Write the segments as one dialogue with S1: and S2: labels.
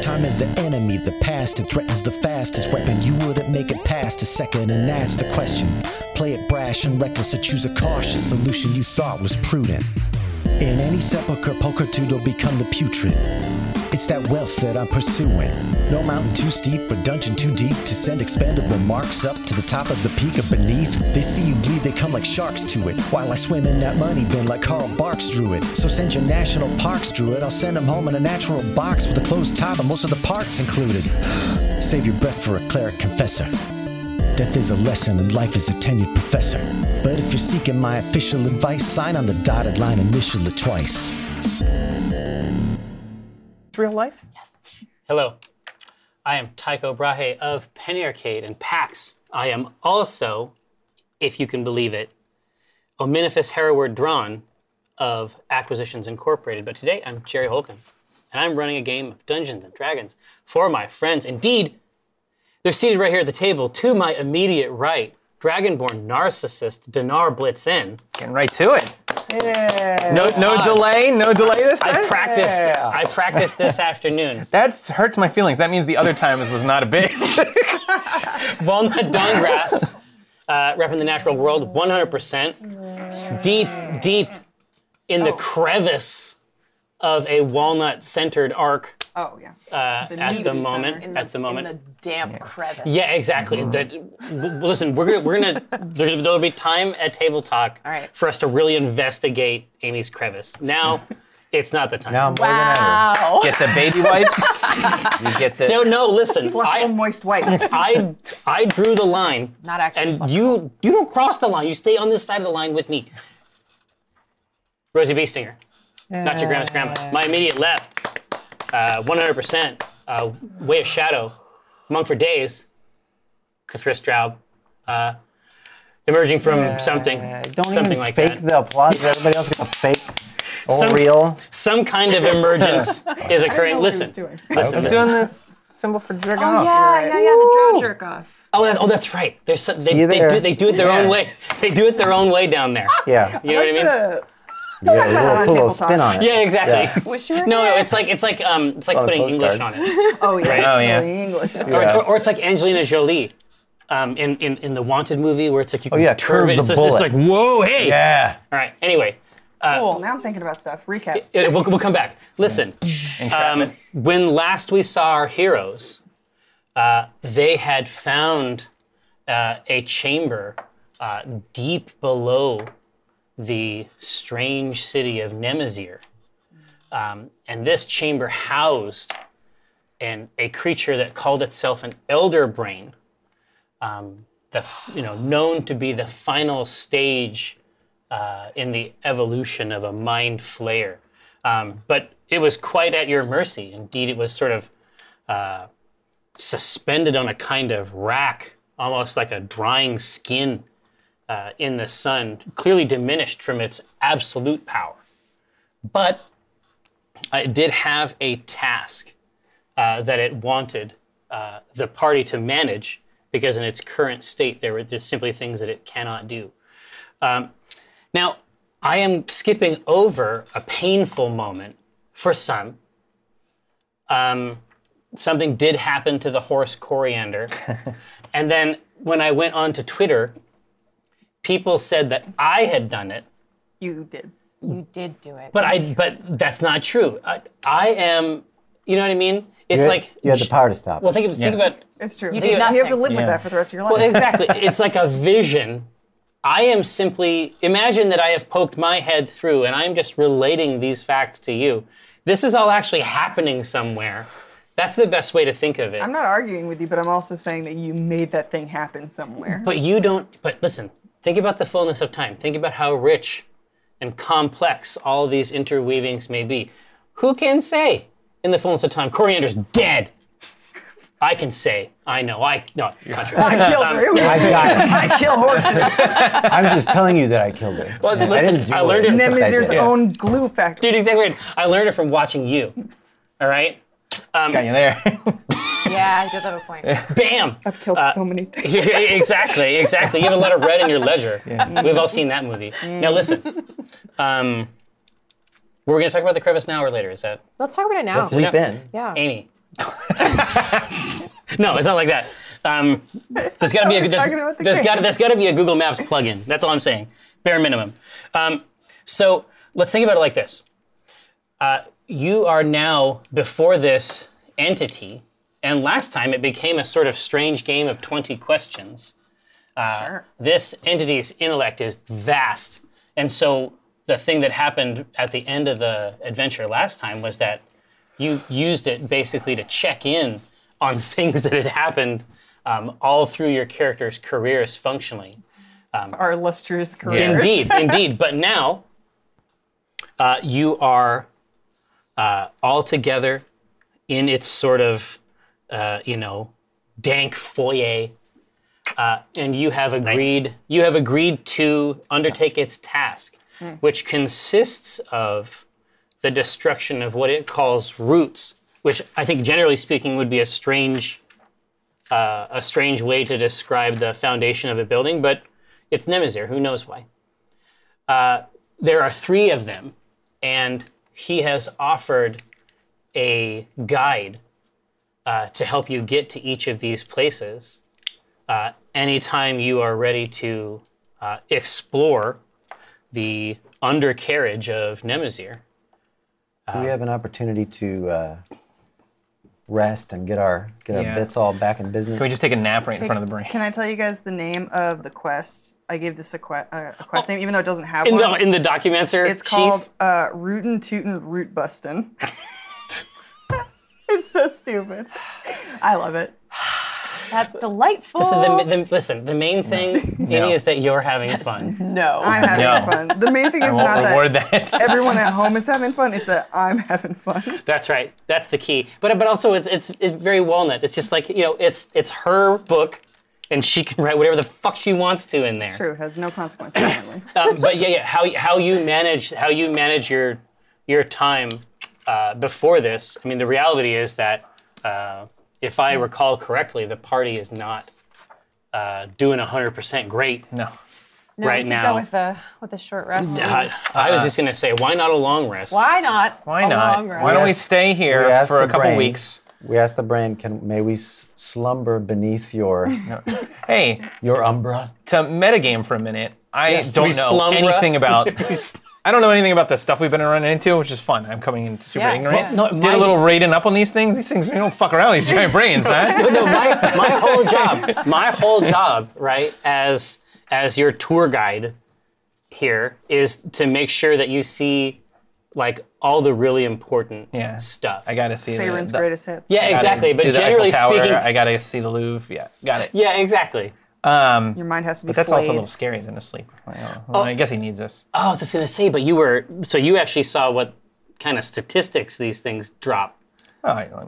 S1: Time is the enemy, the past it threatens the fastest weapon. You wouldn't make it past a second, and that's the question. Play it brash and reckless, or choose a cautious solution you thought was prudent. In any sepulcher, pulchritude will become the putrid. It's that wealth that I'm pursuing. No mountain too steep or dungeon too deep to send expendable marks up to the top of the peak of beneath. They see you bleed, they come like sharks to it. While I swim in that money bin like Carl Barks drew it. So send your national parks drew it. I'll send them home in a natural box with a closed top and most of the parts included. Save your breath for a cleric confessor. Death is a lesson and life is a tenured professor. But if you're seeking my official advice, sign on the dotted line, initial it twice.
S2: It's real life?
S3: Hello. I am Tycho Brahe of Penny Arcade and PAX. I am also, if you can believe it, Ominifus Hereward Drawn of Acquisitions Incorporated. But today I'm Jerry Holkins, and I'm running a game of Dungeons and Dragons for my friends. Indeed, they're seated right here at the table. To my immediate right, Dragonborn narcissist Dinar Blitz in.
S4: Getting right to it.
S2: Yeah.
S4: No, no
S3: Us.
S4: delay. No delay this time.
S3: I practiced.
S2: Yeah.
S3: I practiced this afternoon.
S4: That hurts my feelings. That means the other times was not a bit.
S3: Walnut Dungrass, uh, repping the natural world 100%. Deep, deep in
S5: Oh.
S3: the crevice of a walnut centered arc
S6: Oh yeah.
S3: uh, at the
S5: nudity
S3: moment.
S5: center.
S3: at the moment.
S5: in the Mm-hmm. damp crevice.
S3: yeah, exactly. That, w- listen, we're gonna we're gonna there, there'll be time at table talk
S5: All right.
S3: for us to really investigate Amy's crevice. Now, it's not the time.
S4: now more
S5: Wow.
S4: than ever. Get the baby wipes. you get the.
S3: So no, listen. I-
S6: Flushable moist wipes.
S3: I I drew the line.
S5: Not actually
S3: And you you don't cross the line. You stay on this side of the line with me. Rosie Beestinger, not your grandma's grandma. My immediate left, uh, 100%. Uh, Way of Shadow, Monk for Days, Kathris Straub, uh, emerging from something,
S2: Don't
S3: something
S2: even
S3: like
S2: fake
S3: that.
S2: the applause. Everybody else got to fake. All
S3: Some-
S2: real.
S3: Some kind of emergence is occurring. Listen,
S6: doing.
S3: listen,
S4: Who's
S3: listen.
S4: doing this symbol for jerk
S5: Oh,
S4: off?
S5: yeah, yeah, yeah, the drow jerk off.
S3: Oh, that's, oh, that's right. There's some, they,
S2: you
S3: they
S2: there.
S3: do they do it their own
S4: Yeah.
S3: way. They do it their own way down there.
S2: Yeah.
S3: You know what I mean?
S6: The-
S2: yeah a little,
S6: on
S2: put a little
S6: tabletop.
S2: spin on it.
S3: Yeah, exactly.
S5: Wish you were
S3: No, no,
S5: here.
S3: it's like it's like um, it's like
S2: On a
S3: putting English on
S2: postcard.
S3: it,
S6: oh yeah.
S3: right?
S4: Oh
S6: The
S4: yeah.
S6: English.
S3: or, it's-
S4: Yeah.
S3: or, or it's like Angelina Jolie, um, in, in in the Wanted movie where it's like you can
S2: Oh, yeah,
S3: curve
S2: curve
S3: it.
S2: the
S3: It's, just- it's like
S2: bullet.
S3: whoa, hey.
S4: Yeah.
S3: All right. Anyway,
S6: Cool. Now I'm thinking about stuff. Recap.
S3: uh, we'll we'll come back. Listen, um,
S4: Entrapment.
S3: when last we saw our heroes, uh, they had found uh, a chamber uh, deep below the strange city of Nemesir. Um, and this chamber housed an, a creature that called itself an elder brain, um, the, f- you know, known to be the final stage uh, in the evolution of a mind flayer. Um, but it was quite at your mercy. Indeed, it was sort of uh, suspended on a kind of rack, almost like a drying skin uh, in the sun, clearly diminished from its absolute power. But it did have a task uh, that it wanted uh, the party to manage, because in its current state, there were just simply things that it cannot do. Um, now, I am skipping over a painful moment for some. Um, something did happen to the horse Coriander. and then when I went on to Twitter, people said that I had done it,
S6: You did.
S5: You did do it.
S3: but I but that's not true. I, I am, you know what I mean? It's
S2: You had-
S3: like
S2: you had the power to stop.
S3: Well, think, of- think
S4: Yeah.
S3: about
S6: It's true.
S5: You did
S6: You have to
S5: nothing.
S6: live with
S4: Yeah.
S6: that for the rest of your life.
S3: Well, exactly. it's like a vision. I am simply imagine that I have poked my head through and I'm just relating these facts to you. This is all actually happening somewhere. That's the best way to think of it.
S6: I'm not arguing with you, but I'm also saying that you made that thing happen somewhere.
S3: but you don't but listen, think about the fullness of time. Think about how rich and complex all these interweavings may be. Who can say in the fullness of time Coriander's dead? I can say. I know. I no. Um, Contrary.
S6: I killed her. It was
S2: I got it.
S6: I kill horses.
S2: I'm just telling you that I killed her.
S3: Well, listen,
S2: didn't do
S3: I learned it.
S2: But I
S6: Nemesir's
S2: did.
S6: own glue factory.
S3: Dude, exactly right. I learned it from watching you. All right?
S4: Got you there.
S5: yeah, he does have a point.
S3: Bam!
S6: I've killed
S3: uh,
S6: so many things.
S3: exactly, exactly. You have a lot of red in your ledger. We've all seen that movie. Now listen, um, we're going to talk about the crevice now or later. Is that
S5: Let's talk about it now.
S2: Sleep
S3: Yeah.
S2: in.
S5: Yeah.
S3: Amy? No, it's not like that. Um, there's got to be a
S6: We're
S3: there's,
S6: talking about the
S3: there's got
S6: game.
S3: there's got to be a Google Maps plugin. That's all I'm saying, bare minimum. Um, so let's think about it like this: uh, you are now before this entity, and last time it became a sort of strange game of 20 questions. Uh, This entity's intellect is vast, and so the thing that happened at the end of the adventure last time was that you used it basically to check in on things that had happened um, all through your character's careers functionally.
S6: Our illustrious careers.
S3: Indeed, indeed. But now uh, you are uh, all together in its sort of, uh, you know, dank foyer, uh, and you have agreed. You have agreed to undertake its task, which consists of the destruction of what it calls roots, which I think, generally speaking, would be a strange. Uh, a strange way to describe the foundation of a building, but it's Nemazir. Who knows why? Uh, there are three of them, and he has offered a guide uh, to help you get to each of these places uh, anytime you are ready to uh, explore the undercarriage of Nemazir.
S2: Do we have an opportunity to uh, rest and get our get our
S4: Yeah.
S2: bits all back in business?
S4: Can we just take a nap right in front of the brain?
S6: Can I tell you guys the name of the quest? I gave this a, que- uh, a quest name, even though it doesn't have
S3: Oh. In
S6: one.
S3: the, in the documancer,
S6: it's
S3: Chief,
S6: called uh, Rootin' Tootin' Root Bustin'. it's so stupid. I love it.
S5: That's delightful.
S3: So the, the, listen, the main thing, Amy, is that you're having fun.
S5: no.
S6: I'm having
S4: No.
S6: fun. The main thing is
S4: I won't
S6: not
S4: reward
S6: that
S4: that.
S6: everyone at home is having fun. It's that I'm having fun.
S3: That's right. That's the key. But but also it's it's it's very walnut. It's just like you know it's it's her book, and she can write whatever the fuck she wants to in there.
S6: True, it has no consequences. apparently.
S3: Um, but yeah, yeah. How how you manage how you manage your your time uh, before this? I mean, the reality is that uh, if I recall correctly, the party is not uh, doing hundred percent great.
S4: no.
S5: No,
S3: right
S5: we could
S3: now.
S5: Go with a with a short rest.
S3: Uh, I was just gonna say, why not a long rest?
S5: Why not?
S4: Why
S5: a
S4: not?
S5: long rest?
S4: Why don't we
S2: Yes.
S4: stay
S2: We
S4: here
S2: asked
S4: for
S2: the
S4: a couple
S2: brain-
S4: weeks?
S2: We asked the brain, can may we s- slumber beneath your
S4: Hey,
S2: your umbra?
S4: to metagame for a minute. I
S3: Do we
S4: don't know
S3: slumber?
S4: anything about. I don't know anything about the stuff we've been running into, which is fun. I'm coming in super
S5: Yeah.
S4: ignorant.
S5: Well,
S3: no,
S4: Did
S3: my-
S4: a little raiding up on these things. These things, we don't fuck around with these giant brains, huh?
S3: no, my, my whole job, my whole job, right, as as your tour guide here is to make sure that you see like all the really important
S4: Yeah.
S3: stuff.
S4: I gotta see the,
S6: Faerun's
S4: the-
S6: greatest hits.
S3: yeah,
S4: gotta
S3: exactly.
S4: do
S3: But
S4: the Eiffel
S3: generally
S4: Tower,
S3: speaking,
S4: I gotta see the Louvre. Yeah, got it.
S3: yeah, exactly.
S4: Um,
S6: Your mind has to be
S4: but that's also a
S6: flayed.
S4: little scary than asleep. Like, oh, well, I guess he needs us.
S3: Oh, I was just gonna say, but you were so you actually saw what kind of statistics these things drop.
S4: Oh, I- a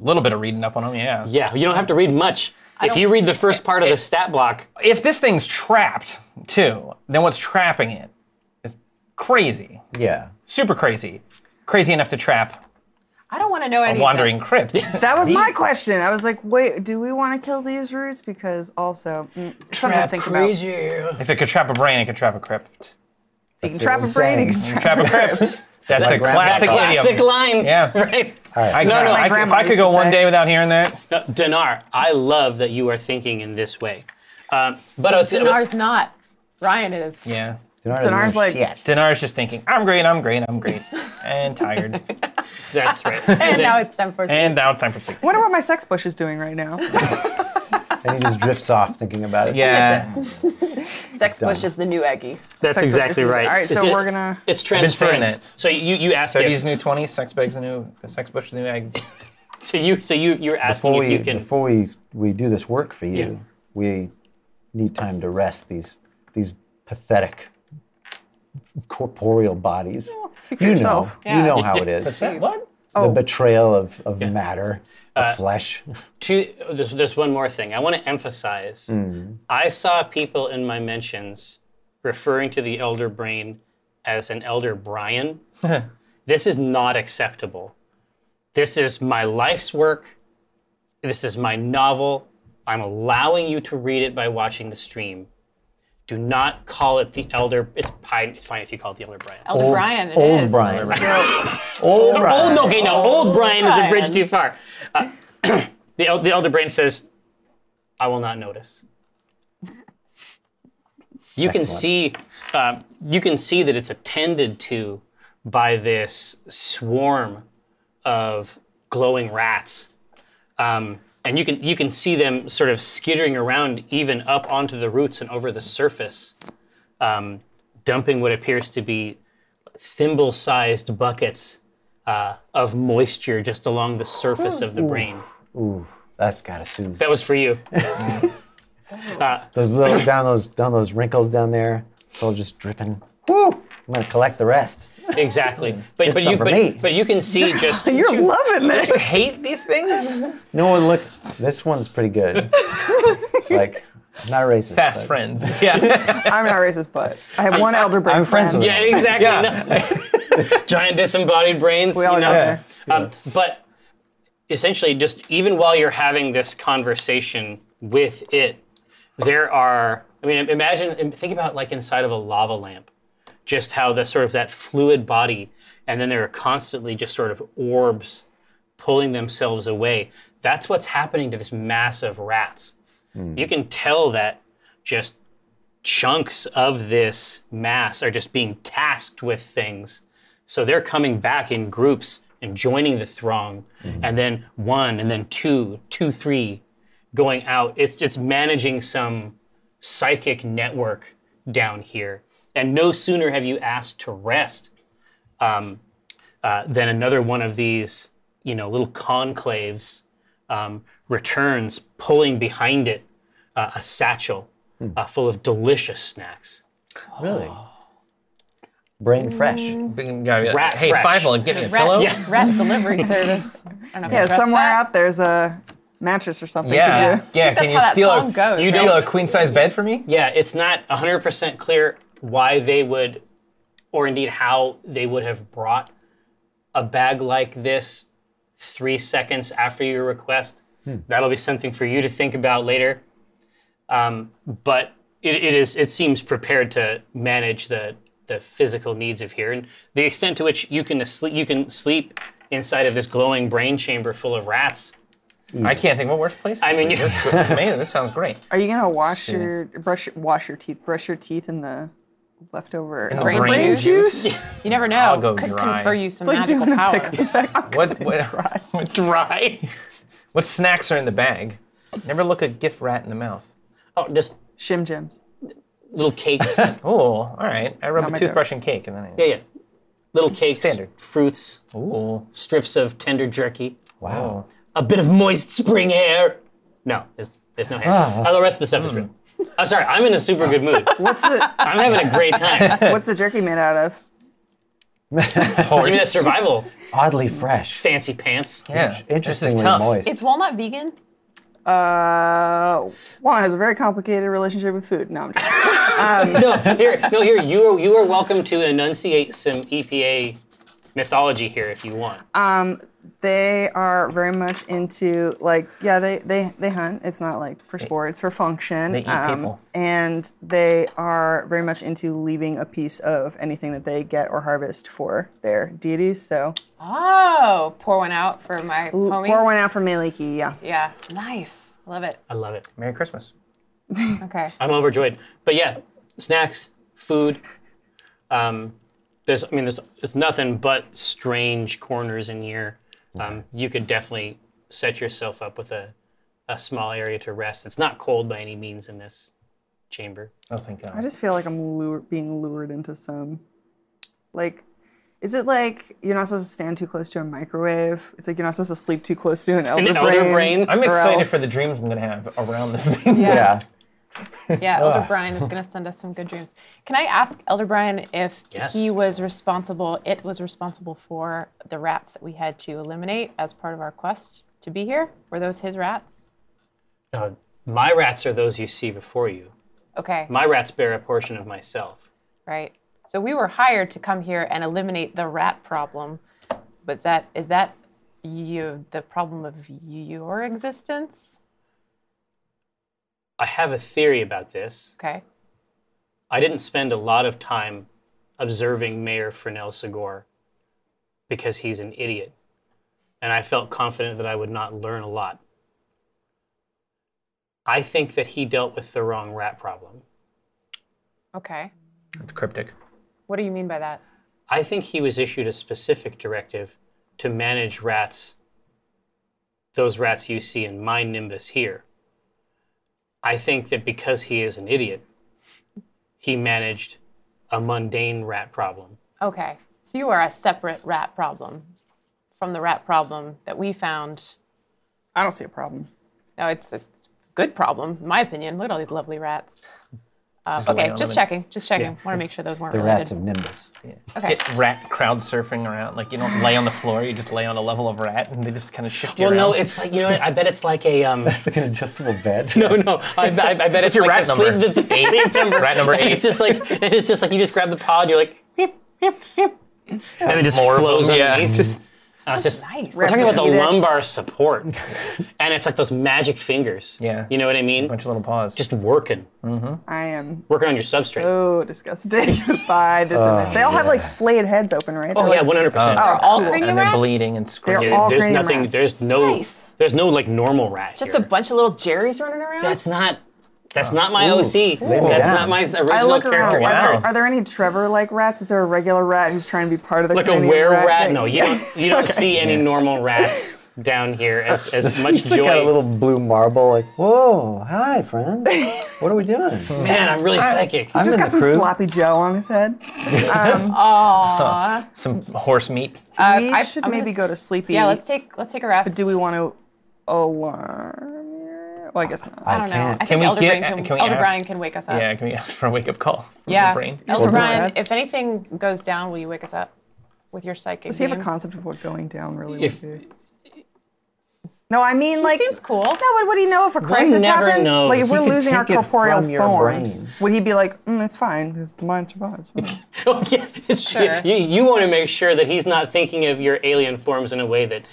S4: little bit of reading up on him. Yeah.
S3: Yeah, you don't have to read much. If you read the first part of the stat block,
S4: If this thing's trapped too, then what's trapping it is crazy,
S2: Yeah.
S4: super crazy, crazy enough to trap
S5: I don't want to know
S4: a
S5: anything.
S4: wandering crypt.
S6: That was my question. I was like, wait, do we want to kill these roots? Because also, mm, something to think about.
S4: If it cocould trap a brain, it could trap a crypt.
S6: You can
S2: That's
S6: trap
S2: what
S6: a
S2: I'm
S6: brain. You
S2: saying.
S6: can
S4: You Trap a crypt. That's the
S2: grandma-
S3: that
S4: classic
S3: classic
S4: idium.
S3: line,
S4: Yeah.
S3: right?
S4: I,
S3: No, no,
S4: I-
S3: my
S4: if
S6: grandma
S4: I could
S6: used
S4: go
S6: to
S4: one
S6: say.
S4: day without hearing that,
S3: No, Uh, Dinar, I love that you are thinking in this way. Um, but I was
S5: Dinar's not. Ryan is.
S4: yeah.
S2: Dinar's,
S6: Dinar's like-
S4: Dinar's just thinking, I'm great, I'm great, I'm great, and tired.
S3: That's right.
S5: And now it's time for
S4: and now it's time for sleep.
S6: wonder what my sex bush is doing right now.
S2: and he just drifts off thinking about it.
S4: Yeah.
S5: sex bush is the new Eggy.
S3: That's
S6: Sex bush
S3: exactly
S6: is-
S3: right.
S6: All right, so
S3: It's-
S6: we're gonna-
S3: It's
S4: been saying
S3: transference.
S4: it.
S3: So you you asked
S4: Thirties
S3: if,
S4: new twenty, sex bags the new sex bush the new egg.
S3: so you so you you're asking
S2: Before
S3: if
S2: we,
S3: you can.
S2: before we, we do this work for you,
S3: Yeah.
S2: we need time to rest these these pathetic corporeal bodies.
S6: Speak for
S2: You know,
S6: yourself.
S2: you
S5: Yeah.
S2: know how it is. the
S4: What?
S2: betrayal of, of matter, of
S3: Uh,
S2: flesh.
S3: Two, there's, there's one more thing I want to emphasize. I saw people in my mentions referring to the elder brain as an elder Brian. this is not acceptable. This is my life's work. This is my novel. I'm allowing you to read it by watching the stream. Do not call it the elder. It's pine. It's fine if you call it the elder Brian.
S5: Elder Brian, it is.
S2: Old Brian. Old Brian.
S3: Old, Oh, no, okay, no. Old Brian is a bridge
S5: Brian.
S3: too far. Uh, the, el- the elder Brian says, I will not notice. You can
S2: Excellent.
S3: see, um, you can see that it's attended to by this swarm of glowing rats, um, and you can you can see them sort of skittering around, even up onto the roots and over the surface, um, dumping what appears to be thimble-sized buckets uh, of moisture just along the surface of the brain.
S2: That's gotta soothe.
S3: That was for you.
S2: Those little down those down those wrinkles down there. It's all just dripping. Woo! I'm gonna collect the rest.
S3: Exactly. But, but,
S2: some
S3: you,
S2: for
S3: but,
S2: me.
S3: but you can see just.
S6: You're loving this.
S4: Hate these things?
S2: No one look. This one's pretty good. like, I'm not racist.
S4: Fast
S2: but-
S4: friends. Yeah.
S6: I'm not racist, but I have one elder brother.
S2: I'm friends with
S3: yeah, exactly.
S4: Yeah.
S3: No. Giant disembodied brains.
S6: We all
S3: you know?
S6: got there.
S3: Um, but essentially, just even while you're having this conversation with it, there are. I mean, imagine. Think about like inside of a lava lamp, just how the sort of that fluid body, and then there are constantly just sort of orbs pulling themselves away. That's what's happening to this mass of rats. You can tell that just chunks of this mass are just being tasked with things. So they're coming back in groups and joining the throng, and then one, and then two, two, three, going out. It's it's managing some psychic network down here. And no sooner have you asked to rest um, uh, than another one of these, you know, little conclaves um, returns, pulling behind it uh, a satchel uh, full of delicious snacks.
S2: Really. Brain fresh.
S4: Bing, gotta be like,
S3: Rat
S4: hey,
S3: fresh.
S4: Fievel, get me a
S5: Rat,
S4: pillow.
S5: rat delivery service. I don't know if I
S6: Yeah,
S5: trust
S6: somewhere
S5: that.
S6: out there's a mattress or something.
S4: Yeah.
S6: Could you?
S4: Yeah,
S5: That's
S4: can
S5: how
S4: you
S5: that
S4: steal
S5: song
S4: a,
S5: goes,
S4: you
S5: right?
S4: steal a queen size bed for me?
S3: Yeah, it's not 100% clear why they would, or indeed how they would have brought a bag like this three seconds after your request.
S4: Hmm.
S3: That'll be something for you to think about later. Um, but it, it is it seems prepared to manage the the physical needs of here and the extent to which you can sleep you can sleep inside of this glowing brain chamber full of rats.
S4: I can't think of a worse place.
S3: I mean, you-
S4: this, this, amazing. this sounds great.
S6: Are you gonna wash
S4: Shit.
S6: your brush wash your teeth brush your teeth in the leftover
S4: the
S6: elder
S4: brain
S6: brain
S5: juice?
S6: juice?
S5: You never know.
S4: go
S5: Could
S4: dry.
S5: confer you some
S6: like
S5: magical
S6: doing a
S5: power.
S4: What, what, what,
S3: Dry.
S4: what snacks are in the bag? Never look a gift rat in the mouth.
S3: oh, just
S6: Shim gems.
S3: little cakes. yeah,
S4: Oh, all right. I rub
S6: Not
S4: a
S6: my
S4: toothbrush in cake and then I.
S3: yeah. Little cakes,
S4: Standard.
S3: fruits,
S4: Ooh.
S3: strips of tender jerky,
S2: Wow.
S3: a bit of moist spring air. No, there's, there's no hair. Uh, the rest of the stuff is real. I'm sorry, I'm in a super good mood.
S6: What's the
S3: I'm having a great time.
S6: what's the jerky made out of?
S3: Give me that survival,
S2: Oddly fresh.
S3: fancy pants.
S4: Yeah.
S2: Interestingly
S4: this is tough.
S2: moist.
S5: Is walnut vegan?
S6: Uh, Juan has a very complicated relationship with food. No, I'm joking.
S3: No, here, no, here. You are you are welcome to enunciate some EPA mythology here if you want.
S6: they are very much into like yeah they they they hunt it's not like for sport it's for function Um,
S4: eat people.
S6: and they are very much into leaving a piece of anything that they get or harvest for their deities so
S5: Oh, pour one out for my homie.
S6: pour one out for Maliki yeah
S5: Yeah, nice. Love it.
S3: I love it.
S4: Merry Christmas.
S5: Okay.
S3: I'm overjoyed. But yeah, snacks, food. Um, there's, I mean, there's, it's nothing but strange corners in here. Um, you could definitely set yourself up with a, a small area to rest. It's not cold by any means in this chamber.
S4: Oh, thank God.
S6: I just feel like I'm lure- being lured into some like is it like you're not supposed to stand too close to a microwave it's like you're not supposed to sleep too close to an elder,
S3: an elder brain?
S4: I'm
S6: or
S4: excited
S6: else-
S4: for the dreams I'm going to have around this thing.
S2: yeah.
S5: Yeah, Elder Brian is going to send us some good dreams. Can I ask Elder Brian if
S3: Yes.
S5: he was responsible, it was responsible for the rats that we had to eliminate as part of our quest to be here? Were those his rats?
S3: Uh, my rats are those you see before you.
S5: Okay,
S3: My rats bear a portion of myself.
S5: right. So we were hired to come here and eliminate the rat problem, but is that is that you the problem of your existence?
S3: I have a theory about this.
S5: Okay.
S3: I didn't spend a lot of time observing Mayor Fresnel Segor because he's an idiot. And I felt confident that I would not learn a lot. I think that he dealt with the wrong rat problem.
S5: Okay.
S4: It's cryptic.
S5: What do you mean by that?
S3: I think he was issued a specific directive to manage rats, those rats you see in my nimbus here. I think that because he is an idiot, he managed a mundane rat problem.
S5: Okay. So you are a separate rat problem from the rat problem that we found.
S6: I don't see a problem.
S5: No, it's, it's a good problem, in my opinion. Look at all these lovely rats. Uh,
S4: laying
S5: okay,
S4: on
S5: just
S4: them
S5: checking, just checking. Want to make sure those weren't
S2: The
S5: related.
S2: rats of Nimbus.
S5: Okay.
S4: Get rat crowd surfing around. Like you don't lay on the floor, you just lay on a level of rat and they just kind of shift you
S3: Well,
S4: around.
S3: no, it's like you know. what? I bet it's like a um.
S2: It's like an adjustable bed.
S3: No, no. I, I, I bet it's
S4: your
S3: like
S4: rat
S3: the
S4: number?
S3: Sleep, the sleep number.
S4: Rat number
S3: And
S4: eight.
S3: It's just like and it's just like you just grab the pod. You're like, hip, hip, hip, and it just
S4: More of
S3: flows
S4: them, yeah.
S3: underneath. Just, uh, it's just
S5: nice.
S3: We're talking about the
S6: Therapeutic.
S3: lumbar support, and it's like those magic fingers.
S4: Yeah.
S3: You know what I mean?
S4: bunch of little paws.
S3: Just working,
S6: I am
S3: working on your substrate.
S6: so disgusted by this image. They all have like flayed heads open, right?
S3: oh
S6: They're
S3: yeah,
S6: like-
S3: one hundred percent.
S5: Are all cranium
S4: and they're
S5: rats?
S4: bleeding and screaming.
S6: all-
S3: There's
S6: cranium
S3: nothing.
S6: rats.
S3: There's no.
S5: Nice.
S3: There's no like normal rat.
S5: Just a
S3: here.
S5: bunch of little Jerry's running around?
S3: That's not.
S4: Oh.
S3: That's not my OC. That's
S2: down.
S3: not my original
S6: I look around.
S3: character.
S6: Are,
S4: Wow.
S6: there, are there any Trevor-like rats? Is there a regular rat who's trying to be part of the
S3: like a
S6: cranium
S3: were rat.
S6: that-
S3: No, you don't, you don't see any normal rats down here as, as much
S2: It's like
S3: joy.
S2: got a little blue marble. Like, whoa, hi friends. what are we doing?
S3: Man, I'm really psychic.
S6: He's just
S2: in
S6: got
S2: the
S6: some
S2: crew.
S6: sloppy Joe on his head.
S4: Some horse meat.
S3: Uh,
S6: we
S5: I-
S6: should
S5: I'm gonna
S6: maybe
S5: s-
S6: go to sleepy.
S5: yeah, let's take let's take a rest.
S6: Do we want to alarm? your- Well, I guess not.
S5: I don't know. I
S2: can't.
S5: think
S4: Can we
S5: Elder,
S4: get-
S5: Brain can,
S4: can we
S5: Elder
S4: ask-
S5: Brian can wake us up.
S4: Yeah, can we ask for a wake up call from
S5: Yeah.
S4: the brain?
S5: Elder Brian,
S6: that's-
S5: if anything goes down, will you wake us up with your psychic?
S6: Does he have a
S5: beams?
S6: concept of what going down really
S3: If-
S6: would be? No, I mean like.
S5: Seems cool.
S6: No, but would he know if a crisis
S3: never
S6: happened?
S3: knows.
S6: Like if
S3: You
S6: we're
S2: can
S6: losing our
S2: take it
S6: corporeal
S2: from your
S6: forms,
S2: brain.
S6: would he be like, mm, "It's fine, because the mind survives"? It's fine."
S3: Oh, yeah.
S5: Sure.
S3: You, you want to make sure that he's not thinking of your alien forms in a way that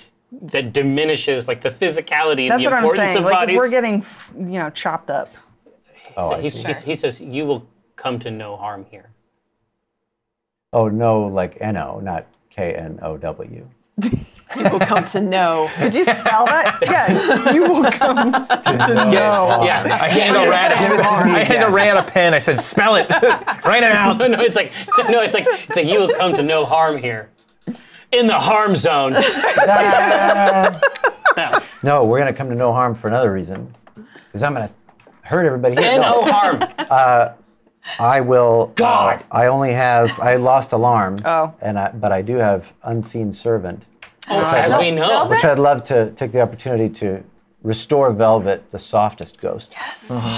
S3: that diminishes like the physicality and
S6: That's
S3: the
S6: what I'm
S3: importance
S6: saying.
S3: of
S6: Like if
S3: bodies.
S6: we're getting, f- you know, chopped up.
S2: Oh, I
S3: He's-
S2: see.
S3: he's- he says you will come to no harm here.
S2: Oh no, like N O, not K N O W.
S5: People come to know.
S6: Did you spell that? yeah, you will come to know.
S2: Oh,
S3: Yeah.
S4: I hand a rat.
S2: Give it to me
S4: I hand a
S2: again.
S4: rat a pen. I said, "Spell it. Write it out."
S3: No, no, it's like no, it's like it's like you will come to no harm here. In the harm zone. No.
S2: No, we're gonna come to no harm for another reason, because I'm gonna hurt everybody here.
S3: In no harm.
S2: I will.
S3: God.
S2: uh, I only have. I lost alarm.
S6: Oh.
S2: And I, but I do have unseen servant,
S3: As we know.
S2: which I'd love to take the opportunity to restore Velvet, the softest ghost,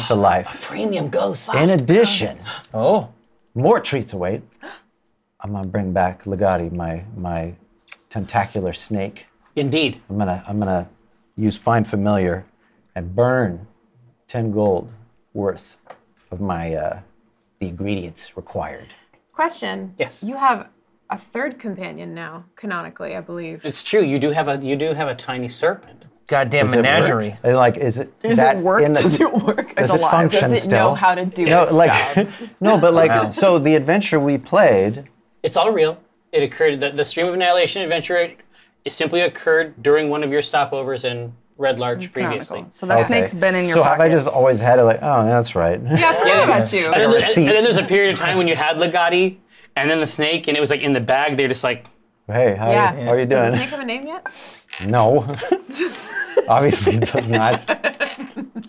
S2: to life.
S3: Premium ghost.
S2: In addition,
S4: Oh,
S2: more treats await. I'm gonna bring back Legati, my my tentacular snake.
S3: Indeed.
S2: I'm gonna I'm gonna use find familiar and burn ten gold worth of my uh, the ingredients required.
S5: Question.
S3: Yes.
S5: You have a third companion now, canonically, I believe.
S3: It's true. You do have a you do have a tiny serpent.
S4: goddamn
S2: Does it work?
S4: menagerie.
S2: And, Like is it is that
S6: it work?
S2: in the,
S6: Does
S5: it work?
S2: does
S6: It's
S2: it
S6: alive.
S2: function
S5: Does it
S2: still?
S5: know how to do
S2: no,
S5: its
S2: like
S5: job?
S2: no, but like
S4: Wow.
S2: so the adventure we played.
S3: It's all real. It occurred. The, the Stream of Annihilation adventure it, it simply occurred during one of your stopovers in Red Larch previously.
S6: So that
S2: okay.
S6: snake's been in your
S2: So
S6: pocket.
S2: have I just always had it like oh that's right.
S5: Yeah, I forgot about you.
S3: And, then,
S2: receipt.
S3: and then there's a period of time when you had Legati and then the snake, and it was like in the bag. They're just like,
S2: hey, how,
S5: Yeah.
S2: how are you
S5: Does the
S2: doing?
S5: snake have a name yet?
S2: No. Obviously it does not.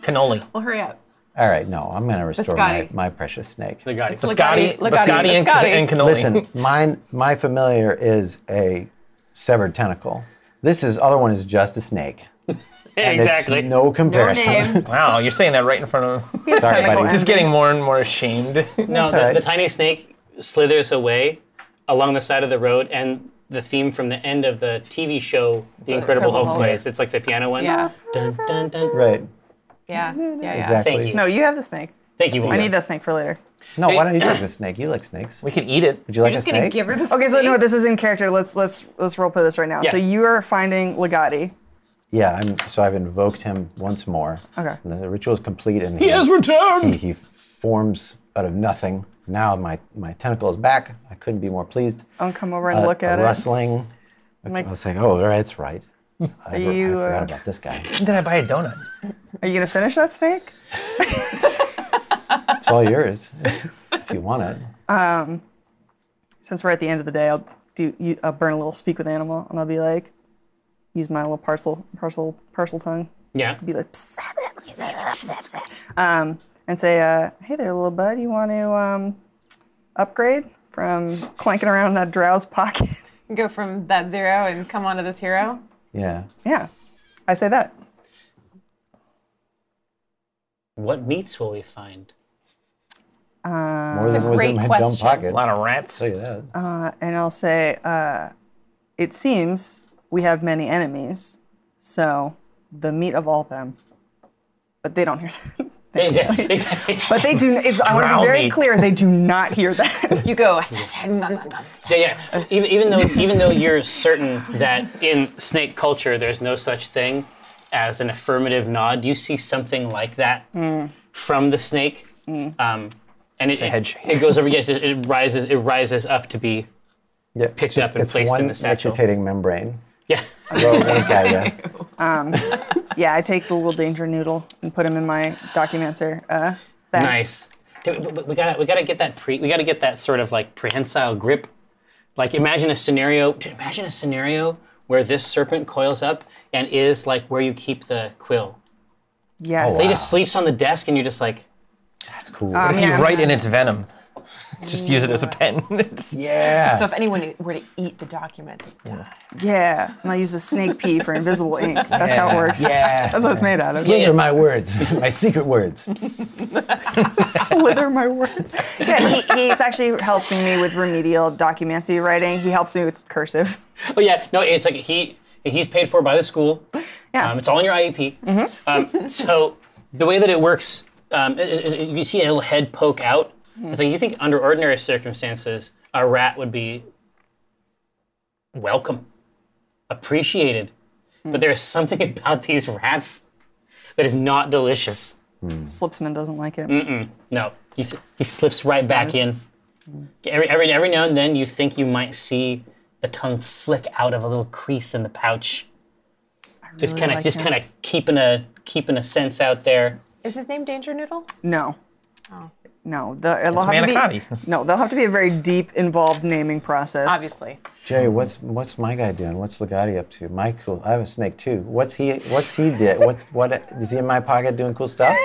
S4: Cannoli.
S5: Well, hurry up.
S2: All right, no, I'm gonna restore my,
S5: Biscotti.
S2: my precious snake.
S3: Legati.
S4: Biscotti,
S5: Look at it,
S4: biscotti, and,
S5: biscotti.
S4: and cannoli.
S2: Listen, mine my familiar is a severed tentacle. This is other one is just a snake. And it's
S3: exactly.
S2: no comparison.
S4: Wow, you're saying that right in front of him.
S6: He's
S2: Sorry,
S6: technical
S2: buddy.
S4: Just getting more and more ashamed.
S3: No, the,
S2: alright.
S3: the tiny snake slithers away along the side of the road, and the theme from the end of the TV show The Incredible,
S5: Incredible
S3: Hulk,
S5: Hulk.
S3: plays. It's like the piano one.
S5: Yeah.
S3: Dun, dun, dun.
S2: Right.
S5: Yeah. Yeah. yeah.
S2: Exactly.
S3: Thank you.
S6: No, you have the snake.
S3: Thank you.
S6: I
S3: Walter.
S6: need that snake for later.
S2: No, why don't you take the snake? You like snakes.
S4: We could eat it.
S2: Would you
S5: You're
S2: like a
S5: just gonna
S2: snake?
S5: give her this.
S6: Okay, so no, this is in character. Let's let's let's role play this right now.
S3: Yeah.
S6: So you are finding Legati.
S2: yeah, I'm, so I've invoked him once more.
S6: Okay.
S2: And the ritual is complete and
S3: He has returned.
S2: he, he forms out of nothing. Now my, my tentacle is back. I couldn't be more pleased.
S6: I'll come over and
S2: Uh,
S6: look
S2: a
S6: at it.
S2: rustling.
S6: Like-
S2: I was like, oh, that's right. I, re- I
S6: you,
S2: forgot
S6: uh,
S2: about this guy.
S4: Then I buy a donut.
S6: Are you gonna finish that snake?
S2: It's all yours if you want it.
S6: Since we're at the end of the day, I'll do. You, I'll burn a little speak with animal, and I'll be like, use my little parcel, parcel, parcel tongue.
S3: Yeah.
S6: Be like, "Psst." um, and say, uh, hey there, little bud, you want to um, upgrade from clanking around in that drow's pocket?
S5: Go from that zero and come onto this hero.
S2: Yeah.
S6: yeah, I say that.
S3: What meats will we find?
S2: More than
S5: a
S2: was in
S5: great
S2: my dumb
S5: question. Um,
S2: pocket.
S4: A lot of rats.
S2: tell you that.
S6: Uh, and I'll say, uh, it seems we have many enemies, so the meat of all them. But they don't hear that.
S3: Exactly. exactly.
S6: But they do. It's, I want to
S4: Drown
S6: be very
S4: meat.
S6: clear. They do not hear that.
S5: You go. nom, nom, nom.
S3: Yeah,
S6: uh,
S3: yeah. Even, even though even though you're certain that in snake culture there's no such thing as an affirmative nod, you see something like that
S6: Mm.
S3: from the snake, um, and it,
S4: head
S3: it,
S4: shake.
S3: it goes over. Yes, it, it rises. It rises up to be.
S2: Yeah,
S3: Picked up and
S2: it's
S3: placed in
S2: one
S3: the satchel.
S2: Vegetating membrane.
S3: Yeah.
S2: Well, one guy, yeah.
S6: yeah, I take the little danger noodle and put him in my documenter. Uh, bag.
S3: Nice. Do- We, we- we gotta we gotta get that pre we gotta get that sort of like prehensile grip. Like imagine a scenario. dude, Imagine a scenario where this serpent coils up and is like where you keep the quill.
S6: Yes.
S2: Oh,
S3: It just sleeps on the desk, and you're just like.
S2: That's cool.
S5: Um,
S4: If
S6: Yeah,
S4: you
S6: I'm
S4: write
S6: just-
S4: in its venom, just use it as a pen. It's-
S2: yeah.
S5: So if anyone were to eat the document, they die.
S6: Yeah. And I use the snake pea for invisible ink. That's how it works.
S2: yeah.
S6: That's what it's made out of.
S2: These are my words, my secret words.
S6: slither my words. Yeah, he, he's actually helping me with remedial documancy writing. He helps me with cursive.
S3: Oh yeah, no, it's like he he's paid for by the school.
S6: Yeah.
S3: Um, it's all in your IEP. Um, so the way that it works, um, i- i- i- you see a little head poke out. It's like you think under ordinary circumstances a rat would be welcome, appreciated, but there is something about these rats that is not delicious.
S6: Slipsman doesn't like it.
S3: No, he, s- he slips right back in. Every, every, every now and then, you think you might see the tongue flick out of a little crease in the pouch. just
S6: really
S3: kind of,
S6: like
S3: just
S6: that.
S3: kind of keeping a keeping a sense out there.
S5: Is his name Danger Noodle?
S6: No. No, the, it'll
S4: It's
S6: have to
S4: manicotti.
S6: be, no, there'll have to be a very deep, involved naming process.
S5: Obviously.
S2: Jerry, what's what's my guy doing? What's Legati up to? My cool. I have a snake too. What's he? What's he did? What's what? Is he in my pocket doing cool stuff?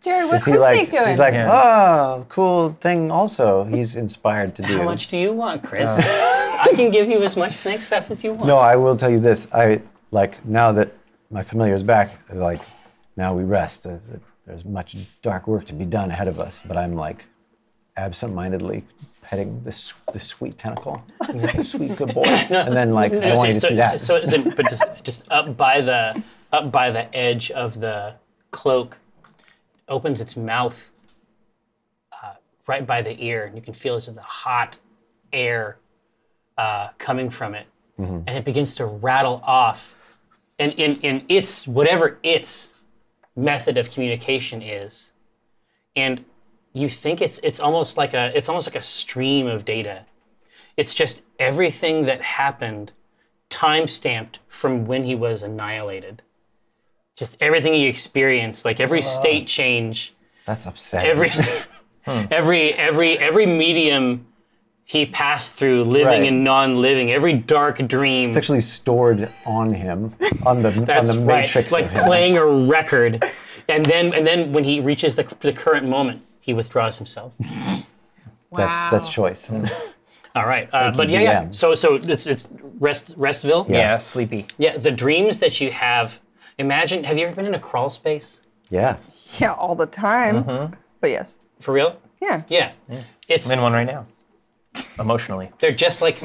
S5: Jerry,
S2: Is
S5: what's
S2: he
S5: the
S2: like?
S5: snake doing?
S2: He's like,
S4: Yeah.
S2: oh, cool thing. Also, he's inspired to do.
S3: How much do you want, Chris? I can give you as much snake stuff as you want.
S2: No, I will tell you this. I like now that my familiar is back. Like now we rest. Uh, th- There's much dark work to be done ahead of us. But I'm like absentmindedly petting this this sweet tentacle, sweet good boy. and then like I don't want you to
S3: so,
S2: see that.
S3: So, so, so- but just, just up by the up by the edge of the cloak, opens its mouth uh, right by the ear, and you can feel as if the hot air uh, coming from it,
S2: Mm-hmm.
S3: and it begins to rattle off, and in in its whatever its method of communication is, and you think it's it's almost like a it's almost like a stream of data. It's just everything that happened time stamped from when he was annihilated. Just everything he experienced, like every
S2: Uh.
S3: state change,
S2: That's upsetting.
S3: every
S2: Hmm.
S3: every every every medium he passed through, living
S2: Right.
S3: and non-living, every dark dream.
S2: it's actually stored on him on the on
S3: That's
S2: the matrix
S3: right. Like
S2: of him.
S3: playing a record, and then and then when he reaches the, the current moment, he withdraws himself.
S2: That's that's
S5: Wow.
S2: choice.
S3: Mm. All right, uh, but yeah, yeah.
S2: DM.
S3: So so it's it's rest Restville.
S4: yeah, sleepy.
S3: yeah. The dreams that you have. Imagine. Have you ever been in a crawl space?
S2: yeah.
S6: Yeah, all the time. But yes.
S3: For real?
S6: Yeah.
S3: Mm-hmm. Yeah. It's
S4: I'm in one right now. Emotionally.
S3: they're just like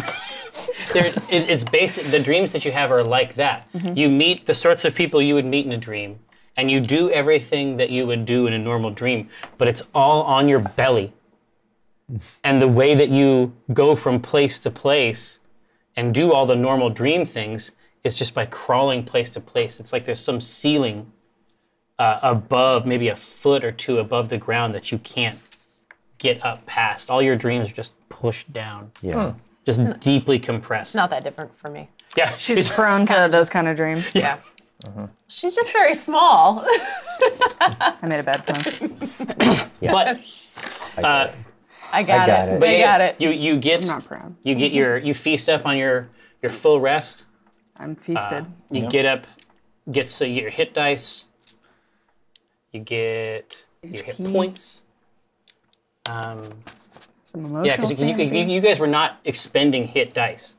S3: they're it, it's basic the dreams that you have are like that. You meet the sorts of people you would meet in a dream and you do everything that you would do in a normal dream, but it's all on your belly. and the way that you go from place to place and do all the normal dream things is just by crawling place to place. It's like there's some ceiling uh, above, maybe a foot or two above the ground that you can't get up past. All your dreams are just pushed down,
S2: Yeah.
S3: just deeply compressed.
S5: Not that different for me.
S3: Yeah,
S6: She's prone to those kind of dreams.
S5: Yeah.
S2: Mm-hmm.
S5: She's just very small.
S6: I made a bad pun.
S3: but
S2: I got it.
S5: I got,
S2: got it.
S5: it. We
S3: yeah,
S5: got it.
S3: You you get
S6: I'm not proud.
S3: you get your you feast up on your your full rest. Uh,
S6: I'm feasted.
S3: You get up, get so you get your hit dice. You get your hit
S6: HP.
S3: points. Um,
S6: Some emotional
S3: yeah, because you, you,
S6: sanity.
S3: you guys were not expending hit dice.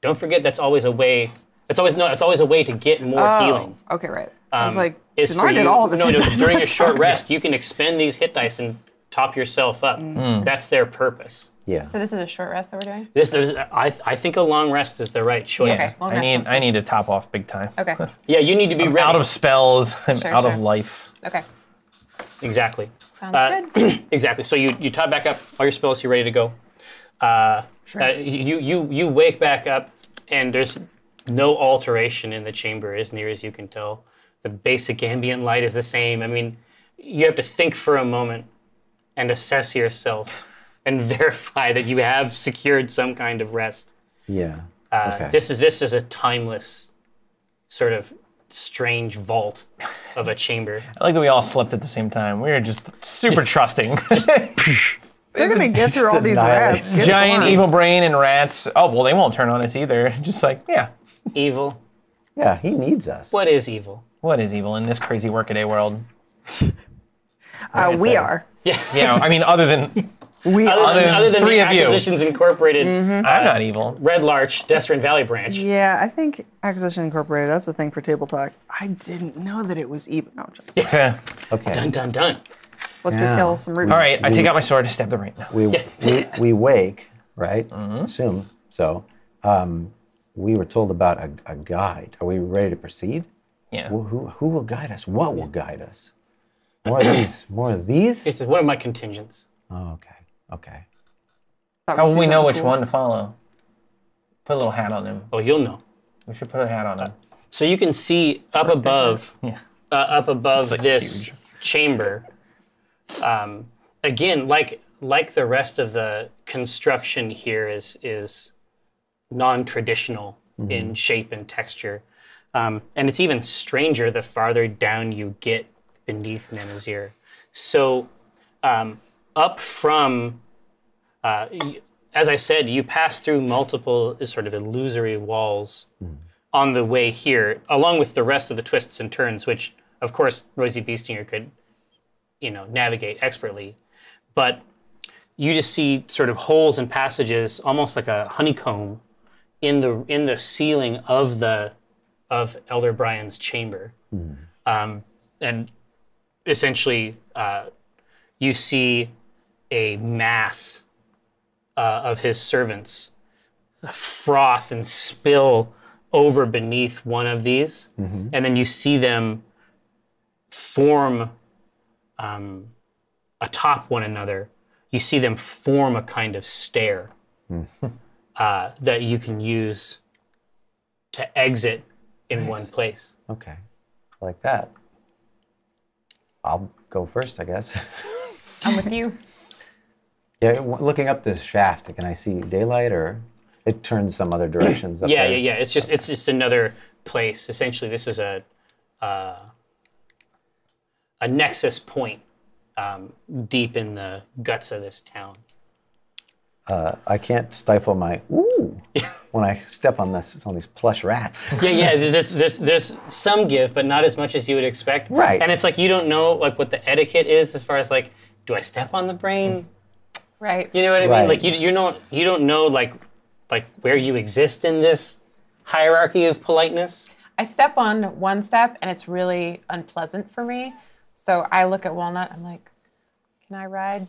S3: Don't forget that's always a way. That's always no. It's always a way to get more
S6: Oh,
S3: healing.
S6: Okay, right. I was
S3: um,
S6: like,
S3: is
S6: Demar
S3: for
S6: did
S3: you-
S6: all of this.
S3: No, no, during your short rest, you can expend these hit dice and top yourself up.
S4: Mm.
S3: That's their purpose.
S2: Yeah.
S5: So this is a short rest that we're doing.
S3: This, there's, I, I think a long rest is the right choice.
S4: Yeah,
S5: long
S4: I
S5: rest
S4: need
S5: sounds
S4: I need to top off big time.
S5: Okay.
S3: Yeah, you need to be ready.
S4: out of spells. I'm
S5: Sure,
S4: out of
S5: sure.
S4: life.
S5: Okay.
S3: exactly,
S5: Sounds
S3: Uh,
S5: good.
S3: exactly. So you you top back up all your spells. You're ready to go. Uh, uh, you you you wake back up, and there's no alteration in the chamber as near as you can tell. The basic ambient light is the same. I mean, you have to think for a moment and assess yourself and verify that you have secured some kind of rest.
S2: Yeah.
S3: Uh,
S2: Okay.
S3: This is this is a timeless sort of strange vault of a chamber.
S4: I like that we all slept at the same time. We were just super trusting.
S6: They're gonna get through all these
S2: annihilate
S6: rats. Get
S4: Giant
S6: one.
S4: evil brain and rats. Oh well, they won't turn on us either. Just like yeah,
S3: evil.
S2: Yeah. He needs us.
S3: What is evil?
S4: what is evil in this crazy workaday world?
S6: Uh, we are.
S4: Yeah, I mean other than
S6: We are.
S3: Other than,
S4: than
S3: other than
S4: three
S3: the
S4: of you.
S3: Acquisitions Incorporated,
S4: I'm not evil.
S3: Red Larch, Destron Valley Branch.
S6: Yeah, I think Acquisition Incorporated. That's the thing for table talk. I didn't know that it was even. No, I'm joking.
S4: Okay.
S2: Okay.
S3: Dun dun dun.
S6: Let's
S2: Yeah.
S6: go kill some roots.
S4: All right, I take out my sword to stab the brain.
S2: we, we, we wake, right?
S3: Mm-hmm.
S2: Assume so. Um, we were told about a, a guide. Are we ready to proceed?
S4: Yeah.
S2: Who, who, who will guide us? What will guide us? More of these. More of these.
S3: This is one of my contingents.
S2: Oh, okay. Okay.
S4: How will we know which one to follow? Put a little hat on him.
S3: Oh, you'll know.
S4: We should put a hat on him.
S3: So you can see up above,
S4: Yeah.
S3: uh, up above this chamber. Um, again, like like the rest of the construction here is is non-traditional in shape and texture, um, and it's even stranger the farther down you get beneath Nemazir. So um, up from uh, y- as I said, you pass through multiple sort of illusory walls on the way here, along with the rest of the twists and turns, which of course Rosie Beestinger could, you know, navigate expertly. But you just see sort of holes and passages, almost like a honeycomb, in the in the ceiling of the of Elder Brian's chamber, um, and essentially uh, you see a mass uh, of his servants froth and spill over beneath one of these, and then you see them form um, atop one another. You see them form a kind of stair uh, that you can use to exit in one place.
S2: Okay. Like that. I'll go first, I guess.
S5: I'm with you.
S2: yeah. w- Looking up this shaft, can I see daylight or? It turns some other directions. Up
S3: Yeah,
S2: there.
S3: yeah, yeah. It's just it's just another place. Essentially, this is a uh, a nexus point um, deep in the guts of this town.
S2: I can't stifle my ooh when I step on this on these plush rats.
S3: Yeah, yeah. There's there's there's some give, but not as much as you would expect.
S2: Right.
S3: And it's like you don't know like what the etiquette is as far as like do I step on the brain?
S5: Right.
S3: You know what I mean?
S2: Right.
S3: Like you you don't you don't know like like where you exist in this hierarchy of politeness.
S5: I step on one step and it's really unpleasant for me. So I look at Walnut. I'm like, can I ride?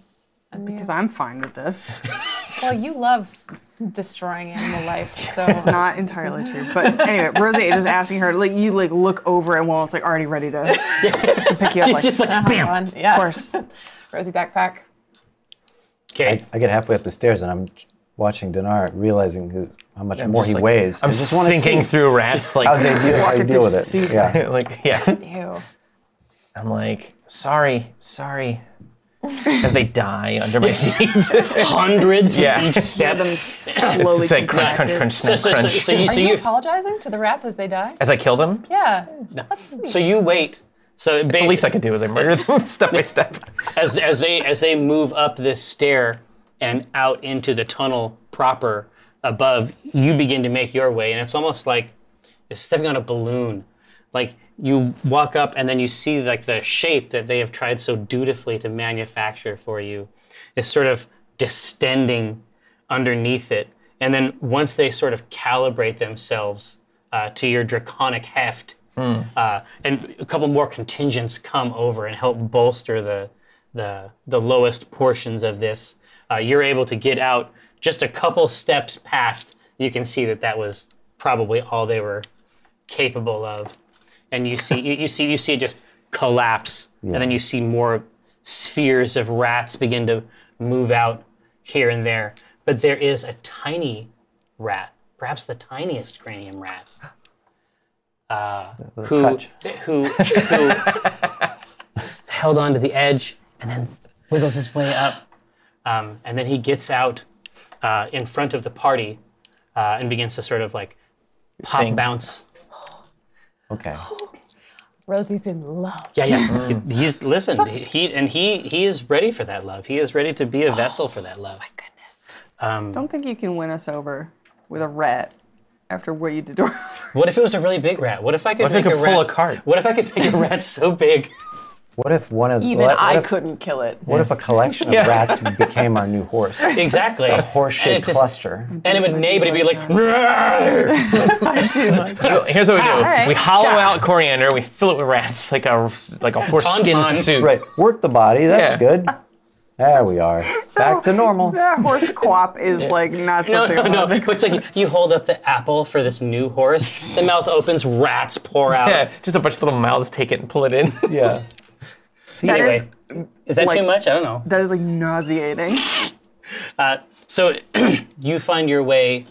S6: Because I'm fine with this.
S5: Well, you love s- destroying animal life, so
S6: Not entirely true, but anyway, Rosie is just asking her. Like you, like look over and while it's like already ready to pick you up.
S3: It's
S6: like,
S3: just like bam.
S5: on. Yeah.
S6: of course.
S5: Rosie backpack.
S3: Okay.
S2: I, I get halfway up the stairs and I'm watching Dinar, realizing his, how much more
S4: Just
S2: he
S4: like-
S2: weighs.
S4: I'm
S2: I
S4: just
S2: wanna
S4: sinking
S2: see
S4: through rats
S2: How
S4: like
S2: they deal, how you
S6: Walking
S2: deal
S6: through
S2: with it.
S6: sea-
S2: Yeah.
S4: like yeah.
S5: Ew.
S4: I'm like, sorry, sorry. as they die under my feet.
S3: Hundreds
S4: Yeah.
S3: with each step.
S6: them slowly
S4: It's like crunch, crunch,
S6: contracted.
S4: crunch,
S3: So,
S4: snap,
S3: so, so,
S4: crunch.
S3: so you,
S5: Are
S3: so
S5: you
S3: you,
S5: apologizing to the rats as they die?
S4: as I kill them,
S5: Yeah.
S3: so you wait. So
S4: the least I
S3: basically,
S4: could do is I murder them step by step.
S3: as, as they as they move up this stair and out into the tunnel proper above, you begin to make your way, and it's almost like it's stepping on a balloon. Like you walk up and then you see like the shape that they have tried so dutifully to manufacture for you is sort of distending underneath it. And then once they sort of calibrate themselves uh, to your draconic heft, uh, and a couple more contingents come over and help bolster the the, the lowest portions of this, uh, you're able to get out just a couple steps past. You can see that that was probably all they were capable of, and you see you, you see you see it just collapse, and then you see more spheres of rats begin to move out here and there. But there is a tiny rat, perhaps the tiniest cranium rat, uh, who,
S2: crutch.
S3: who who held onto the edge and then wiggles his way up, um, and then he gets out uh, in front of the party uh, and begins to sort of like pop
S4: Sing.
S3: bounce.
S2: Okay.
S5: Rosie's in love.
S3: Yeah, yeah.
S4: Mm.
S3: He- he's listen. He and he he is ready for that love. He is ready to be a vessel for that love.
S5: Goodness.
S6: don't think you can win us over with a rat after what you did to her.
S3: What if it was a really big rat? What if I could
S4: What if I
S3: make
S4: could
S3: a rat?
S4: pull a cart?
S3: What if I could make a rat so big?
S2: What if one of
S5: Even
S2: what, what
S5: I
S2: if,
S5: couldn't kill it.
S2: What if a collection of rats became our new horse?
S3: Exactly. A
S2: Horse-shaped cluster.
S3: And it would neigh, but it'd be like. "Roar!"
S4: Here's what we do:
S5: right.
S4: we hollow out coriander, we fill it with rats, like a like a horse skin
S3: Tauntaun.
S4: suit.
S2: Right. Work the body. That's
S4: Yeah.
S2: good. There we are. Back to normal.
S6: that horse quap is like not
S3: No,
S6: something.
S3: no,
S6: I
S3: no.
S6: wanna
S3: But It's like you hold up the apple for this new horse. The mouth opens, rats pour out.
S4: Yeah, just a bunch of little mouths take it and pull it in.
S2: Yeah.
S6: That is-
S3: Anyway, is that
S6: like-
S3: too much? I don't know.
S6: that is like nauseating.
S3: So you find your way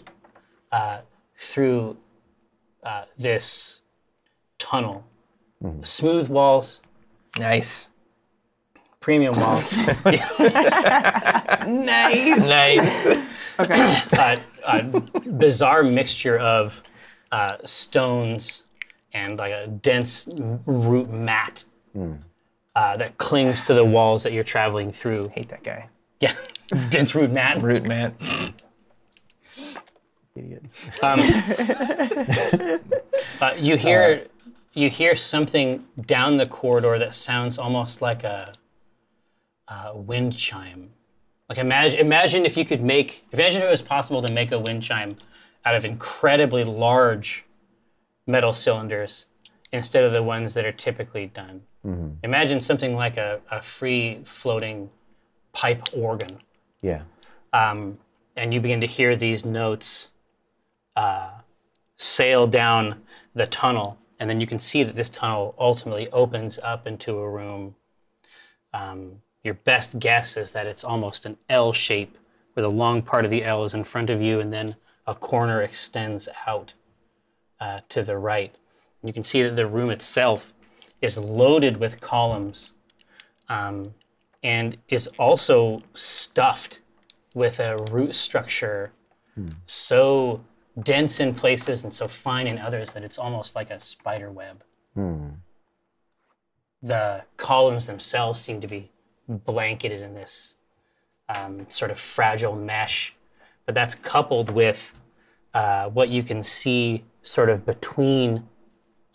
S3: uh, through uh, this tunnel. Smooth walls,
S4: nice,
S3: premium walls.
S5: Nice.
S4: nice.
S6: Okay.
S3: uh, a bizarre mixture of uh, stones and like a dense root mat uh, that clings to the walls that you're traveling through.
S4: Hate that guy.
S3: Yeah, dense root mat.
S4: Root man.
S2: Idiot.
S3: Uh, you hear you hear something down the corridor that sounds almost like a, uh wind chime. Like imagine imagine if you could make imagine if it was possible to make a wind chime out of incredibly large metal cylinders instead of the ones that are typically done. Imagine something like a, a free floating pipe organ
S2: Yeah.
S3: um, and you begin to hear these notes uh, sail down the tunnel, and then you can see that this tunnel ultimately opens up into a room. Um, your best guess is that it's almost an L shape, where the long part of the L is in front of you, and then a corner extends out uh, to the right. You can see that the room itself is loaded with columns um, and is also stuffed with a root structure so dense in places and so fine in others that it's almost like a spider web. The columns themselves seem to be blanketed in this um, sort of fragile mesh, but that's coupled with uh, what you can see sort of between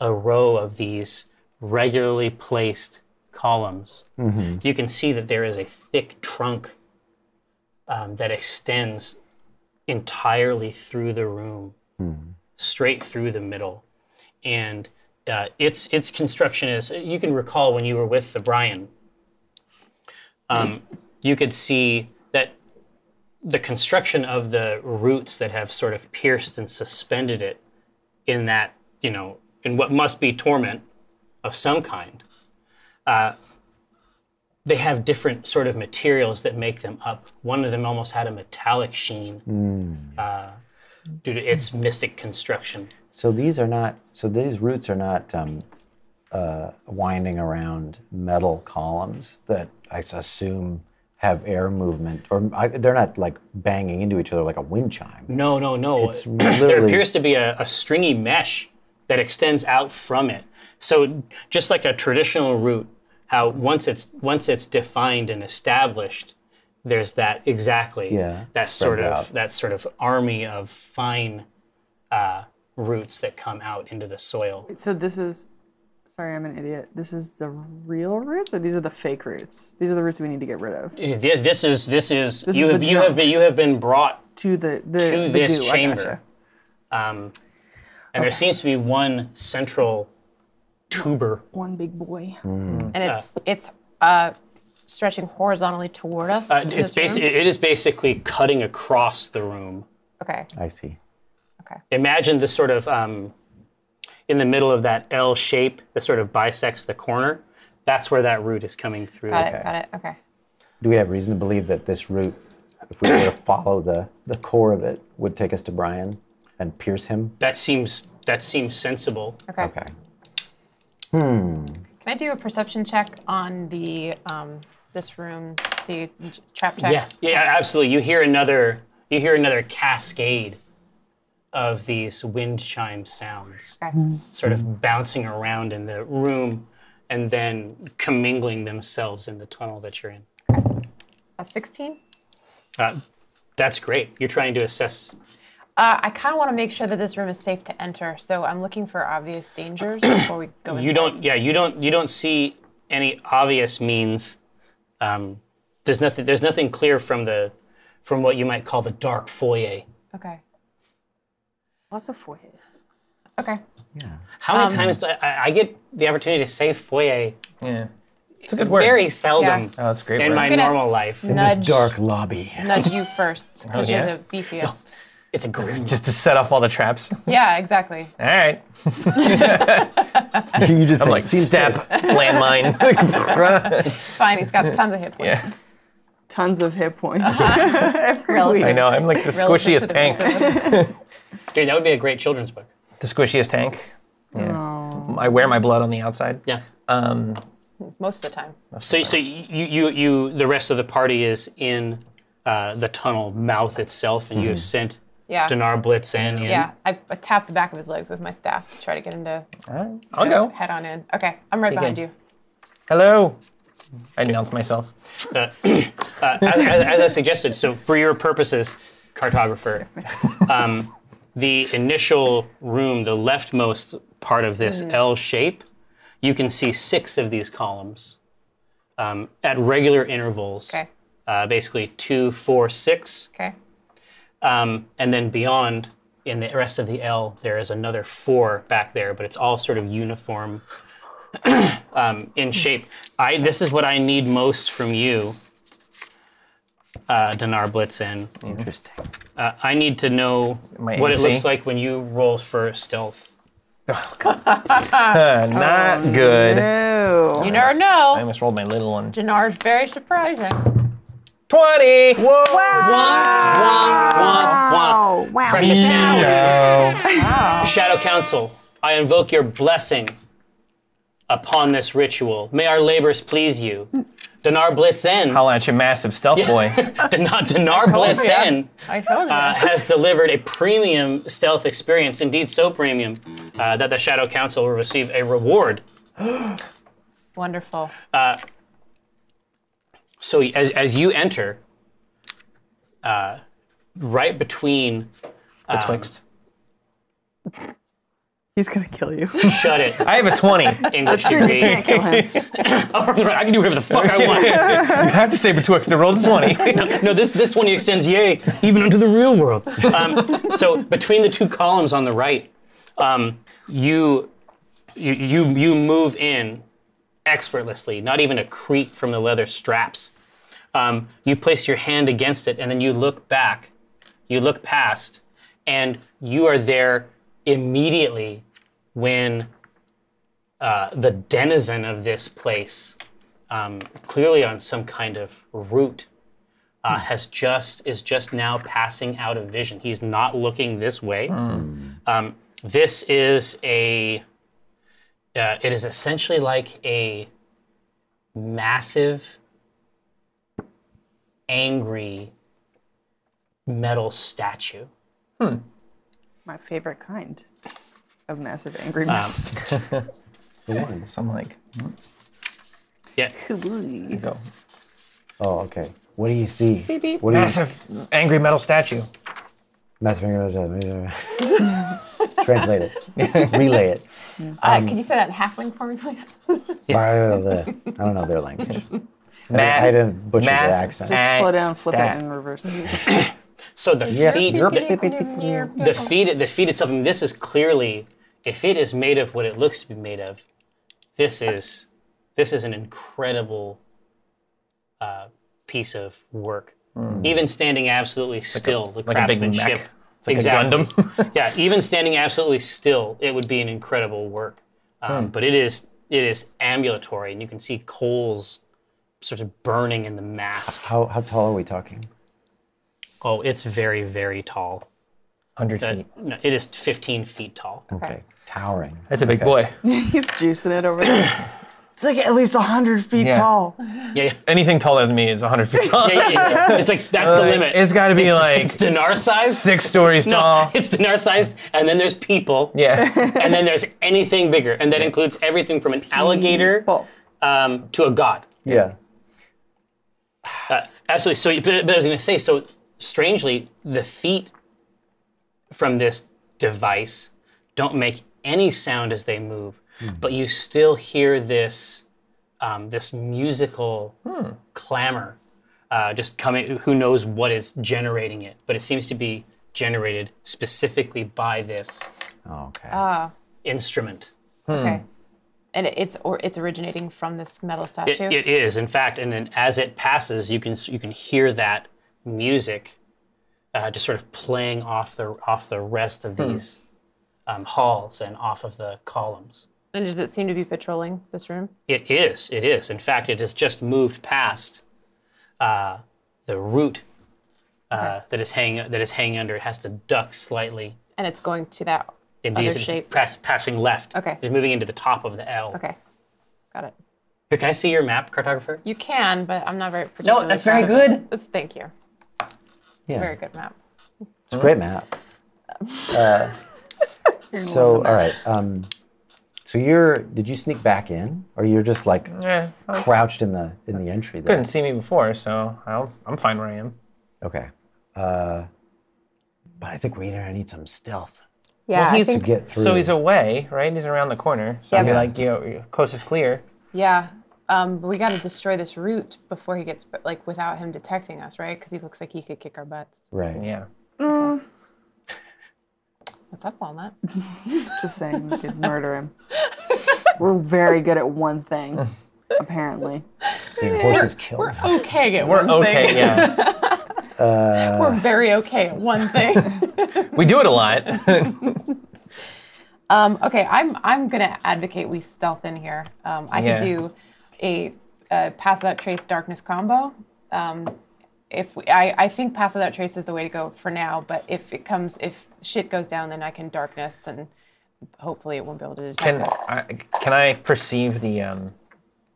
S3: a row of these regularly placed columns. You can see that there is a thick trunk um, that extends entirely through the room, straight through the middle, and uh, its its construction is. You can recall when you were with the Brian, um, you could see that the construction of the roots that have sort of pierced and suspended it in that you know in what must be torment of some kind. Uh, they have different sort of materials that make them up. One of them almost had a metallic sheen
S2: Hmm.
S3: uh, due to its mystic construction.
S2: So these are not. So these roots are not um, uh, winding around metal columns that I s- assume have air movement, or I, they're not like banging into each other like a wind chime.
S3: No, no, no.
S2: It's
S3: there
S2: literally-
S3: appears to be a, a stringy mesh that extends out from it. So just like a traditional root, how once it's once it's defined and established, there's that exactly
S2: Yeah,
S3: that
S2: spreads
S3: sort of
S2: out.
S3: that sort of army of fine uh, roots that come out into the soil.
S6: So this is. Sorry, I'm an idiot. This is the real roots, or these are the fake roots? These are the roots we need to get rid of.
S3: Th- This is this is
S6: This
S3: you
S6: is
S3: have
S6: the
S3: you have
S6: junk.
S3: been you have been brought
S6: To the the,
S3: to
S6: the
S3: this
S6: goo. I
S3: chamber.
S6: gotcha.
S3: Um, and there seems to be one central tuber.
S6: One big boy.
S5: and it's it's uh, stretching horizontally toward us.
S3: Uh,
S5: in
S3: it's
S5: this room?
S3: basi- it is basically cutting across the room.
S5: Okay.
S2: I see.
S5: Okay.
S3: Imagine the sort of um, in the middle of that L shape that sort of bisects the corner. That's where that root is coming through.
S5: Got it. Got it. Okay.
S2: Do we have reason to believe that this route, if we were to follow the, the core of it, would take us to Brian and pierce him?
S3: That seems that seems sensible.
S5: Okay.
S2: Okay.
S5: Can I do a perception check on the um, this room? See trap check.
S3: Yeah, yeah, absolutely. You hear another you hear another cascade of these wind chime sounds,
S5: Okay.
S3: sort
S4: Mm-hmm.
S3: of bouncing around in the room, and then commingling themselves in the tunnel that you're in.
S5: A sixteen.
S3: Uh, that's great. You're trying to assess
S5: Uh, I kind of want to make sure that this room is safe to enter, so I'm looking for obvious dangers before we go.
S3: you
S5: inside.
S3: don't yeah you don't you don't see any obvious means um, there's nothing there's nothing clear from the from what you might call the dark foyer
S5: Okay.
S6: Lots of foreheads.
S5: Okay.
S3: how many times do I- I, I get the opportunity to say foyer
S4: Yeah. It's a good word.
S3: very seldom
S4: Oh, that's a great
S3: in
S4: word.
S3: my
S5: I'm gonna-
S3: normal life
S5: Nudge.
S2: This dark lobby.
S5: Nudge you first
S3: Oh,
S5: because
S4: yeah?
S5: you're the beefiest.
S3: it's a green
S4: Just to set off all the traps. all
S5: Yeah. Exactly.
S4: right.
S2: you just
S4: I'm like step, landmine.
S5: It's fine. He's got tons of hit points.
S4: yeah.
S6: Tons of hit points.
S5: Relative-
S4: I know. I'm like the
S5: relative
S4: squishiest
S5: to the
S4: tank.
S5: rest of us.
S3: dude that would be a great children's book
S4: The squishiest tank. Yeah. I wear my blood on the outside.
S3: yeah
S4: Um,
S5: Most of the time.
S3: so so you you, you the rest of the party is in uh, the tunnel mouth itself and you have sent
S5: Mm-hmm. Yeah.
S3: Dinar Blitz in
S5: Yeah, I, I tapped the back of his legs with my staff to try to get him to
S4: all right. I'll go.
S5: head on in. Okay, I'm right behind you.
S4: Hello. I announce myself.
S3: uh, uh, as, as, as I suggested, so for your purposes, cartographer, um, the initial room, the leftmost part of this
S5: Mm-hmm.
S3: L shape, you can see six of these columns um, at regular intervals.
S5: Okay,
S3: Uh, basically, two, four, six.
S5: okay,
S3: Um, and then beyond, in the rest of the L, there is another four back there, but it's all sort of uniform um, in shape. I this is what I need most from you, uh, Dinar Blitzen.
S2: Interesting.
S3: Uh, I need to know
S4: Hmm. My
S3: what it
S4: AC?
S3: looks like when you roll for stealth.
S4: Uh, not
S5: Oh,
S4: good.
S5: you
S4: Oh, I
S5: never know.
S4: almost rolled my little one.
S5: Janar's very surprising.
S4: 20! Whoa!
S3: Wah, wah.
S6: Oh, wow.
S3: Precious channel,
S4: No.
S3: Shadow Council. I invoke your blessing upon this ritual. May our labors please you, Dinar Blitzen.
S4: Holla at you, massive stealth boy.
S3: Dinar, Dinar Blitzen
S5: I told you.
S3: uh, has delivered a premium stealth experience, indeed so premium uh, that the Shadow Council will receive a reward.
S5: Wonderful.
S3: So as, as you enter, uh, right between, um,
S4: Betwixt.
S6: He's gonna kill you.
S3: shut it,
S4: I have a 20. you
S3: English degree.
S6: kill him.
S3: I can do whatever the fuck I want.
S4: have to say betwixt. I rolled a 20.
S3: No, this this one extends, yay, even unto the real world. Um, so between the two columns on the right, um, you, you you you move in expertlessly, not even a creak from the leather straps. Um, you place your hand against it, and then you look back. You look past, and you are there immediately when uh, the denizen of this place, um, clearly on some kind of route, uh, has just is just now passing out of vision. He's not looking this way. Um, this is a Uh, it is essentially like a massive, angry metal statue.
S6: My favorite kind of massive angry mouse.
S4: So I'm like,
S3: Yeah,
S6: Kabooey.
S4: go.
S2: Oh, okay. What do you see? What do you
S4: Massive angry metal statue.
S2: Massive finger. Translate it. Relay it.
S5: Uh, could you say that in halfling for me, please?
S2: Blah, blah, blah. I don't know their language.
S4: Mass,
S2: I didn't butcher the accent.
S6: Just
S4: ang-
S6: slow down, flip
S4: stat.
S6: it, and reverse it.
S3: So the
S2: Yeah.
S3: feet,
S2: Yep.
S3: the, the feet, the feet itself. I mean, this is clearly, if it is made of what it looks to be made of, this is, this is an incredible uh, piece of work. Even standing absolutely still, the
S4: Hmm. like a big mech.
S3: craftsmanship.
S4: It's like a Gundam.
S3: yeah, even standing absolutely still, it would be an incredible work. Um,
S4: Hmm.
S3: But it is, it is ambulatory, and you can see coals sort of burning in the mask.
S2: How, how tall are we talking?
S3: Oh, it's very, very tall.
S4: 100 feet.
S3: No, it is 15 feet tall.
S2: Okay. Towering.
S4: That's a big boy.
S6: He's juicing it over there.
S2: It's like at least 100 feet
S4: Yeah. tall.
S3: Yeah, yeah,
S4: Anything taller than me is 100 feet tall.
S3: yeah, yeah, yeah. It's like that's the
S4: Like,
S3: limit.
S4: Uh, It's got to be like
S3: it's dinar sized.
S4: six stories
S3: No,
S4: tall.
S3: it's dinar sized, and then there's people,
S4: Yeah.
S3: and then there's anything bigger, and that includes everything from an alligator
S6: Well,
S3: um, to a god.
S2: Yeah.
S3: Absolutely. So, you- but, but I was going to say, so strangely, the feet from this device don't make any sound as they move, but you still hear this um, this musical clamor uh, just coming. Who knows what is generating it? But it seems to be generated specifically by this
S2: Oh, Okay.
S5: Uh,
S3: instrument.
S5: Okay. And it- it's or it's originating from this metal
S3: It,
S5: statue.
S3: it is, in fact, and then as it passes, you can s- you can hear that music, uh, just sort of playing off the off the rest of
S5: Hmm.
S3: these um, halls and off of the columns.
S5: and does it seem to be patrolling this room?
S3: It is, it is. In fact, it has just moved past uh, the root uh, that is hanging that is hanging under. It has to duck slightly.
S5: And it's going to that.
S3: Indeed,
S5: Other
S3: it's
S5: shape.
S3: Pass, passing left.
S5: Okay.
S3: It's moving into the top of the L.
S5: Okay. Got it.
S3: Here, can I see your map, cartographer?
S5: You can, but I'm not very particular.
S3: that's very good.
S5: That's, thank you. It's
S2: Yeah.
S5: a very good map.
S2: It's a great map. Uh, so, all right. Um, so you're, did you sneak back in? Or you're just like
S4: yeah. I
S2: crouched in the in the entry there?
S4: couldn't see me before, so I'll, I'm fine where I am.
S2: Okay. Uh, but I think we're gonna need some stealth
S5: Yeah.
S4: he's-
S5: I
S2: to
S5: think,
S2: get through.
S4: So he's away, right? He's around the corner. So I'll be
S5: Yeah.
S4: like, yo, coast is clear.
S5: yeah. Um, we got to destroy this root before he gets like without him detecting us, right? Because he looks like he could kick our butts.
S2: right.
S4: Yeah.
S5: What's up, Walnut?
S6: just saying, we could murder him. We're very good at one thing, apparently.
S2: Being horses killed.
S5: Okay, at
S4: We're
S5: one
S4: okay,
S5: thing.
S4: yeah.
S5: We're very okay at one thing.
S4: We do it a lot.
S5: Um, okay, I'm I'm gonna advocate we stealth in here. Um, I
S4: Yeah.
S5: could do a, uh pass without trace darkness combo. Um, if we, I, I think pass without trace is the way to go for now, but if it comes if shit goes down, then I can darkness and hopefully it won't be able to detect
S4: Can
S5: us.
S4: I, can I perceive the um,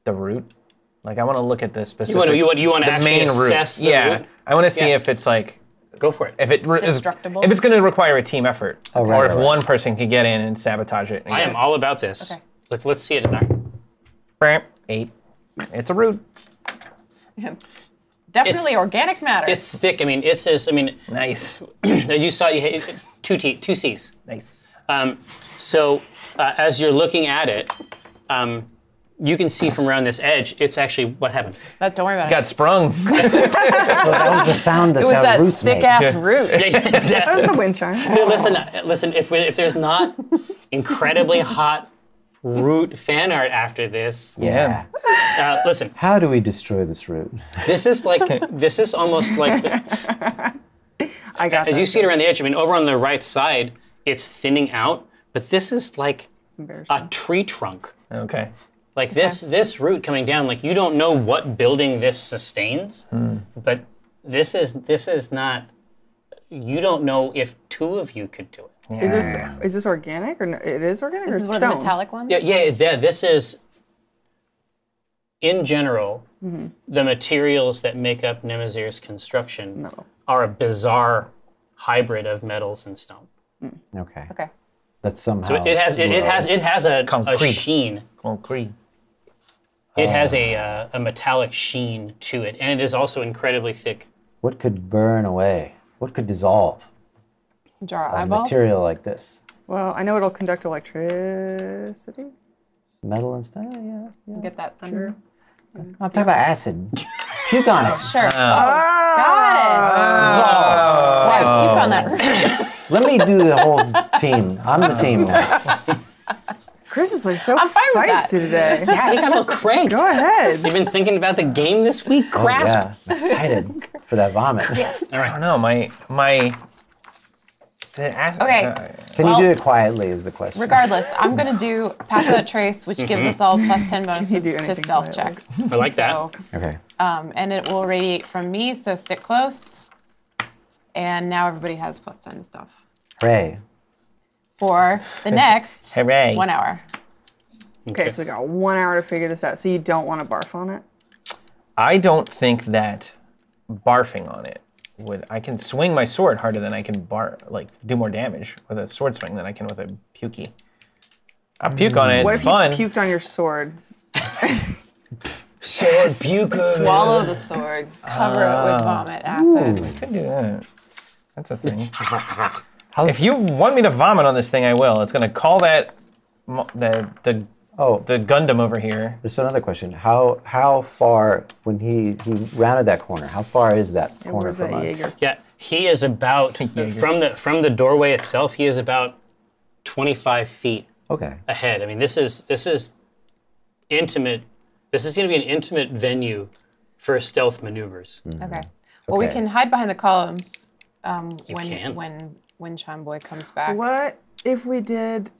S4: the root? Like I want to look at the specific.
S3: wanna- you wanna- you wanna
S4: the
S3: actually
S4: main root.
S3: assess the
S4: yeah,
S3: root?
S4: I want to see
S3: Yeah.
S4: if it's like
S3: Go for it.
S4: if it re- is-
S5: Destructible?
S4: If it's going to require a team effort,
S2: Oh, right,
S4: or if
S2: right, right.
S4: one person can get in and sabotage it.
S3: I am all about this.
S5: Okay.
S3: Let's let's see it in there.
S4: Bram, eight. It's a root.
S5: Definitely organic matter.
S3: It's thick. I mean, it says. I mean,
S4: Nice,
S3: as you saw, you hit it- two T, two C's.
S4: nice.
S3: Um, so uh, as you're looking at it, um, you can see from around this edge. It's actually what happened.
S5: but don't worry about
S4: Got
S5: it.
S4: sprung.
S2: Well, that was the sound that,
S5: It was
S2: the
S5: that
S2: roots
S5: thick
S2: make.
S5: ass root.
S6: That was the wind chime.
S3: listen, uh, listen. If we, if there's not incredibly hot root fan art after this,
S4: Yeah.
S3: uh, listen.
S2: How do we destroy this root?
S3: This is like this is almost like the,
S6: I got
S3: as
S6: that.
S3: you see it around the edge. I mean, over on the right side, it's thinning out, but this is like
S6: It's embarrassing.
S3: a tree trunk.
S4: Okay.
S3: Like this this route coming down, like you don't know what building this sustains, but this is this is not you don't know if two of you could do it.
S6: Is this is this organic or no? it is organic or
S5: This is one
S6: stone?
S5: of the metallic ones.
S3: Yeah, yeah, yeah, this is, in general, the materials that make up Nemazir's construction are a bizarre hybrid of metals and stone.
S2: Okay.
S5: Okay.
S2: That's somehow.
S3: So it, it has it, it has it has a, a
S4: Concrete.
S3: sheen.
S4: Concrete.
S3: It has a uh, a metallic sheen to it, and it is also incredibly thick.
S2: What could burn away? What could dissolve
S5: Jar of
S2: a
S5: eyeballs.
S2: material like this?
S6: Well, I know it'll conduct electricity.
S2: Metal and stuff. Yeah, yeah.
S5: Get that.
S2: I'm talking about acid. Puke on it.
S5: Sure. Oh, got it.
S2: Ah. Dissolve.
S5: Wow, puke on that.
S2: Let me do the whole team. I'm the team. now.
S6: Chris is like so
S5: I'm fine with that.
S6: feisty today.
S3: Yeah, he got all cranked.
S6: Go ahead.
S3: You've been thinking about the game this week,
S2: Oh,
S3: Grasp.
S2: yeah, I'm excited for that vomit.
S4: I don't know. My my. The ac-
S5: Okay.
S2: Can
S5: Well-
S2: you do it quietly? Is the question.
S5: Regardless, I'm gonna do pass without trace, which gives us all plus ten bonuses
S6: do
S5: to
S6: anything
S5: stealth
S6: quietly.
S5: checks.
S3: I like that.
S5: So,
S2: okay.
S5: um, and it will radiate from me, so stick close. And now everybody has plus ten to stealth
S2: Hooray.
S5: for the next
S4: Hooray.
S5: one hour.
S6: Okay, so we got one hour to figure this out. So you don't want to barf on it?
S4: I don't think that barfing on it would. I can swing my sword harder than I can bar like do more damage with a sword swing than I can with a pukey. I puke on it.
S6: What
S4: it's
S6: if
S4: fun.
S6: you puked on your sword?
S5: Swallow the sword, cover it with vomit acid.
S4: I could do that. That's a thing. if you want me to vomit on this thing, I will. It's gonna call that mo- the the
S2: Oh.
S4: the Gundam over here.
S2: There's another question. How how far when he he rounded that corner? How far is that corner
S6: Where's
S2: from
S6: that
S2: us?
S6: Jaeger?
S3: Yeah, he is about
S4: Jaeger.
S3: from the from the doorway itself. He is about twenty five feet
S2: Okay.
S3: ahead. I mean, this is this is intimate. This is going to be an intimate venue for stealth maneuvers.
S2: Hmm.
S5: Okay. Well, we
S2: Okay.
S5: can hide behind the columns um, when
S3: can.
S5: when when Chon Boy comes back.
S6: What if we did?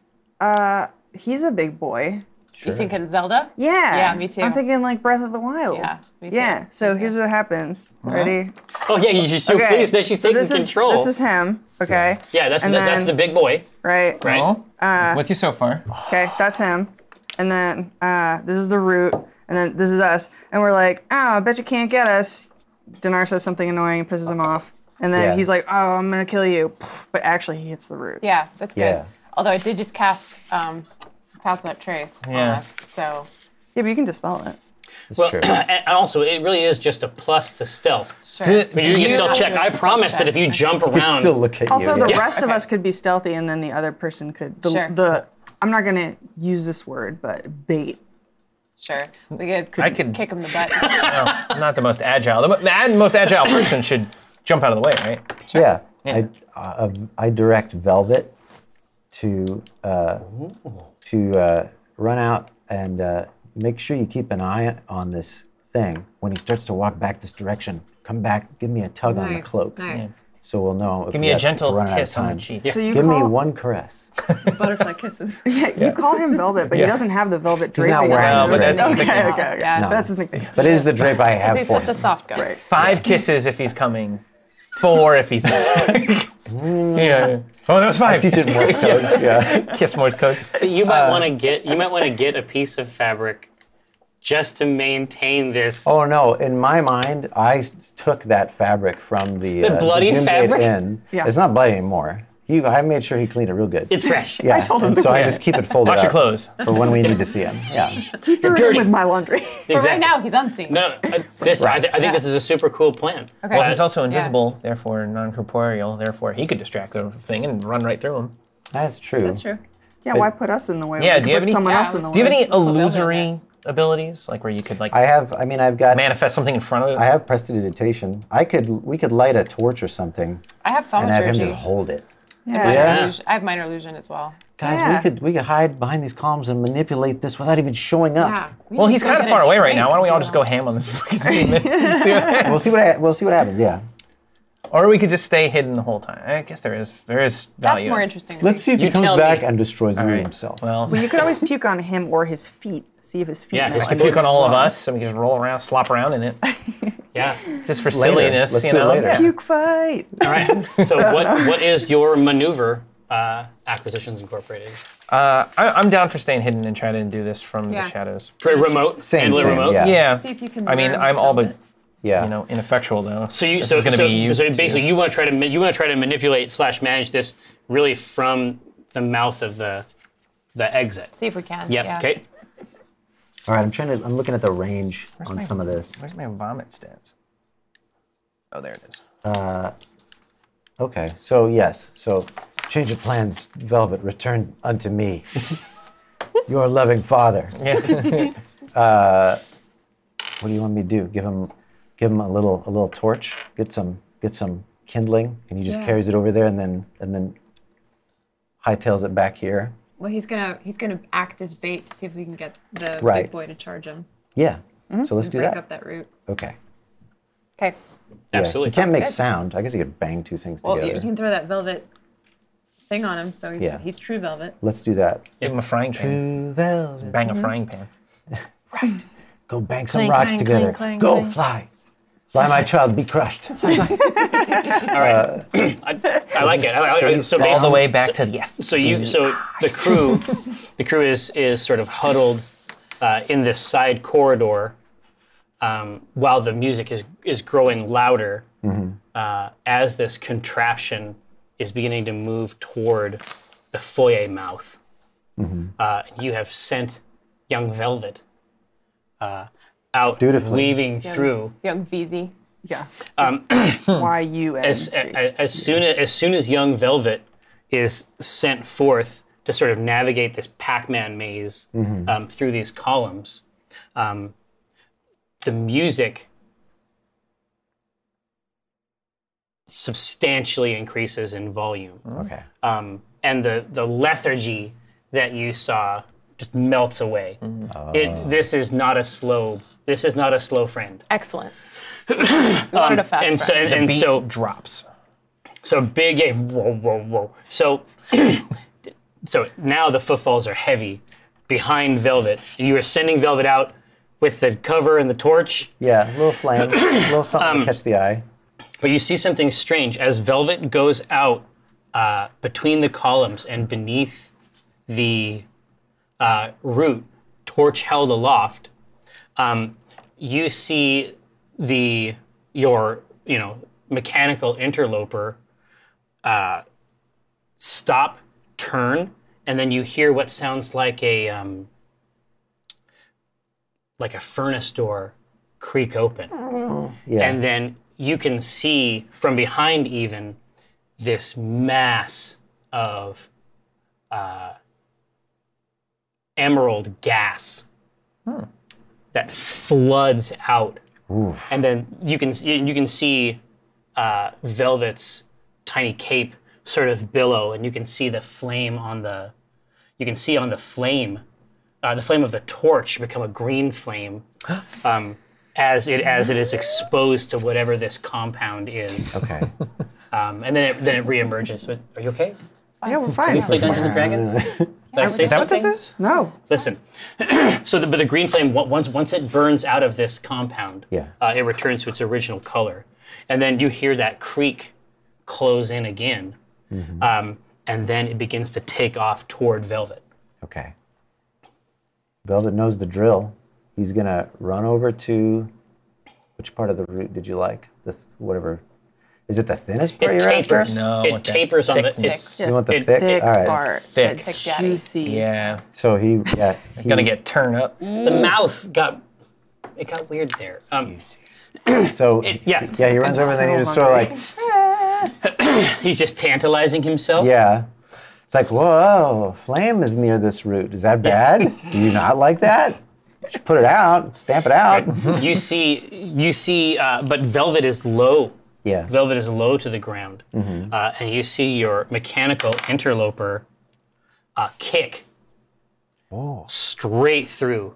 S6: Uh, he's a big boy.
S5: You thinking Zelda?
S6: Yeah.
S5: Yeah, me too.
S6: I'm thinking like Breath of the Wild.
S5: Yeah, me too.
S6: Yeah. So here's what happens. Ready?
S3: Oh yeah, you- you're so pleased that she's
S6: so
S3: taking
S6: this is-
S3: control.
S6: This is him. Okay.
S3: yeah, that's
S6: and
S3: that's, that's the
S6: then-
S3: big boy,
S6: Right.
S3: right?
S4: Oh, with you so far.
S6: Okay, that's him. And then uh, this is the root. And then this is us. And we're like, oh, I bet you can't get us. Dinar says something annoying, pisses him off. And then
S2: Yeah.
S6: he's like, oh, I'm going to kill you. But actually, he hits the root.
S5: Yeah, that's good.
S2: Yeah.
S5: Although I did just cast um, Pass Without Trace on
S4: Yeah.
S5: us, so
S6: Yeah, but you can dispel it.
S2: It's
S3: Well,
S2: true.
S3: and also it really is just a plus to stealth.
S5: sure.
S4: Do-
S3: I mean, you, can still check. I promise that if you jump
S2: Could
S3: around,
S2: still look at
S6: Also,
S2: you.
S6: the
S2: yeah.
S6: rest of us could be stealthy, and then the other person could. The,
S5: Sure.
S6: the I'm not going to use this word, but bait.
S5: sure, we could,
S4: I could-
S5: kick him in the butt.
S4: Oh, I'm not the most agile. The, mo- the ad- most agile person should jump out of the way, right?
S2: yeah. I uh, I direct Velvet to uh, to uh, run out and uh, make sure you keep an eye on this thing when he starts to walk back this direction. Come back. Give me a tug on the cloak. So we'll know. If
S4: Give
S2: we
S4: me a
S2: have- if
S4: gentle
S2: we're running out of
S4: kiss on
S2: time.
S4: the cheek.
S6: So you
S2: Give
S6: call,
S2: me one caress.
S5: Butterfly kisses.
S6: You call him Velvet, but he doesn't have the velvet drape.
S2: not wearing
S4: No, but that's his
S6: okay, okay,
S4: nickname.
S6: okay.
S5: Yeah. No.
S6: That's his nickname.
S2: That is the drape I have
S5: He's
S2: for
S5: such a
S2: him.
S5: soft guy.
S4: Five kisses if he's coming. Four if he's not. yeah, yeah. Oh, that was five.
S2: Teach it Morse code. yeah.
S4: Kiss Morse code.
S3: But you
S2: uh,
S3: might want to get you might want to get a piece of fabric just to maintain this.
S2: Oh no! In my mind, I s- took that fabric from the,
S3: The bloody
S2: Doomgate
S3: fabric?
S2: Inn.
S6: Yeah.
S2: It's not bloody anymore. He, I made sure he cleaned it real good.
S3: It's fresh.
S2: yeah.
S6: told him
S2: and
S6: to
S2: so I
S6: clean
S2: just keep it folded
S4: Wash your
S2: up
S4: clothes.
S2: for when we need to see him. Yeah.
S6: He threw it in
S3: dirty.
S6: with my laundry.
S5: But right now he's unseen.
S3: No, no, uh, this I, th- I think this is a super cool plan.
S5: Okay.
S4: He's also
S5: Yeah.
S4: invisible, therefore non-corporeal. Therefore, he could distract the thing and run right through him.
S2: That's true.
S5: That's true.
S6: Yeah, why put us in the way?
S4: Yeah,
S6: We
S4: do
S6: could
S4: you
S6: put
S4: have any-
S6: someone
S5: Yeah,
S6: else in the
S5: let's
S4: Do you have
S6: way.
S4: any
S5: building
S4: illusory abilities, like where you could like
S2: I have. I mean, I've got.
S4: manifest something in front of it?
S2: I have prestidigitation. I could. We could light a torch or something
S5: I have
S2: and have him
S5: thaumaturgy.
S2: just hold it.
S5: Minor
S2: Yeah.
S5: illusion- I have minor illusion as well.
S2: Guys,
S6: Yeah.
S2: we could. We could hide behind these columns and manipulate this without even showing up.
S5: Yeah. we
S4: well,
S5: need
S4: he's
S5: to go
S4: kind of
S5: get a
S4: far away right
S5: drink
S4: now. Why don't we all
S5: and
S4: just
S5: do
S4: go ham on this fucking thing? Let's do it.
S2: We'll see what. ha- We'll see what happens. Yeah.
S4: or we could just stay hidden the whole time. I guess there is there is
S5: That's
S4: value.
S5: more interesting. To
S2: Let's see if
S3: You
S2: he comes
S3: tell
S2: back
S3: me.
S2: and destroys the room
S4: Right.
S2: himself.
S4: Well,
S6: You could always puke on him or his feet. See if his feet.
S3: Yeah,
S6: match.
S4: I
S3: Well,
S4: puke on
S3: it's-
S4: all of us, and we can just roll around, slop around in it,
S3: Yeah.
S4: just for
S2: Later.
S4: silliness,
S2: Let's
S4: you
S2: do it
S4: know.
S2: later.
S4: Yeah.
S6: puke fight.
S3: All right. So what what is your maneuver uh, Acquisitions Incorporated.
S4: Uh, I, I'm down for staying hidden and trying to do this from
S5: Yeah.
S4: the shadows.
S3: Pretty remote,
S2: Same,
S3: handle it
S2: same,
S3: remote.
S2: yeah.
S4: Yeah.
S5: See if you can uh,
S4: I mean,
S5: learn
S4: I'm all
S5: from
S4: but
S5: it.
S2: Yeah.
S4: you know ineffectual though.
S3: So you
S4: this
S3: so
S4: is gonna
S3: so,
S4: be you.
S3: so basically you want to try to ma- you want to try to manipulate slash manage this really from the mouth of the the exit.
S5: See if we can.
S3: Yep.
S5: Yeah.
S3: Okay.
S2: All right, I'm trying to. I'm looking at the range on
S4: my-
S2: some of this.
S4: Where's my vomit stats? Oh, there it is.
S2: Okay, so yes, so change of plans, Velvet, return unto me, your loving father. Uh,
S4: Yeah.
S2: What do you want me to do? Give him, give him a little, a little torch. Get some, get some kindling, and he just
S5: Yeah.
S2: carries it over there, and then, and then, hightails it back here.
S5: Well, he's gonna he's gonna act as bait to see if we can get the
S2: Right.
S5: big boy to charge him.
S2: Yeah. So let's
S5: Mm-hmm.
S2: do
S5: break
S2: that.
S5: up that route.
S2: Okay.
S5: Okay.
S3: Absolutely.
S2: Yeah. He can't make
S5: good.
S2: sound. I guess he could bang two things
S5: Well, you,
S2: together.
S5: you can throw that velvet thing on him, so he's
S2: Yeah.
S5: he's true velvet.
S2: Let's do that.
S4: Give him a frying pan.
S2: Velvet.
S4: Bang a
S5: Mm-hmm.
S4: frying pan.
S2: Go bang some rocks
S6: clang,
S2: together.
S6: clang, clang,
S2: Go
S6: clang.
S2: fly. Fly, my child, be crushed.
S3: All right. I, I like it. I, I- I- so
S4: All the
S3: basically-
S4: way back to the yeah.
S3: So you, so the crew, the crew is is sort of huddled uh, in this side corridor, um, while the music is is growing louder uh, as this contraption is beginning to move toward the foyer mouth. Uh, you have sent young Velvet uh, out,
S2: Dutifully.
S3: weaving through.
S5: Young VZ.
S6: Yeah. Why you
S3: Um, as, as, as soon as, as soon as young Velvet is sent forth to sort of navigate this Pac-Man maze
S4: Mm-hmm.
S3: um, through these columns, um, the music substantially increases in volume,
S4: Mm-hmm.
S2: okay.
S3: um, and the the lethargy that you saw just melts away.
S4: Mm-hmm.
S3: It, this is not a slow. This is not a slow friend.
S5: Excellent. we wanted a fast
S3: and so,
S5: friend.
S3: and, and
S4: Beat
S3: so
S4: drops.
S3: So big A. Whoa, whoa, whoa. So, so now the footfalls are heavy behind Velvet. You are sending Velvet out with the cover and the torch,
S2: Yeah, a little flame, a little something to catch the eye.
S3: but you see something strange as Velvet goes out uh, between the columns and beneath the uh, root, torch held aloft. Um, you see the your you know mechanical interloper uh, stop, turn, and then you hear what sounds like a um, like a furnace door creak open, and then you can see from behind even this mass of uh, emerald gas that floods out, and then you can you can see uh, Velvet's tiny cape sort of billow, and you can see the flame on the, you can see on the flame, uh, the flame of the torch become a green flame, um, as it as it is exposed to whatever this compound is,
S2: Okay.
S3: um, and then it then it reemerges. But are you okay?
S6: yeah, we're fine.
S3: Play Dungeons and Dragons. Did I say
S4: that what this
S3: something?
S4: is?
S6: No.
S3: Listen, so the, but the green flame on- once once it burns out of this compound,
S2: Yeah.
S3: uh, it returns to its original color, and then you hear that creak close in again, um, and then it begins to take off toward Velvet.
S2: Okay. Velvet knows the drill. He's gonna run over to which part of the route did you like? This whatever. Is it the thinnest part
S3: It
S2: you're after?
S3: tapers.
S4: No,
S3: it
S4: with that
S3: tapers on the.
S4: thickness.
S3: It's,
S2: You want the
S3: It-
S2: thick?
S6: Thick
S2: All right.
S6: part.
S4: Thick.
S6: that
S4: Thick
S5: daddy.
S6: Juicy.
S4: Yeah.
S2: So he yeah. He,
S4: Gonna get turned up.
S5: Mm.
S3: the mouth got it got weird there. Um,
S2: so
S3: yeah.
S2: yeah he runs over and then he
S6: so
S2: just sort of like
S3: he's just tantalizing himself.
S2: yeah. It's like whoa, flame is near this route. Is that bad? Do you not like that? You should put it out. Stamp it out.
S3: you see, you see, uh, but Velvet is low.
S2: Yeah.
S3: Velvet is low to the ground,
S2: Mm-hmm.
S3: uh, and you see your mechanical interloper uh, kick straight through.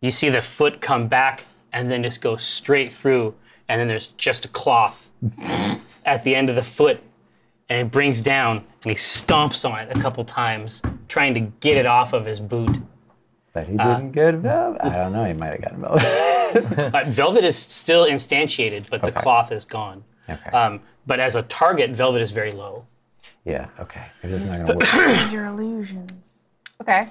S3: You see the foot come back and then just go straight through, and then there's just a cloth at the end of the foot, and it brings down, and he stomps on it a couple times, trying to get it off of his boot.
S2: But he didn't get Velvet. I don't know. He might have gotten Velvet.
S3: Uh, Velvet is still instantiated, but the
S2: Okay.
S3: cloth is gone.
S2: Okay.
S3: Um, but as a target, Velvet is very low.
S2: Yeah. Okay. Maybe that's not gonna work.
S6: Use your illusions.
S5: Okay.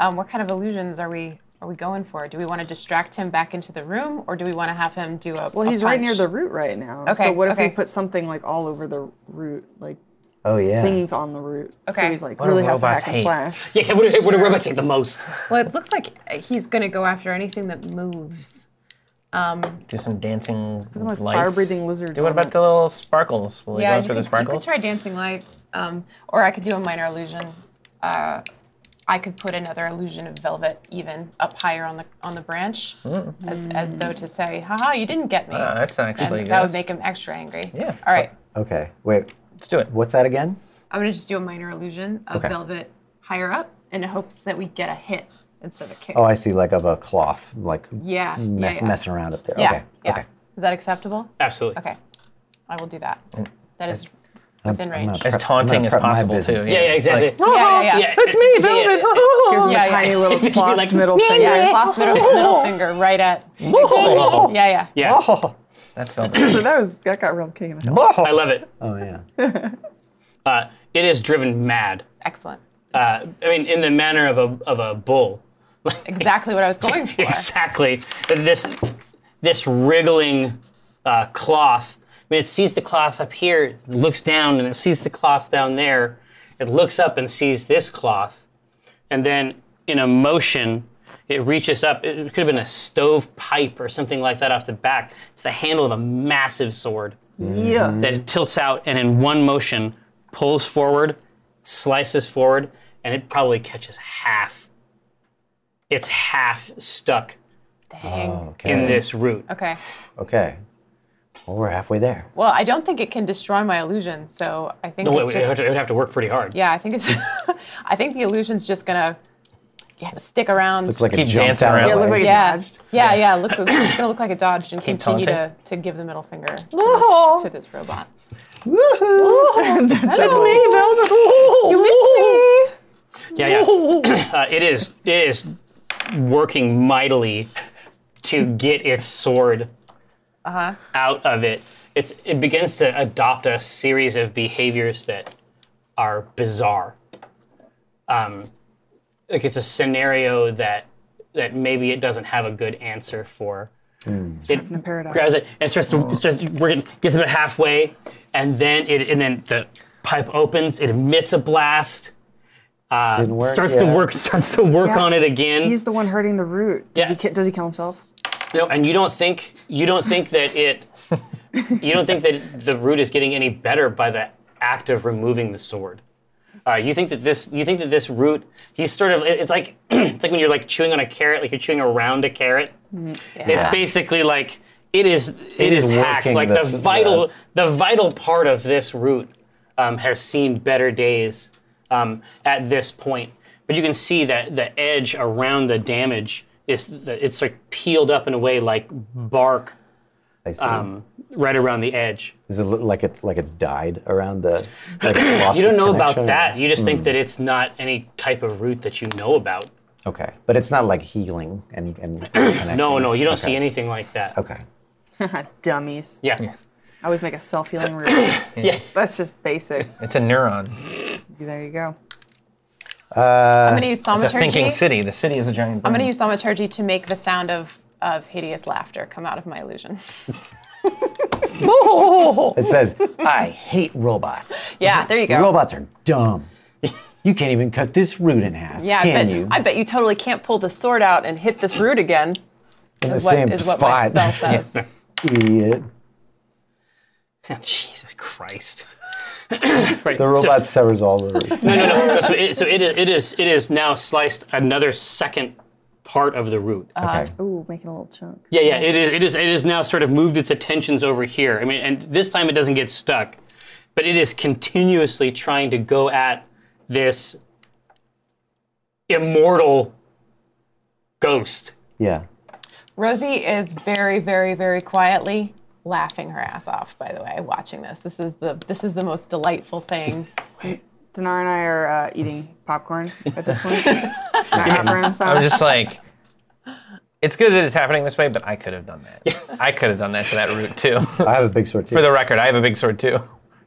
S5: Um, what kind of illusions are we are we going for? Do we want to distract him back into the room, or do we want to have him do a?
S6: Well,
S5: a
S6: he's right near
S5: punch?
S6: the root right now.
S5: Okay,
S6: So what if
S5: okay.
S6: we put something like all over the root, like
S2: Oh yeah.
S6: things on the root?
S5: Okay.
S6: So he's like
S4: do
S6: really has to
S4: robots
S6: hack and
S4: hate?
S6: slash.
S3: Yeah, what do, what do robots take the most?
S5: Well, it looks like he's going to go after anything that moves.
S4: Do some dancing
S6: I'm like
S4: lights.
S6: fire-breathing lizards
S4: Dude, what
S6: on
S4: about
S6: it.
S4: the little sparkles? Will
S5: yeah,
S4: he
S5: you
S4: go after
S5: could,
S4: the
S5: you could
S4: sparkles?
S5: try dancing lights, um, or I could do a minor illusion. Uh, I could put another illusion of velvet even up higher on the on the branch, as, as though to say, "Haha, you didn't get me."
S4: Mm. Ah, that's actually
S5: and that would
S4: yes.
S5: make him extra angry.
S4: Yeah.
S5: All right.
S2: Okay. Wait.
S4: Let's do it.
S2: What's that again?
S5: I'm gonna just do a minor illusion of
S2: Okay.
S5: velvet higher up in hopes that we get a hit instead of a kick.
S2: Oh, I see. Like of a cloth, like
S5: yeah,
S2: mess,
S5: yeah, yeah.
S2: messing around up there.
S5: Yeah,
S2: okay.
S5: yeah.
S2: Okay.
S5: Is that acceptable?
S3: Absolutely.
S5: Okay, I will do that.
S2: Mm.
S5: That is within
S2: I'm gonna
S5: range.
S4: As
S2: prep- I'm
S4: taunting
S2: gonna
S4: as
S2: prep my
S4: possible,
S2: business
S4: too,
S3: Yeah,
S2: plan.
S3: yeah, exactly.
S5: yeah, yeah, yeah.
S3: Oh, yeah, it's me, Velvet.
S6: Gives him
S5: Oh, Yeah,
S6: a
S5: yeah.
S6: tiny little
S3: If you
S6: cloth
S3: like-
S6: middle finger.
S5: Yeah, cloth middle, middle finger right at. yeah, yeah.
S3: yeah,
S4: That's velvet.
S6: That was that got real king in the hill.
S4: Whoa.
S3: I love it.
S2: Oh yeah.
S3: Uh, it is driven mad.
S5: Excellent.
S3: Uh, I mean, in the manner of a of a bull.
S5: Exactly what I was going for.
S3: Exactly. This this wriggling uh, cloth. I mean, it sees the cloth up here, it looks down, and it sees the cloth down there. It looks up and sees this cloth, and then in a motion, it reaches up. It could have been a stove pipe or something like that off the back. It's the handle of a massive sword
S6: Yeah.
S3: that it tilts out and in one motion pulls forward, slices forward, and it probably catches half. It's half stuck
S5: Dang.
S2: Okay.
S3: in this root.
S5: Okay.
S2: Okay. Well, we're halfway there.
S5: Well, I don't think it can destroy my illusion, so I think
S3: No,
S5: it's
S3: wait, it,
S5: just.
S3: would, it would have to work pretty hard.
S5: Yeah, I think it's. I think the illusion's just gonna yeah, stick around.
S2: Looks like
S4: Keep
S2: it jumped
S4: dancing
S2: out.
S4: around.
S6: Yeah,
S2: of
S6: look
S2: the
S6: like
S2: way.
S6: it
S5: yeah.
S6: dodged.
S5: yeah, yeah, Look, it's gonna look like it dodged and continue to,
S4: taunting.
S5: to give the middle finger to this, to this robot.
S6: That's me, Velvet. You missed me.
S3: Yeah, yeah. uh, it is. It is working mightily to get its sword out of it. It's. It begins to adopt a series of behaviors that are bizarre. Um, like it's a scenario that that maybe it doesn't have a good answer for.
S6: In the paradise.
S3: Grabs it and starts to, starts to work it, gets about halfway, and then it and then the pipe opens. It emits a blast.
S2: Didn't work.
S3: Uh, starts to
S2: yeah.
S3: work starts to work
S6: Yeah.
S3: on it again.
S6: He's the one hurting the root. Does,
S3: Yeah.
S6: he, ki- does he kill himself?
S3: No, and you don't think you don't think that it you don't think that the root is getting any better by the act of removing the sword. Uh, you think that this you think that this root he's sort of it- it's like it's like when you're like chewing on a carrot like you're chewing around a carrot. It's basically like it is it
S2: Mm-hmm. is
S3: is, hacked
S2: working
S3: like
S2: this-
S3: the vital the vital part of this root um, has seen better days um, at this point. But you can see that the edge around the damage is the, it's like peeled up in a way like bark
S2: I see.
S3: um, right around the edge.
S2: Does it look like it's like it's died around the? Like it's lost
S3: You don't
S2: its
S3: know about
S2: connection? Hmm.
S3: that. You just think that it's not any type of root that you know about.
S2: Okay, but it's not like healing and and. connecting.
S3: No, no, you don't see anything like that.
S2: Okay.
S6: Dummies.
S3: Yeah.
S6: I always make a self-healing root.
S3: Yeah.
S6: That's just basic.
S4: It's a neuron.
S6: There you go.
S5: I'm gonna use
S4: It's a thinking
S5: thaumaturgy.
S4: city. The city is a giant.
S5: I'm gonna
S4: brain.
S5: use thaumaturgy to make the sound of of hideous laughter come out of my illusion.
S2: It says, "I hate robots.
S5: Yeah, there you go.
S2: Robots are dumb. You can't even cut this root in half,
S5: yeah,
S2: can
S5: but
S2: you?"
S5: I bet you totally can't pull the sword out and hit this root again.
S2: in the
S5: is what-
S2: same
S5: is what my
S2: spot.
S5: spell says.
S2: Idiot.
S3: Oh, Jesus Christ. right.
S2: The
S3: so-
S2: robot severs all the roots.
S3: no, no, no. So, it, so it, is, it is it is now sliced another second part of the root.
S2: okay.
S6: Ooh, making a little chunk.
S3: Yeah, yeah. It is it is it is now sort of moved its attentions over here. I mean, and this time it doesn't get stuck, but it is continuously trying to go at this immortal ghost.
S2: Yeah.
S5: Rosie is very, very, very quietly laughing her ass off. By the way, watching this, this is the this is the most delightful thing.
S6: Dinar and I are uh, eating popcorn at this point. Snack popcorn. so-
S4: I'm just like, it's good that it's happening this way, but I could have done that. I could have done that to that root too.
S2: I have a big sword too.
S4: For the record, I have a big sword too.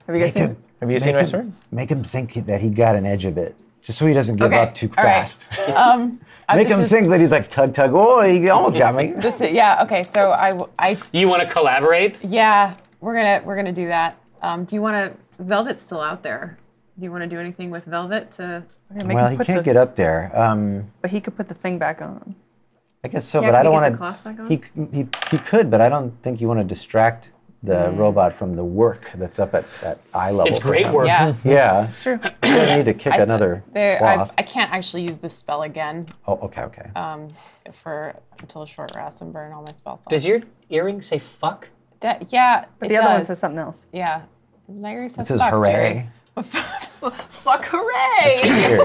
S6: Have you guys seen?
S4: Have you seen
S2: Make
S4: my
S2: him,
S4: sword?
S2: make him think that he got an edge of it, just so he doesn't give
S5: Okay,
S2: up too
S5: all right.
S2: fast.
S5: Uh,
S2: make
S5: this
S2: him
S5: is-
S2: think that he's like tug tug. Oh, he almost got me.
S5: This is, yeah. Okay. So I, w- I-
S3: You want to collaborate?
S5: yeah, we're gonna we're gonna do that. Um, do you want to? Velvet's still out there. Do you want to do anything with Velvet to?
S6: Okay, make
S2: Well,
S6: him
S2: he
S6: put
S2: can't
S6: the,
S2: get up there. Um,
S6: But he could put the thing back on.
S2: I guess so,
S5: Yeah,
S2: but I
S5: can
S2: don't
S5: we get
S2: want
S5: the cloth back
S2: to.
S5: on?
S2: He, c- he he could, but I don't think you want to distract the
S5: Mm.
S2: robot from the work that's up at, at eye level.
S3: It's
S2: for
S3: great
S2: him.
S3: work.
S5: Yeah.
S2: Yeah,
S6: True.
S2: you don't need to kick another
S5: There, I,
S2: cloth.
S5: I can't actually use this spell again
S2: oh, okay, okay.
S5: um, for until a short rest and burn all my spell slots.
S3: Does your earring say fuck?
S5: Da- yeah,
S6: But
S5: it
S6: the other one
S5: does.
S6: says something else.
S5: Yeah, Nigeri says
S2: this is
S5: fuck,
S2: hooray.
S5: Jerry. fuck hooray!
S2: Weird.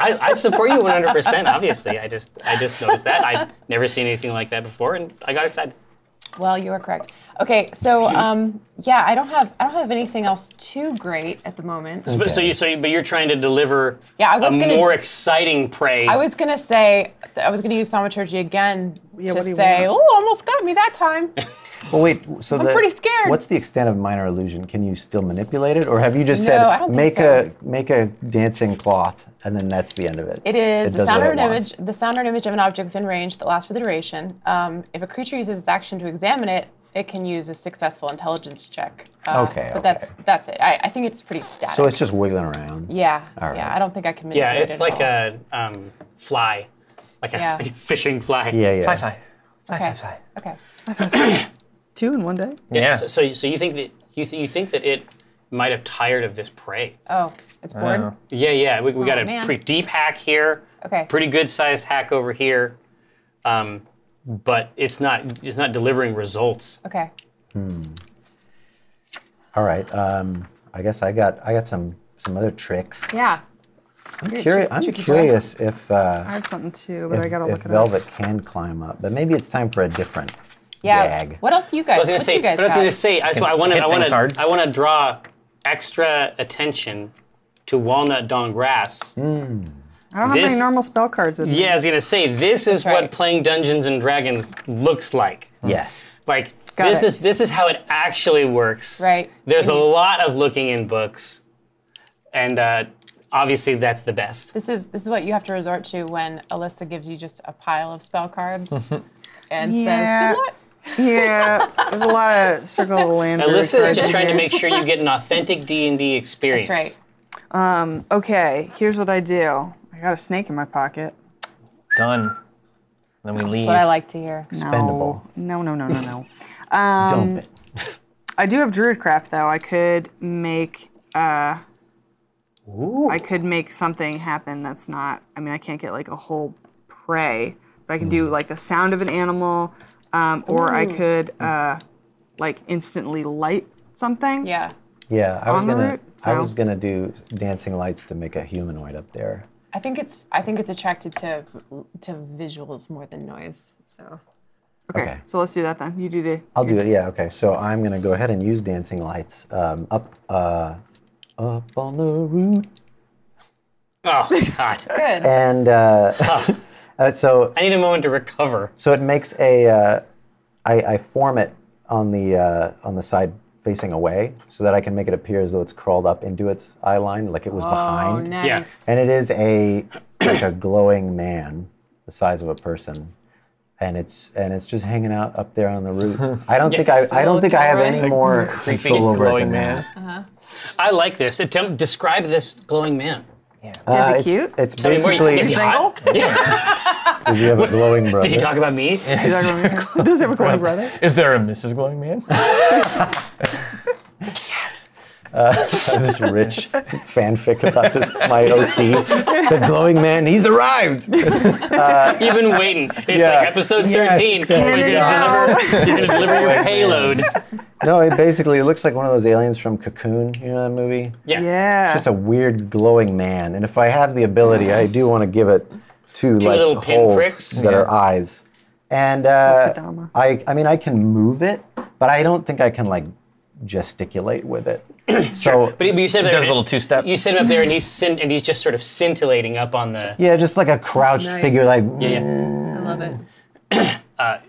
S3: I, I support you 100%, obviously. I just I just noticed that. I'd never seen anything like that before, and I got excited.
S5: well, you are correct. Okay, so um, yeah, I don't have I don't have anything else too great at the moment.
S3: But, so you, so you, but you're trying to deliver
S5: Yeah, I was
S3: a
S5: gonna-
S3: more exciting prey.
S5: I was gonna say I was gonna use thaumaturgy again
S6: Yeah,
S5: to
S6: what do you
S5: say,
S6: want?
S5: oh, almost got me that time.
S2: Well, wait. So I'm
S5: pretty scared.
S2: What's the extent of minor illusion? Can you still manipulate it, or have you just
S5: No, I don't
S2: said
S5: think
S2: make
S5: so.
S2: a make a dancing cloth, and then that's the end of it?
S5: It is the
S2: does
S5: sound
S2: what
S5: or
S2: it
S5: an
S2: wants.
S5: image. The sound or an image of an object within range that lasts for the duration. Um, if a creature uses its action to examine it, it can use a successful intelligence check. Uh,
S2: Oh, Okay,
S5: But that's
S2: okay.
S5: that's it. I, I think it's pretty static.
S2: So it's just wiggling around.
S5: yeah,
S2: All
S5: yeah.
S2: right.
S5: I don't think I can.
S3: yeah,
S5: manipulate
S3: it's
S5: it
S3: like
S5: at
S3: a um, fly, like a,
S5: Yeah.
S3: like a fishing fly.
S2: Yeah, yeah.
S4: Fly, fly. Fly, fly,
S5: all.
S4: fly.
S5: Okay. okay.
S6: Two in one day.
S4: Yeah.
S3: So, so, so you think that you, th- you think that it might have tired of this prey?
S5: Oh, it's bored.
S4: know.
S3: Yeah, yeah. We, we got a
S5: Oh, man.
S3: pretty deep hack here.
S5: Okay.
S3: Pretty good sized hack over here. Um, but it's not it's not delivering results.
S5: Okay.
S2: All right. Um, I guess I got I got some some other tricks.
S5: Yeah.
S2: I'm, curi- I'm
S5: tricky boy.
S2: curious if
S6: I
S2: uh,
S6: have something too, but
S2: if,
S6: I gotta
S2: if
S6: look it
S2: Velvet
S6: up.
S2: can climb up, but maybe it's time for a different
S5: Yeah.
S2: gag.
S5: What else you guys?
S3: I was gonna
S5: what
S3: say,
S5: you guys
S3: but I was
S5: got?
S3: gonna say, I, I want to,
S4: hit
S3: I want
S4: things hard.
S3: to, I want to draw extra attention to walnut dong grass.
S4: Mm-hmm.
S6: I don't have
S3: this-
S6: any normal spell cards with me.
S3: Yeah, I was gonna say, this is
S5: That's right.
S3: what playing Dungeons and Dragons looks like.
S2: Yes.
S3: Like
S6: Got
S3: this
S6: it.
S3: is this is how it actually works.
S5: Right.
S3: There's a
S5: Mhm.
S3: lot of looking in books, and uh, obviously that's the best.
S5: This is this is what you have to resort to when Alyssa gives you just a pile of spell cards and
S6: Yeah.
S5: says, "Good luck."
S6: Yeah, there's a lot of circle of the land.
S3: Alyssa is just trying to make sure you get an authentic D and D experience.
S5: That's right.
S6: Um, Okay, here's what I do. I got a snake in my pocket.
S4: Done. Then we leave.
S5: That's what I like to hear.
S2: Expendable.
S6: No, no, no, no, no.
S5: Um,
S2: Dump it.
S6: I do have druidcraft though. I could make. Uh, I could make something happen that's not. I mean, I can't get like a whole prey, but I can
S2: Hmm.
S6: do like the sound of an animal, um, or I could uh, like instantly light something.
S5: Yeah.
S2: Yeah, I was
S6: On the
S2: gonna
S6: route,
S2: I
S6: so-
S2: was gonna do dancing lights to make a humanoid up there.
S5: I think it's I think it's attracted to to visuals more than noise. So
S6: Okay.
S2: Okay.
S6: So let's do that then. You do the.
S2: I'll do it. Yeah. Okay. So I'm gonna go ahead and use dancing lights um, up uh, up on the roof,
S3: Oh God,
S5: good.
S2: and uh, uh, so
S3: I need a moment to recover.
S2: so it makes a uh, I, I form it on the uh, on the side facing away so that I can make it appear as though it's crawled up into its eye line, like it was
S5: Oh,
S2: behind.
S5: nice.
S2: And it is a like a glowing man, the size of a person, and it's and it's just hanging out up there on the roof. I don't think I I don't think I have any more control over it
S4: glowing
S2: than
S4: man.
S2: that.
S3: I like this. Attempt, describe this glowing man.
S2: Uh,
S6: it
S2: it's,
S6: cute?
S2: It's
S3: me more-
S2: basically
S3: is he
S6: Single?
S3: hot? Yeah.
S2: does he have a glowing brother?
S3: Did he talk about me?
S6: Does everyone- Does everyone have a brother?
S4: Is there a Mrs. Glowing Man?
S2: this rich fanfic about this my OC, the glowing man. He's arrived.
S3: You've been waiting. It's
S2: Yeah.
S3: like episode
S2: Yes,
S3: 13.
S2: get
S3: We're
S6: it
S3: gonna
S6: out.
S3: deliver- You're going to deliver your payload.
S2: No, it basically it looks like one of those aliens from Cocoon. You know that movie?
S3: Yeah.
S6: Yeah.
S2: Just a weird glowing man. And if I have the ability, I do want to give it two, like
S3: little
S2: holes
S3: pinpricks?
S2: that are eyes. And uh,
S6: Kadama.
S2: I, I mean, I can move it, but I don't think I can like gesticulate with it. so
S3: But you said
S4: Does a little two-step.
S3: You sit him up there, and he's scin- and he's just sort of scintillating up on the.
S2: yeah, just like a crouched
S5: Nice.
S2: figure, like mm,
S5: I love it.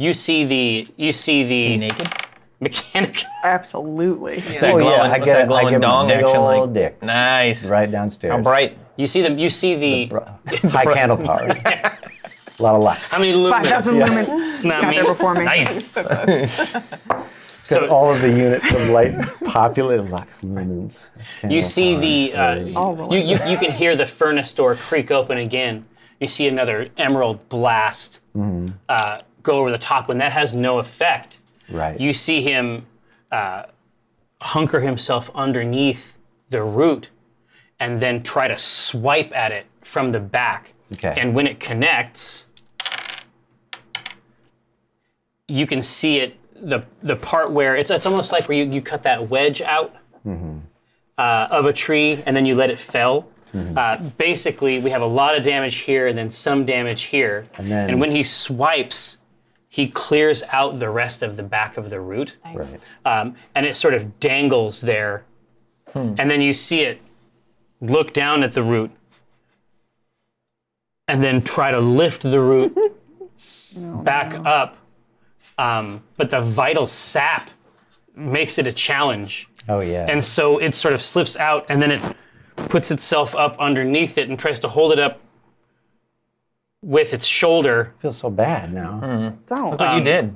S3: You see the you see the
S4: naked?
S3: mechanic.
S6: Absolutely.
S4: That
S2: Oh, yeah,
S4: glowing,
S2: I
S4: what's
S2: get it. I
S4: that glowing
S2: give him a
S4: dong
S2: big
S4: action
S2: ol'
S4: like
S2: dick.
S4: Nice.
S2: right downstairs.
S4: How bright.
S3: You see them. You see the.
S2: Br- High candle power. a lot of lux.
S3: how many lumens?
S6: Five thousand
S2: Yeah.
S6: lumen.
S3: Not
S6: Got
S3: me.
S6: there before me.
S4: Nice.
S2: Got
S3: So
S2: all of the units of light populated lux lumens.
S3: you
S2: Candle
S3: see
S2: power.
S3: the. Uh,
S6: All the
S3: you, you you can hear the furnace door creak open again. You see another emerald blast
S2: Mm-hmm.
S3: uh, go over the top. When that has no effect,
S2: right.
S3: you see him uh, hunker himself underneath the root and then try to swipe at it from the back.
S2: Okay.
S3: And when it connects, you can see it the the part where it's it's almost like where you, you cut that wedge out uh, of a tree and then you let it fell.
S2: Mm-hmm.
S3: Uh, basically, we have a lot of damage here and then some damage here. And,
S2: then-
S3: when he swipes, he clears out the rest of the back of the root
S2: right.
S3: um, and it sort of dangles there.
S2: Hmm.
S3: And then you see it look down at the root and then try to lift the root back up. Um, but the vital sap makes it a challenge.
S2: Oh yeah.
S3: And so it sort of slips out and then it puts itself up underneath it and tries to hold it up with its shoulder.
S2: I feel so bad now.
S3: Hmm.
S6: Don't.
S4: But you did.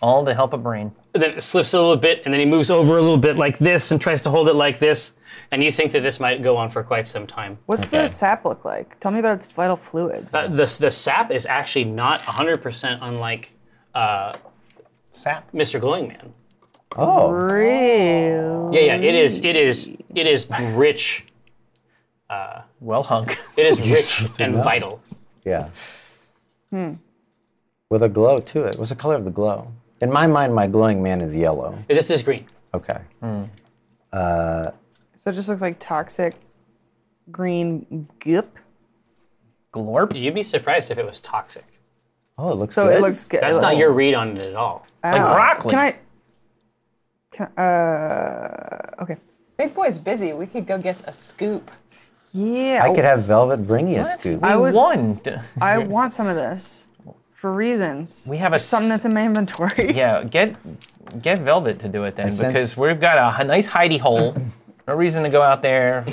S4: All to help a brain.
S3: And then it slips a little bit, and then he moves over a little bit like this and tries to hold it like this. And you think that this might go on for quite some time.
S6: What's the sap look like? Tell me about its vital fluids.
S3: Uh, the, the sap is actually not 100% unlike
S4: Sap.
S3: Mr. Glowing Man.
S2: Oh,
S6: Real.
S3: Yeah, yeah, it is, it is, it is rich.
S4: Well hunk.
S3: It is rich and vital.
S2: yeah.
S6: Hmm.
S2: With a glow to it. What's the color of the glow? In my mind, my glowing man is yellow.
S3: This is green.
S2: Okay.
S6: So it just looks like toxic green goop.
S4: Glorp.
S3: You'd be surprised if it was toxic.
S2: Oh, it looks
S6: So
S2: good.
S6: it looks good.
S3: That's not your read on it at all.
S4: Like broccoli.
S6: Can I? Can uh? Okay.
S5: Big boy's busy. We could go get a scoop.
S6: Yeah.
S2: I could have Velvet bring you a scoop.
S4: We
S6: I would-
S4: won.
S6: I want some of this for reasons.
S4: We have a
S6: something
S4: s-
S6: that's in my inventory.
S4: Yeah, get get Velvet to do it then,
S2: sense-
S4: because we've got a h- nice hidey hole. No reason to go out there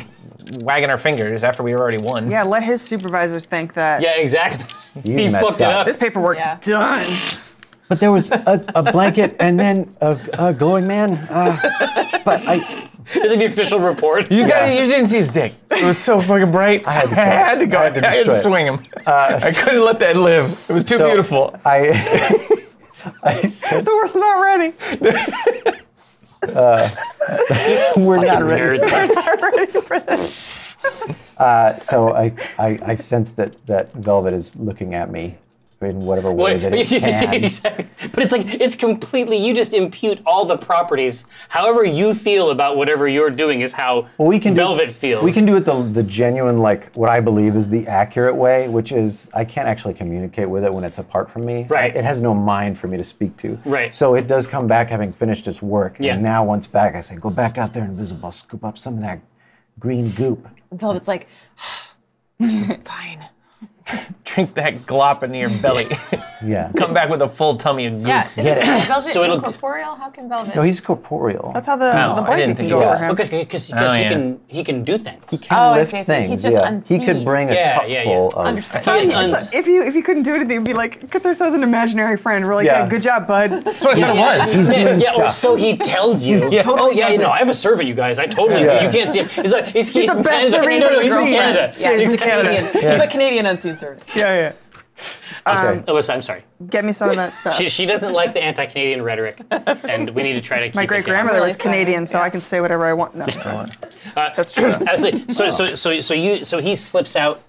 S4: wagging our fingers after we already won.
S6: Yeah, let his supervisor think that
S3: Yeah, exactly.
S2: You
S3: he
S2: messed
S3: fucked
S2: up.
S3: it
S6: this
S3: up.
S6: paperwork's
S5: Yeah.
S6: done.
S2: But there was a, a blanket and then a, a glowing man. Uh, but I,
S3: This is the official report.
S4: You got You didn't see his dick. It was so fucking bright. I
S2: had to
S4: had to go.
S2: I
S4: I
S2: had
S4: had
S2: to
S4: to,
S2: destroy it.
S4: swing Uh, him. I couldn't let that live. It was too
S2: So-
S4: beautiful.
S2: I, I said
S6: The horse is not ready.
S2: we're not ready.
S3: Nerds.
S2: Uh, so I, I, I sense that, that Velvet is looking at me in whatever way that it can.
S3: Exactly. But it's like it's completely you just impute all the properties. However you feel about whatever you're doing is how
S2: we can
S3: Velvet
S2: do,
S3: feels.
S2: We can do it the, the genuine, like what I believe is the accurate way, which is I can't actually communicate with it when it's apart from me.
S3: Right.
S2: it has no mind for me to speak to.
S3: Right.
S2: So it does come back having finished its work.
S3: Yeah.
S2: And now once back, I say, go back out there, invisible, I'll scoop up some of that green goop.
S5: Velvet's like, fine.
S4: Drink that glop into your belly.
S2: Yeah.
S4: Come back with a full tummy of goo.
S5: Yeah. Is
S2: Get it.
S5: Velvet
S3: So it'll-
S5: incorporeal? How can Velvet?
S2: No, Oh, he's corporeal.
S6: That's how the, the
S4: I
S6: blanket
S4: didn't
S6: can
S4: think
S6: go
S4: it
S6: over
S4: was.
S6: him.
S3: Okay, because
S4: Oh,
S3: he
S4: yeah.
S3: can he can do things.
S2: he can
S5: Oh, I
S2: lift
S5: see, I see.
S2: things.
S5: He's just
S2: yeah. He could
S5: unseen.
S2: bring a
S3: Yeah,
S2: cup
S3: yeah, yeah.
S2: full of.
S5: Understand.
S3: He is
S5: Yeah,
S3: uns-
S6: So if you if you couldn't do anything, it'd be like Cthulhu says an imaginary friend. We're like,
S2: Yeah.
S6: yeah, good job, bud.
S4: That's what I thought it was.
S2: He's
S3: yeah,
S2: doing
S3: yeah, or
S2: stuff.
S3: so he tells you. oh yeah, you know, I have a servant, you guys. I totally
S2: Yeah.
S3: do. You can't see him. He's like he's,
S6: the
S3: from
S6: best
S3: Canada.
S6: servant
S3: No, no,
S6: you've
S3: he's from
S6: ever
S3: Canada.
S6: seen.
S5: Yeah, he's a Canadian. He's a Canadian unseen servant.
S6: yeah,
S2: Okay.
S3: Alyssa, I'm sorry.
S6: yeah. Get me some of that stuff.
S3: She, she doesn't like the anti-Canadian rhetoric, and we need to try to keep
S6: My
S3: it
S6: great
S3: down.
S6: grandmother was
S5: Really funny,
S6: Canadian, so
S5: yeah.
S6: I can say whatever I want. No, that's true.
S3: Absolutely. Uh, So, so, so, so you, so he slips out.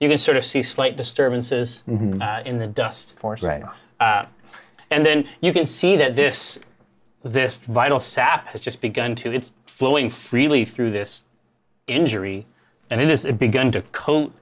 S3: You can sort of see slight disturbances
S2: Mm-hmm.
S3: uh, in the dust,
S4: Force.
S2: Right.
S3: Uh, and then you can see that this, this vital sap has just begun to. It's flowing freely through this injury, and it has begun to coat uh,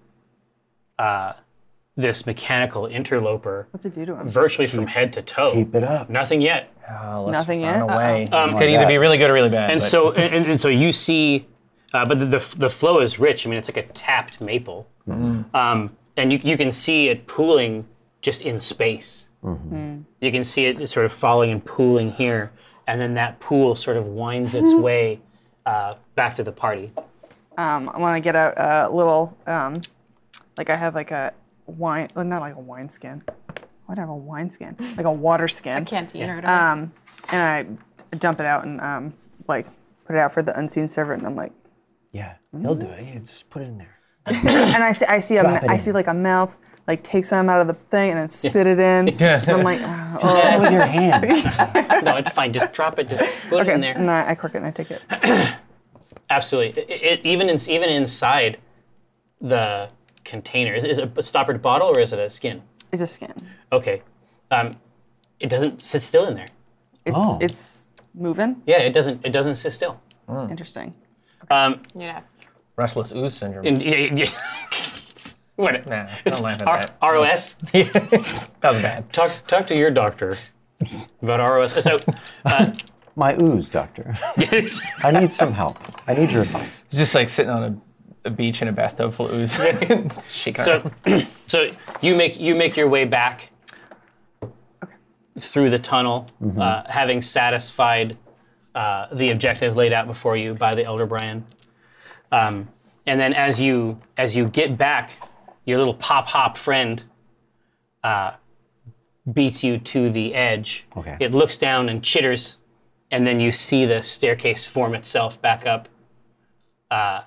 S3: this mechanical interloper
S6: What's it do to him?
S3: virtually from head to toe.
S2: Keep it up.
S3: Nothing yet.
S4: Oh, let's
S6: Nothing
S4: run
S6: yet?
S4: away. this
S2: like
S4: could either
S2: that.
S4: be really good or really bad.
S3: And
S4: but-
S3: so, and, and- and so you see, uh, but the, the the flow is rich. I mean, it's like a tapped maple, um, and you you can see it pooling just in space. You can see it sort of falling and pooling here, and then that pool sort of winds its way uh, back to the party.
S6: Um, I want to get out a little, um, like I have like a wine, well, not like a wine skin. What do I have a wine skin? Like a water skin.
S5: Canteen or whatever. Um,
S6: Um, and I dump it out and um, like put it out for the unseen servant, and I'm like,
S2: Yeah, he'll do it. Yeah, just put it in there.
S6: and I see, I see, a,
S2: Drop it
S6: I
S2: in.
S6: see like a mouth, like take some out of the thing and then spit it in. And I'm like, "Ah, oh,
S2: With your hand.
S3: No, it's fine. Just drop it. Just put it in there.
S6: And I, I cork it and I take it.
S3: Absolutely. It, it, even in, even inside the container, is, is it a stoppered bottle or is it a skin?
S6: It's a skin.
S3: Okay. Um, it doesn't sit still in there.
S6: It's
S2: Oh.
S6: it's moving.
S3: Yeah, it doesn't. It doesn't sit still.
S6: Interesting.
S3: Um,
S5: yeah.
S4: Restless ooze syndrome.
S3: and- yeah, yeah, what?
S4: nah,
S3: It's
S4: don't laugh at
S3: R-
S4: that.
S3: ROS.
S4: that was bad.
S3: Talk talk to your doctor about ROS. So, uh,
S2: My ooze, doctor.
S3: yes.
S2: I need some help. I need your advice.
S4: It's just like sitting on a, a beach in a bathtub full of ooze. Shaking
S3: so,
S4: around.
S3: so you make you make your way back through the tunnel, uh, having satisfied uh, the objective laid out before you by the elder Brian. Um, and then as you as you get back, your little pop hop friend uh, beats you to the edge.
S2: Okay.
S3: It looks down and chitters, and then you see the staircase form itself back up uh,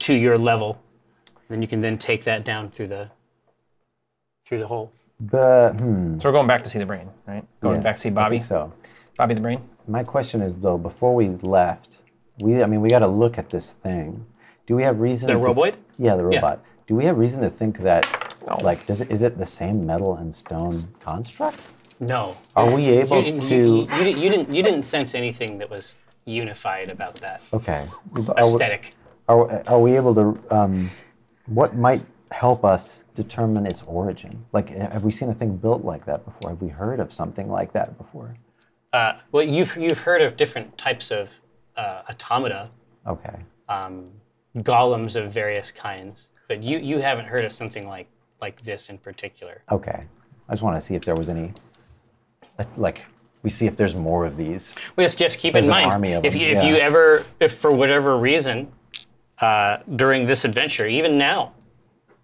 S3: to your level. Then you can then take that down through the through the hole.
S2: But hmm,
S4: So we're going back to see the brain, right? Going
S2: Yeah,
S4: back to see
S2: I
S4: Bobby.
S2: think so.
S4: Bobby the brain.
S2: My question is though, before we left, we I mean we got to look at this thing. Do we have reason?
S3: The
S2: to
S3: roboid? Oh.
S2: yeah, the robot. Do we have reason to think that, like, does it, is it the same metal and stone construct?
S3: No.
S2: Are we able
S3: you,
S2: Oh, to?
S3: you, you, you didn't you didn't sense anything that was unified about that
S2: okay. Oh, Are we-
S3: aesthetic.
S2: Are, are we able to? Um, what might help us determine its origin? Like, have we seen a thing built like that before? Have we heard of something like that before?
S3: Uh, well, you've you've heard of different types of uh, automata,
S2: Okay.
S3: um, golems of various kinds, but you you haven't heard of something like like this in particular.
S2: Okay. I just want to see if there was any. Like, we see if there's more of these.
S3: Well, just, just keep
S2: There's
S3: in
S2: an
S3: mind
S2: army of
S3: if,
S2: them,
S3: you, if
S2: yeah.
S3: you ever if for whatever reason uh, during this adventure even now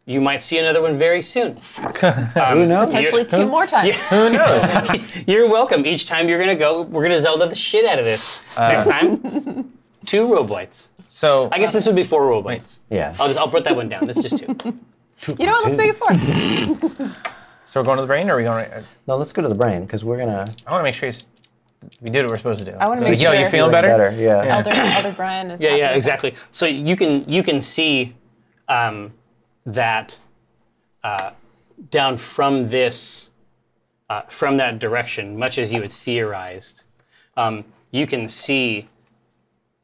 S3: you might see another one very soon
S4: Um,
S2: Who knows?
S5: Potentially two more times.
S4: Who knows?
S3: you're welcome each time you're gonna go we're gonna zelda the shit out of this
S2: Uh.
S3: next time two roboids
S4: so
S3: i guess this would be four roboids
S2: Yeah.
S3: i'll just i'll put that one down that's just two
S5: You know what? Let's make it four.
S4: so we're going to the brain, or are we going? Right?
S2: No, let's go to the brain because we're gonna
S4: I want to make sure he's, we did what we're supposed to do.
S5: I
S4: It's
S5: wanna make
S4: like, Yo,
S5: sure-
S4: you feeling better?
S2: better. Yeah.
S5: Elder, Elder Brian is.
S3: yeah yeah
S5: happy.
S3: exactly so you can you can see um, that uh, down from this uh, from that direction much as you had theorized um, you can see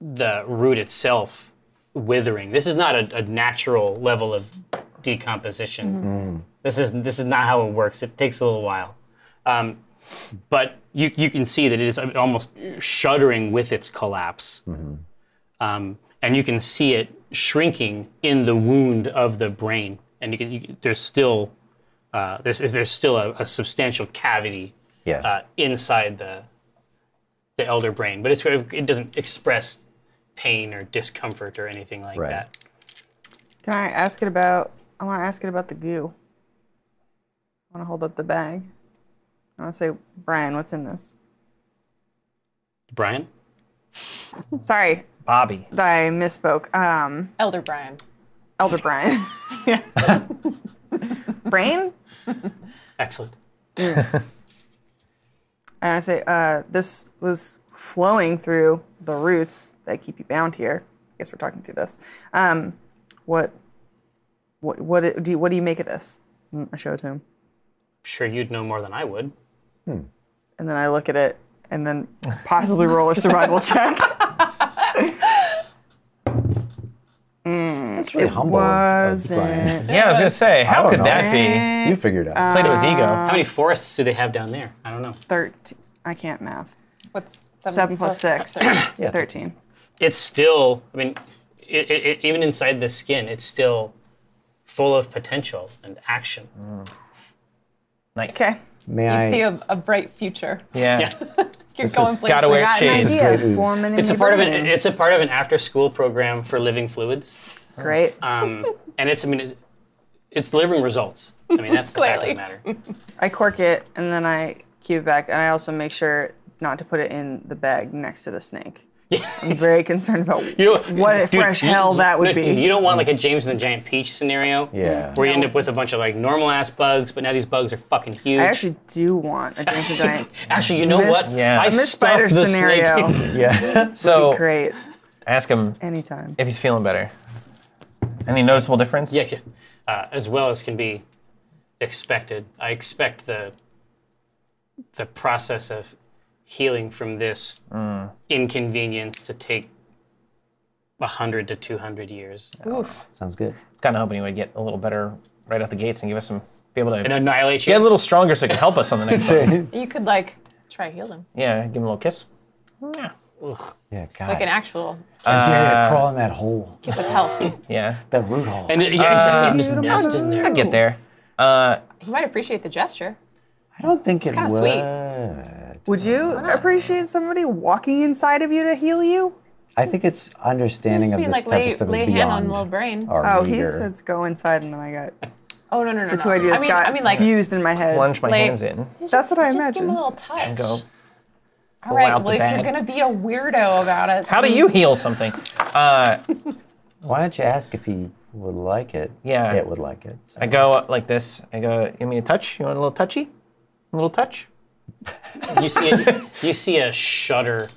S3: the root itself withering this is not a, a natural level of decomposition
S2: Mm.
S3: this is this is not how it works it takes a little while um, but you, you can see that it is almost shuddering with its collapse
S2: Mm-hmm.
S3: um, and you can see it shrinking in the wound of the brain. And you can, you, can- there's still uh, there's there's still a, a substantial cavity
S2: Yeah.
S3: uh, inside the the elder brain, but it's sort of, it doesn't express pain or discomfort or anything like
S2: Right.
S3: that.
S6: Can I ask it about? I want to ask it about the goo. I want to hold up the bag. I want to say, Brian, what's in this?
S3: Brian,
S6: Sorry,
S4: Bobby.
S6: that I misspoke. Um,
S5: Elder Brian.
S6: Elder Brian. Yeah. Brain?
S3: excellent.
S6: And I say, uh, this was flowing through the roots that keep you bound here. I guess we're talking through this. Um, what, what, what it- do you, what do you make of this? Mm, I show it to him,
S3: Sure, you'd know more than I would.
S6: and then I look at it, and then possibly roll a survival check.
S2: That's really humble. of- of Brian.
S6: Wasn't.
S4: Yeah, I was gonna say,
S2: I
S4: how
S2: don't
S4: could
S2: know.
S4: that be?
S2: You figured out.
S4: Played it was ego.
S3: How many forests do they have down there? I don't know.
S6: Thirteen. I can't math.
S5: What's
S6: Seven plus six.
S2: Yeah.
S6: Thirteen.
S3: It's still, I mean, it, it, it, even inside the skin, it's still full of potential and action.
S4: Nice.
S6: Okay.
S2: May
S5: You
S2: I?
S5: see a, a bright future.
S4: Yeah.
S3: Yeah.
S5: You're
S2: This
S5: going
S2: is-
S5: places.
S4: Gotta wear
S6: Got an
S4: Shades.
S2: This is
S6: idea.
S2: great
S6: Form
S2: news.
S6: an
S3: It's a
S6: indie
S3: part of an
S6: brain.
S3: it's a part of an after school program for living fluids.
S6: Great.
S3: Um, and it's I mean it, it's delivering results. I mean that's the fact of the matter.
S6: I cork it and then I cube it back, and I also make sure not to put it in the bag next to the snake. I'm very concerned about
S3: You know,
S6: what a
S3: dude,
S6: fresh
S3: you-
S6: hell that would be.
S3: You don't want like a James and the Giant Peach scenario.
S2: Yeah.
S3: Where you end up with a bunch of like normal ass bugs, but now these bugs are fucking huge.
S6: I actually do want a James the Giant.
S3: Actually, you know
S6: Miss-
S3: what?
S4: Yeah.
S3: I
S4: a
S6: Miss
S3: stuffed
S6: Spider
S3: the
S6: scenario.
S3: Snake. Oh.
S2: Yeah.
S4: So
S6: Great.
S4: ask him
S6: Anytime.
S4: if he's feeling better. Any noticeable difference?
S3: yeah, yeah. Uh, as well as can be expected. I expect the the process of healing from this
S4: Mm.
S3: inconvenience to take hundred to two hundred years
S5: Oof.
S2: Sounds good.
S4: It's kind of hoping he would get a little better right out the gates and give us some, be able to
S3: and annihilate you.
S4: get a little stronger so it can help us on the next one.
S5: You could like try heal him.
S4: Yeah, give him a little kiss. Yeah.
S2: Yeah, God.
S5: Like an actual
S4: Uh,
S2: I dare you to crawl in that hole,
S5: kiss of health.
S4: Yeah.
S2: that root hole.
S3: and it, yeah, exactly.
S4: Uh,
S3: Just nest in there.
S4: I get there.
S5: he might appreciate the gesture.
S2: I don't think it
S5: kinda
S2: would.
S5: sweet.
S6: Would you appreciate somebody walking inside of you to heal you?
S2: I think it's understanding
S5: Just
S2: of
S5: be
S2: this
S5: like
S2: type
S5: lay,
S2: of stuff
S5: lay
S2: is
S5: hand on
S2: beyond
S5: little brain.
S2: our
S6: Oh, he
S2: meager.
S6: says go inside, and then I got
S5: oh no no no.
S6: two
S5: no.
S6: ideas
S5: I mean,
S6: got
S5: I mean like
S6: fused in my head.
S4: Plunge my
S5: Like-
S4: hands in.
S6: That's what I
S5: just give
S6: imagine.
S5: him a little touch.
S4: Go.
S5: All right.
S4: out
S5: Well,
S4: the
S5: if you're
S4: bag.
S5: gonna be a weirdo about it,
S4: How do you heal something? Uh,
S2: Why don't you ask if he would like it?
S4: Yeah.
S2: It would like it.
S4: I go like this. I go, you mean a touch? You want a little touchy? A little touch?
S3: You see, a, you see a shudder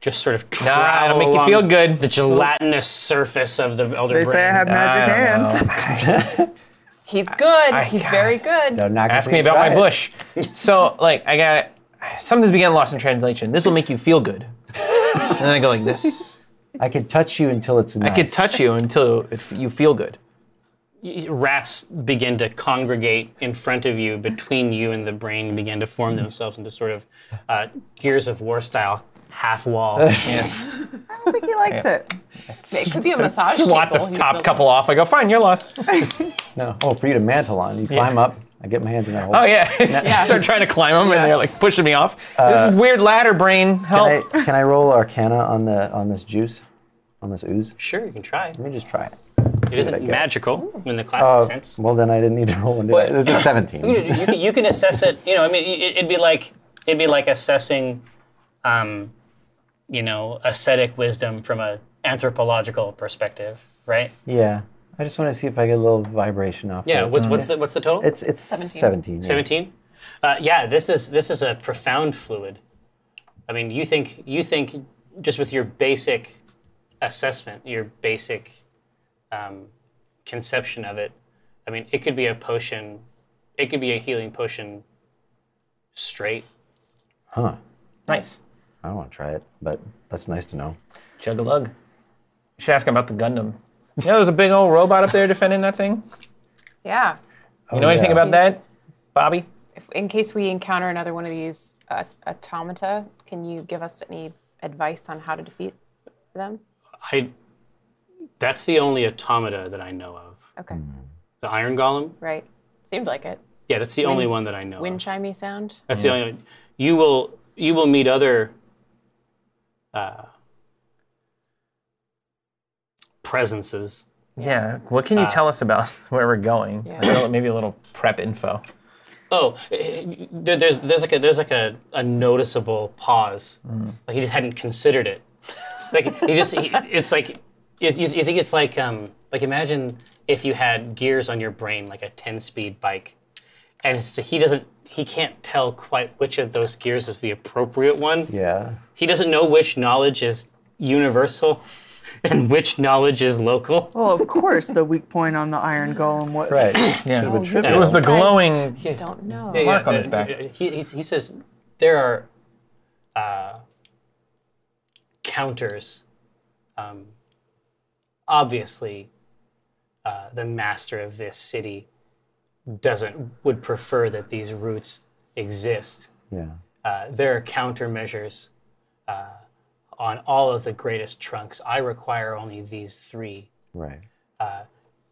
S3: just sort of travel
S4: Nah, it'll make you
S3: along
S4: feel good.
S3: The gelatinous surface of the elder
S6: They
S3: brain.
S6: say I have magic
S4: I don't
S6: hands.
S5: He's good.
S4: I-
S5: He's
S4: God.
S5: very good.
S2: I'm not
S4: Ask
S2: gonna
S4: me about
S2: try
S4: my
S2: it.
S4: bush. So, like, I got something's been getting lost in translation. This will make you feel good. and then I go like this.
S2: I could touch you until it's nice.
S4: I could touch you until it, f- you feel good.
S3: Rats begin to congregate in front of you, between you and the brain, begin to form themselves into sort of uh, Gears of War style half wall.
S6: I don't think he likes it.
S5: It could be a massage
S4: Swat the
S5: table. He's
S4: top
S5: built-
S4: couple off. I go, fine, you're lost.
S2: No. Oh, for you to mantle on. You climb up. I get my hands in that hole.
S4: Oh yeah. Start trying to climb them, and they're like pushing me off. this is weird ladder brain. Help.
S2: Uh, Can I, can I roll Arcana on the on this juice, on this ooze?
S3: sure, you can try.
S2: Let me just try it.
S3: It isn't
S2: get.
S3: magical
S4: Hmm.
S3: in the
S4: Uh,
S3: classic
S2: Oh,
S3: sense.
S2: well, then I didn't need to roll one. did I? This is 17.
S3: You, you can, you can assess it. You know, I mean, it, it'd be like it'd be like assessing, um, you know, ascetic wisdom from an anthropological perspective, right?
S2: Yeah. I just want to see if I get a little vibration off.
S3: Yeah.
S2: it.
S3: What's what's the what's the total?
S2: Mm-hmm. It's it's 17. 17. yeah.
S3: 17 uh, yeah this is this is a profound fluid i mean you think you think just with your basic assessment your basic um, conception of it i mean it could be a potion it could be a healing potion straight
S2: Huh.
S4: Nice.
S2: I don't want to try it, but that's nice to know.
S4: Chug a lug. Should ask him about the Gundam. You know, there's a big old robot up there defending that thing.
S5: Yeah.
S4: You know anything
S2: yeah.
S4: about that, Bobby?
S5: If, in case we encounter another one of these uh, automata, can you give us any advice on how to defeat them?
S3: i that's the only automata that i know of
S5: Okay.
S4: Hmm.
S3: the iron golem
S5: Right. Seemed like it.
S3: yeah that's the only one that i know
S5: Wind
S3: of.
S5: chimey sound.
S3: That's the only. You will you will meet other uh, presences.
S4: Yeah. What can you tell us about where we're going?
S5: Yeah.
S4: Like, a little- maybe a little prep info.
S3: Oh, eh, there, there's there's like a there's like a, a noticeable pause. Like he just hadn't considered it. like he just he, it's like it's, you, you think it's like um like imagine if you had gears on your brain like a ten speed bike, and it's, he doesn't he can't tell quite which of those gears is the appropriate one.
S2: Yeah.
S3: He doesn't know which knowledge is universal and which knowledge is local.
S6: Well, of course, the weak point on the Iron Golem was.
S2: Right.
S4: Yeah.
S2: It
S4: It was the
S5: Guys.
S4: glowing.
S5: Don't know.
S4: Mark on
S3: the-
S4: his back.
S3: He, he's- he says there are uh, counters. Um, obviously, uh, the master of this city doesn't would prefer that these routes exist.
S2: Yeah.
S3: uh, there are countermeasures uh, on all of the greatest trunks. I require only these three.
S2: Right.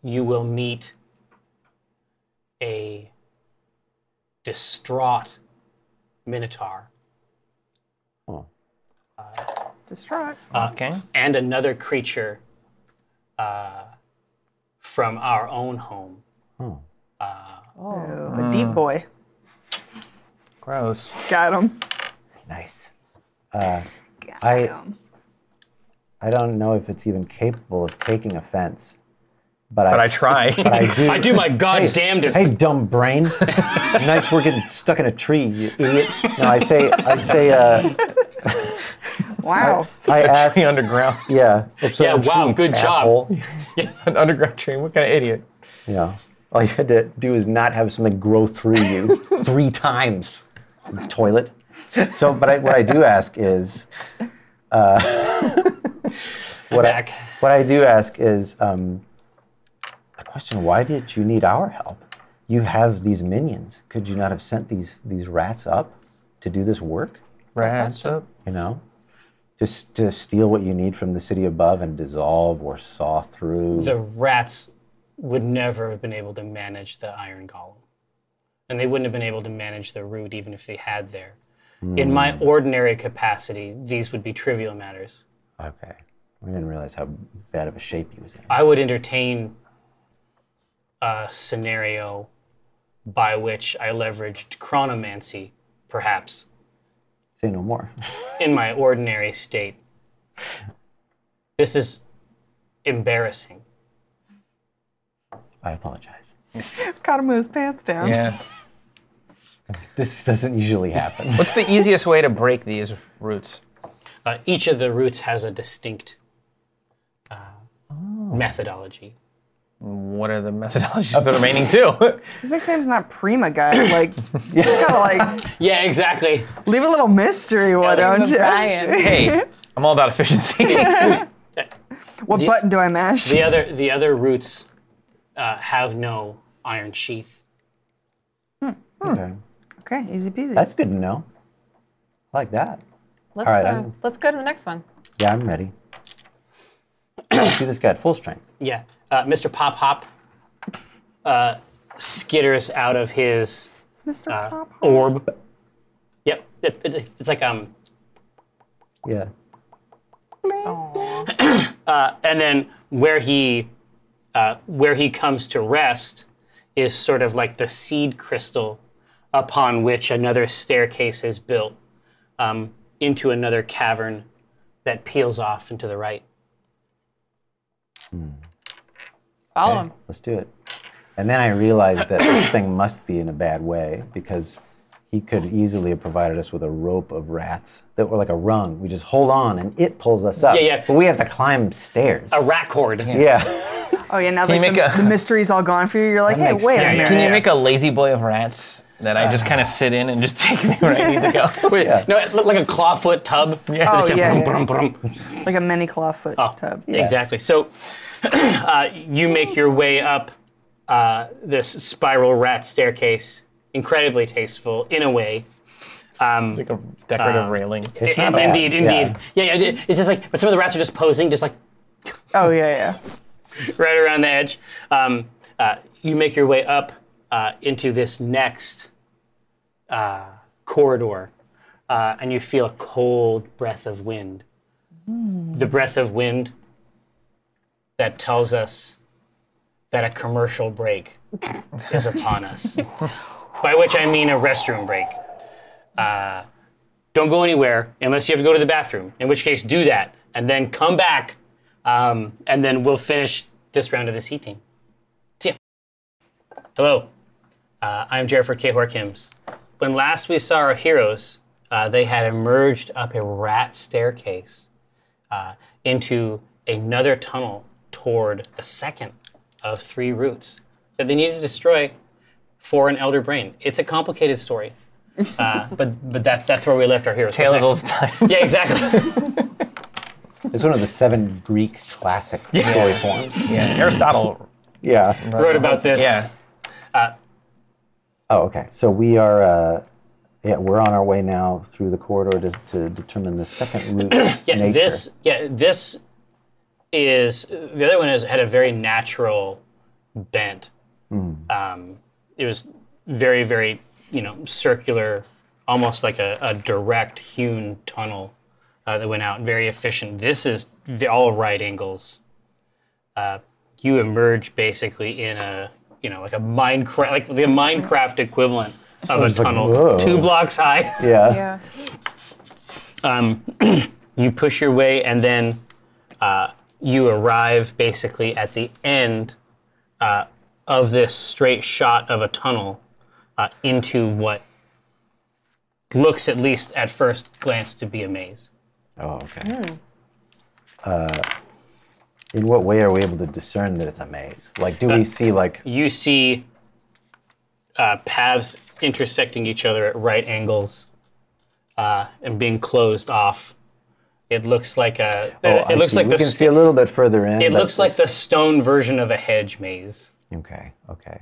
S3: You will meet a distraught Minotaur
S6: Distraught.
S4: Ah, okay.
S3: and another creature uh, from our own home.
S6: Oh, the deep
S4: Mm.
S6: boy.
S4: Gross.
S6: Got him.
S2: Nice. Uh, I I don't know if it's even capable of taking offense, but,
S4: But
S2: I,
S4: I try.
S2: But I do.
S3: I do my goddamnedest.
S2: Hey, dumb brain. nice work getting stuck in a tree, you idiot. No, I say, I say, uh,
S6: Wow.
S2: I ask.
S4: the underground,
S2: Yeah. Oops,
S3: Yeah,
S2: a tree,
S3: wow, good job.
S2: asshole.
S4: an underground tree. What kind of idiot?
S2: Yeah. All you had to do is not have something grow through you three times, toilet. So, but I, what I do ask is, uh, what, I,
S3: Back.
S2: what I do ask is um, a question: Why did you need our help? You have these minions. Could you not have sent these these rats up to do this work?
S4: Rats up.
S2: You know, just to steal what you need from the city above and dissolve or saw through.
S3: the rats would never have been able to manage the iron golem. And they wouldn't have been able to manage the root even if they had there. In my ordinary capacity, these would be trivial matters.
S2: Okay. We didn't realize how bad of a shape he was in.
S3: I would entertain a scenario by which I leveraged chronomancy, perhaps,
S2: Say no more.
S3: in my ordinary state. This is embarrassing.
S2: I apologize.
S6: Caught him with his pants down.
S4: Yeah.
S2: This doesn't usually happen.
S4: What's the easiest way to break these roots?
S3: Uh, each of the roots has a distinct uh, methodology.
S4: What are the methodologies of the remaining two?
S6: His nickname's not Prima Guy. Like, you gotta like
S3: Yeah, exactly.
S6: leave a little mystery, why
S3: Yeah,
S6: don't you?
S5: Brian.
S4: hey, I'm all about efficiency.
S6: What button do I mash?
S3: The other the other roots uh, have no iron sheath.
S2: Okay.
S6: okay, easy peasy.
S2: That's good to know. I like that.
S5: Let's
S2: All right,
S5: uh,
S2: I'm-
S5: let's go to the next one.
S2: Yeah, I'm ready. See this guy at full strength.
S3: Yeah, uh, Mr. Pop Hop uh, skitters out of his
S6: Mr. Pop.
S3: orb. Yep, it- it- it's like um,
S2: Yeah.
S3: and then where he uh, where he comes to rest is sort of like the seed crystal upon which another staircase is built um, into another cavern that peels off into the right.
S5: Follow
S2: Okay,
S5: him.
S2: Let's do it. And then I realized that this thing must be in a bad way because he could easily have provided us with a rope of rats that were like a rung. We just hold on and it pulls us up.
S3: Yeah, yeah.
S2: But we have to climb stairs.
S3: A rat cord.
S2: yeah.
S6: Oh yeah, now that
S4: you
S6: the,
S4: make a-
S6: the mystery's all gone for you, you're like, hey,
S2: makes
S6: wait
S2: sense.
S6: a
S4: Can
S6: minute.
S4: you make a lazy boy of rats that I just kind of sit in and just take me where I need to go?
S3: Wait, No, it looked like a clawfoot tub. Yeah.
S6: Oh, yeah, yeah. Like a mini clawfoot
S4: Oh,
S6: tub.
S3: Exactly. So uh, you make your way up uh, this spiral rat staircase, incredibly tasteful in a way. Um,
S4: like a
S6: Uh,
S4: decorative railing.
S3: and
S2: It's not bad.
S3: indeed, indeed. Yeah. yeah, it's just like, but some of the rats are just posing, just like
S6: Oh yeah, yeah.
S3: right around the edge. Um, uh, you make your way up uh, into this next uh, corridor, uh, and you feel a cold breath of wind. The breath of wind that tells us that a commercial break is upon us. By which I mean a restroom break. Uh, don't go anywhere unless you have to go to the bathroom, in which case, do that and then come back um, and then we'll finish this round of the C team. See ya. Hello, uh, I'm Jerford K. Horkims. When last we saw our heroes, uh, they had emerged up a rat staircase uh, into another tunnel toward the second of three routes that they needed to destroy for an elder brain. It's a complicated story, uh, but but that's that's where we left our heroes. What's
S4: Tales all the
S3: next?
S4: time.
S3: Yeah, exactly.
S2: It's one of the seven Greek classic story forms.
S4: Yeah, Aristotle
S2: Yeah.
S3: Wrote about this.
S4: Yeah,
S2: Oh, okay. So we are, uh, yeah, we're on our way now through the corridor to, to determine the second route.
S3: Yeah,
S2: nature.
S3: this yeah, this is the other one is had a very
S2: Hmm.
S3: natural bent. Um, it was very very you know, circular, almost like a, a direct hewn tunnel uh, that went out, very efficient. This is v- all right angles. Uh, you emerge basically in a, you know, like a Minecraft, like the Minecraft equivalent of a
S2: was like,
S3: tunnel,
S2: whoa.
S3: two blocks high.
S2: Yeah.
S5: Yeah.
S3: you push your way and then uh, you arrive basically at the end uh, of this straight shot of a tunnel uh, into what looks at least at first glance to be a maze
S2: Oh, okay. Uh, in what way are we able to discern that it's a maze? Like, do we see like
S3: you see uh, paths intersecting each other at right angles uh, and being closed off it looks like a
S2: Oh, I
S3: it looks
S2: see.
S3: like
S2: we
S3: the
S2: can
S3: st-
S2: see a little bit further in.
S3: it
S2: but
S3: looks like the
S2: it's-
S3: stone version of a hedge maze
S2: Okay. Okay.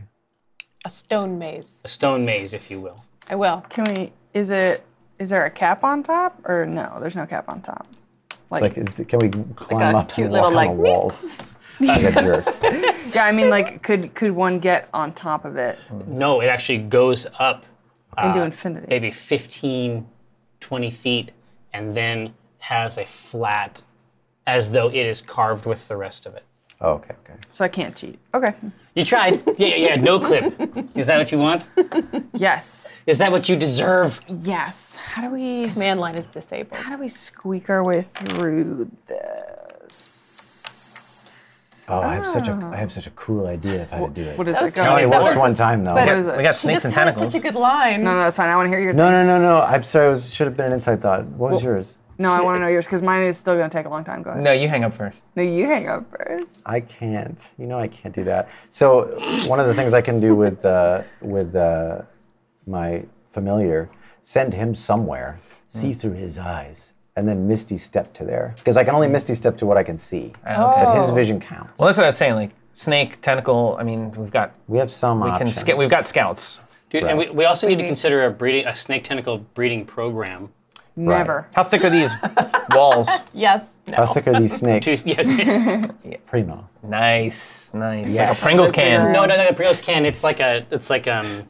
S5: A stone maze.
S3: a stone maze if you will
S5: I will.
S6: Can we? Is it? Is there a cap on top? Or no? There's no cap on top.
S2: Like, is, can we climb
S5: a
S2: up
S5: cute
S2: and
S5: little,
S2: walk
S5: like,
S2: on the walls? like a jerk.
S6: Yeah, I mean, like, could could one get on top of it
S3: No, it actually goes up
S6: into infinity?
S3: maybe 15, 20 feet and then has a flat as though it is carved with the rest of it.
S2: Oh, okay. Okay.
S6: So I can't cheat. Okay.
S3: You tried. Yeah, yeah, yeah. No clip. Is that what you want?
S6: Yes.
S3: Is that what you deserve?
S6: Yes. How do we?
S5: Man line is disabled.
S6: How do we squeak our way through this?
S2: Oh, I have such a I have such a cool idea of how to do it.
S6: What is
S5: That
S6: it?
S5: was
S6: Go
S2: I
S6: ahead.
S2: only
S5: That
S2: works
S5: was-
S2: one time though.
S5: but-
S2: no,
S6: What is it?
S4: We got
S5: She
S4: snakes
S5: just
S4: and
S5: had us
S4: tentacles.
S5: such a good line.
S6: no, no, that's fine. I want to hear your.
S2: no, no, no. I'm sorry. It was should have been an inside thought. What was yours?
S6: No, I want to know yours because mine is still going to take a long time. Go ahead.
S4: No, you hang up first.
S6: No, you hang up first.
S2: I can't. You know, I can't do that. So one of the things I can do with uh, with uh, my familiar, send him somewhere,
S4: Hmm.
S2: see through his eyes, and then misty step to there because I can only misty step to what I can see.
S4: Ah, okay. Oh.
S2: But his vision counts.
S4: Well, that's what I was saying. Like snake, tentacle. I mean, we've got
S2: we have some
S4: we can
S2: options.
S4: sca- we've got scouts.
S3: Dude, and we,
S2: Right.
S3: we also need to consider a breeding a snake tentacle breeding program.
S6: Never.
S4: How thick are these walls?
S5: Yes. No.
S2: How thick are these snakes?
S3: Two, yes.
S2: Primo.
S4: Nice, nice. Like
S2: Yes.
S4: a Pringles can.
S3: no, no, no, Prios can. It's like a it's like um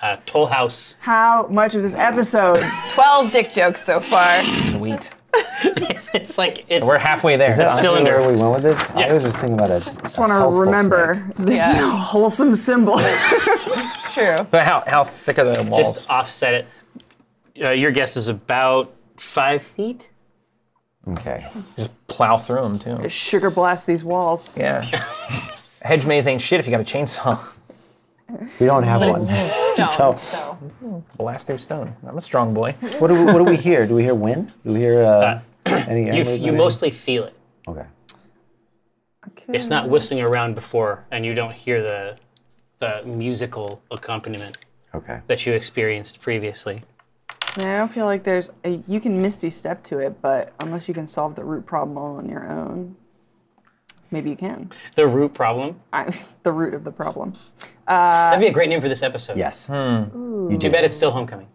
S3: a toll house.
S6: How much of this episode?
S5: 12 dick jokes so far.
S4: Sweet.
S3: It's like it's
S4: We're halfway there.
S2: Is that
S3: cylinder.
S2: where we went with this? I was just thinking about it.
S6: just want to remember this
S5: Yeah.
S6: wholesome symbol.
S5: It's true.
S4: but how how thick are the walls?
S3: just offset it. Uh, your guess is about five feet.
S2: Okay.
S4: Plow through them too.
S6: Sugar blast these walls.
S4: Yeah. Hedge maze ain't shit if you got a chainsaw.
S2: We don't have one. Oh,
S5: Stone. So.
S4: Blast through stone. I'm a strong boy.
S2: What do, we, what do we hear? Do we hear wind? Do we hear uh, any air
S3: You,
S2: movement?
S3: you mostly feel it.
S2: Okay.
S6: Okay.
S3: It's not whistling around before, and you don't hear the the musical accompaniment
S2: Okay.
S3: that you experienced previously.
S6: I, mean, I don't feel like there's a you can misty step to it, but unless you can solve the root problem all on your own, maybe you can.
S3: The root problem.
S6: I'm the root of the problem.
S3: That'd be a great name for this episode.
S2: Yes.
S3: Hmm. You Too bad it's still homecoming.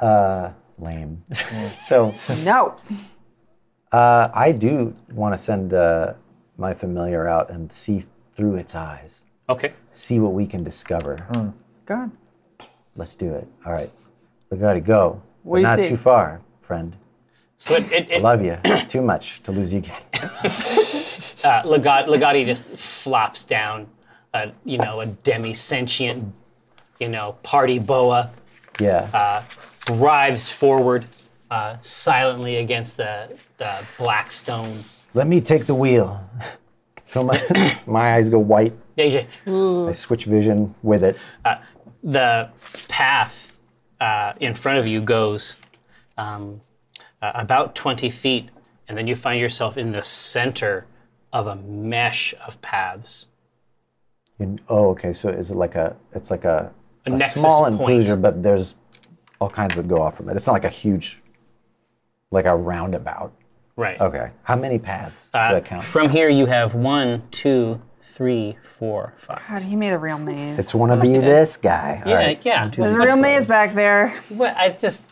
S2: lame.
S3: Hmm.
S2: so
S6: No.
S2: uh, I do want to send uh, my familiar out and see through its eyes,
S3: Okay.
S2: see what we can discover.
S3: Hmm.
S6: Go ahead.
S2: Let's do it. All right, we gotta go.
S6: do
S2: We're
S6: you
S2: not
S6: see?
S2: too far, friend.
S3: So it, it,
S2: I
S3: it,
S2: love you too much to lose you again.
S3: uh, Legat, Legati just flops down, a, you know, a demi-sentient, you know, party boa.
S2: Yeah.
S3: Uh. drives forward uh, silently against the, the black stone.
S2: Let me take the wheel. So my my eyes go white.
S3: They-
S6: Mm.
S2: I switch vision with it.
S3: The path uh, in front of you goes um, uh, about 20 feet, and then you find yourself in the center of a mesh of paths.
S2: And, oh, okay. So is it like a? It's like a,
S3: A
S2: a
S3: nexus
S2: small
S3: point.
S2: enclosure, but there's all kinds that go off from it. It's not like a huge, like a roundabout.
S3: Right. Uh,
S2: Okay. How many paths do I count?
S3: From here, you have one, two, three, four, five.
S6: God, he made a real maze.
S2: It's wanna be this guy. All
S3: Yeah,
S2: right.
S3: yeah.
S6: There's a real maze back there.
S3: Well, I just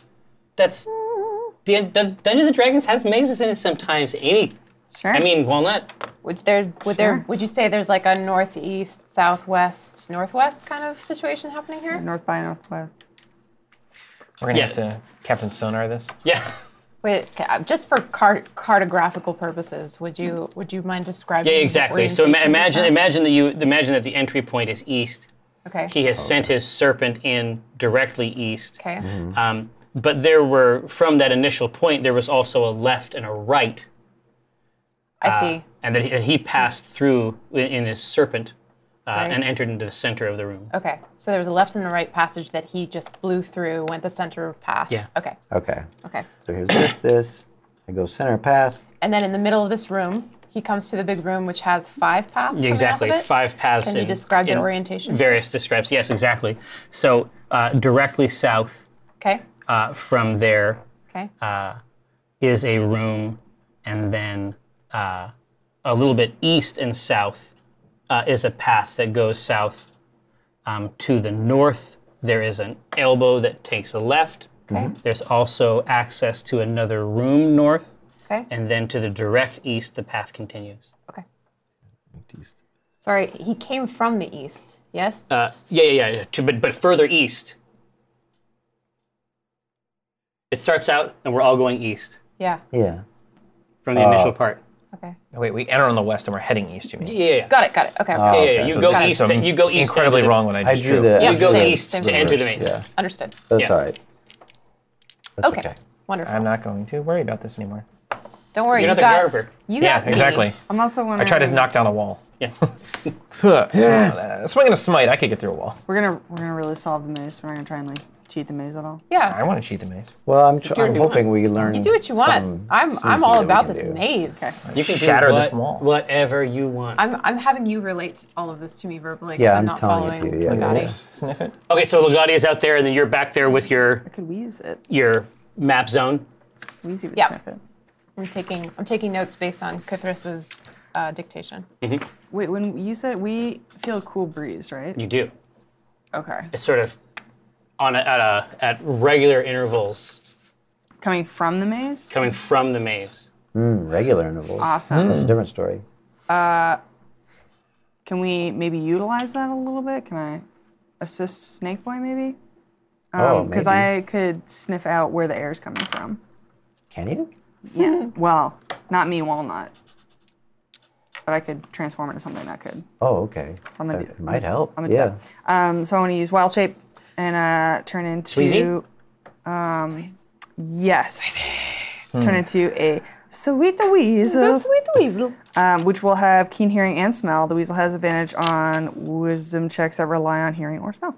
S3: that's Dun- Dun- Dungeons and Dragons has mazes in it sometimes. Any,
S6: Sure.
S3: I mean, well, not
S5: Would there would there would you say there's like a northeast, southwest, northwest kind of situation happening here?
S6: North by Northwest.
S4: We're gonna
S3: Yeah.
S4: have to Captain Sonar this.
S3: Yeah.
S5: Wait, ca- uh, just for cart- cartographical purposes, would you would you mind describing?
S3: Yeah,
S5: the
S3: exactly. So ima-
S5: orientation of this
S3: imagine,
S5: house?
S3: imagine that you imagine that the entry point is east.
S5: Okay.
S3: He has sent his serpent in directly east.
S5: Okay.
S3: Um, but there were from that initial point, there was also a left and a right, Uh,
S5: I see.
S3: and that he, and he passed through i- in his serpent uh,
S5: Right. Oh,
S3: and entered into the center of the room.
S5: Okay. So there was a left and a right passage that he just blew through, went the center of path.
S3: Yeah.
S5: Okay.
S2: Okay.
S5: Okay.
S2: So here's this, this. I go center path.
S5: And then in the middle of this room, he comes to the big room, which has five paths. coming off
S3: Exactly,
S5: of it.
S3: five paths.
S5: Can you
S3: in-
S5: describe the
S3: in
S5: orientation?
S3: Various describes. Yes, exactly. So uh, directly south
S5: Okay.
S3: uh, from there
S5: Okay.
S3: Uh, is a room, and then uh, a little bit east and south uh, is a path that goes south. Um, to the north, there is an elbow that takes a left.
S5: Okay.
S3: There's also access to another room north,
S5: okay.
S3: and then to the direct east, the path continues.
S5: okay. Sorry, he came from the east. Yes.
S3: Uh, yeah, yeah, yeah. yeah. To, but, but further east. It starts out, and we're all going east
S5: yeah.
S2: Yeah.
S3: from
S4: Uh,
S3: the initial part.
S5: Okay.
S4: Oh, wait, we enter on the west and we're heading east. You mean?
S3: Yeah, yeah, yeah.
S5: Got it. Got it. Okay.
S2: Ah.
S3: yeah, yeah, You
S4: So
S3: go
S4: this is
S3: east. to-
S4: some
S3: You go east. to
S4: Incredibly
S3: enter the-
S4: wrong when I
S2: I
S4: just
S2: drew
S4: drew.
S2: the.
S5: Yeah,
S3: You go
S5: same-
S3: east
S5: same
S3: to enter the
S5: reverse.
S3: maze.
S2: Yeah.
S5: Understood.
S2: That's
S3: Yeah.
S2: all right. That's
S5: Okay.
S2: okay.
S5: Wonderful.
S4: I'm not going to worry about this anymore.
S5: Don't worry.
S3: You're not
S5: you
S3: the
S5: got,
S3: carver.
S5: You
S3: Yeah,
S5: got me.
S4: Exactly.
S6: I'm also
S4: I
S6: wondering.
S4: tried to knock down a wall.
S3: Mm. Yeah.
S4: Huh, so, uh, swing and a smite. I could get through a wall.
S6: We're gonna we're gonna really solve the maze. We're not gonna try and like cheat the maze at all.
S5: Yeah.
S4: I want to cheat the maze.
S2: Well, I'm, tr- I'm hoping we learn.
S5: You do what you want.
S2: some-
S5: I'm
S2: some
S5: I'm
S2: thing that
S5: all
S2: we
S5: about
S2: can
S5: this
S2: do.
S5: maze.
S3: You can do
S4: Shatter this
S3: what-
S4: wall.
S3: Whatever you want.
S5: I'm I'm having you relate all of this to me verbally. 'cause
S2: Yeah, I'm
S5: not
S2: telling it
S5: following
S2: to you, yeah, yeah,
S5: Bugatti.
S2: yeah.
S4: Sniff it.
S3: okay, so Lagati is out there, and then you're back there with your
S6: Could wheeze it.
S3: your map zone.
S6: Wheezy would
S5: Yeah.
S6: sniff it.
S5: I'm taking I'm taking notes based on Cuthras's uh, dictation.
S6: Wait, when you said we feel a cool breeze, right?
S3: You do.
S6: Okay.
S3: It's sort of on a, at a at regular intervals
S6: Coming from the maze.
S3: coming from the maze.
S2: Regular intervals.
S6: Awesome.
S2: That's a different story.
S6: Can we maybe utilize that a little bit? Can I assist Snake Boy maybe?
S5: Um,
S2: oh,
S6: Because
S2: maybe.
S6: I could sniff out where the air is coming from.
S2: Can you?
S6: Yeah. well, not me, Walnut. But I could transform into something that could.
S2: Oh, okay.
S6: I'm gonna
S2: That-
S6: do-
S2: it might help.
S6: I'm gonna do
S2: yeah.
S6: that. Um, so I want to use Wild Shape and uh, turn into.
S3: Sweezy?
S6: Um, yes.
S2: Hmm.
S6: Turn into a sweet weasel,
S5: sweet weasel.
S6: um, which will have keen hearing and smell. The weasel has advantage on wisdom checks that rely on hearing or smell.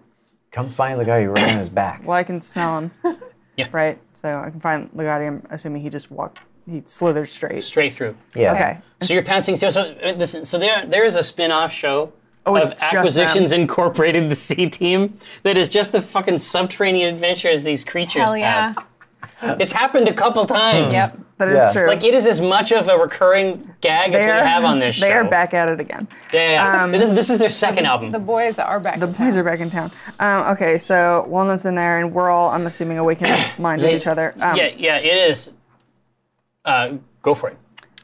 S2: Come find the guy who ran his back.
S6: Well, I can smell him.
S3: Yeah.
S6: Right? So I can find Legati. I'm assuming he just walked, he slithered straight.
S3: Straight through.
S2: Yeah.
S6: Okay.
S3: So you're pouncing. So, so, uh, this, so there, there is a spin-off
S6: it's
S3: show
S5: Oh,
S3: of
S6: just
S3: Acquisitions Incorporated, the C Team, that is just the fucking subterranean adventures these creatures
S5: Hell yeah. Hmm.
S3: have. It's happened a couple times.
S5: Yep.
S6: That is
S2: Yeah.
S6: true.
S3: Like it is as much of a recurring gag as we have on this show.
S6: They are Um, back at it again.
S3: Yeah, yeah. this, this is their second album.
S5: The boys are back.
S6: The boys are back in town. Um, okay, so Walnut's in there, and we're all, I'm assuming, awakened mind of
S3: They-
S6: each other. Um,
S3: yeah, yeah, it is. Uh, go for it.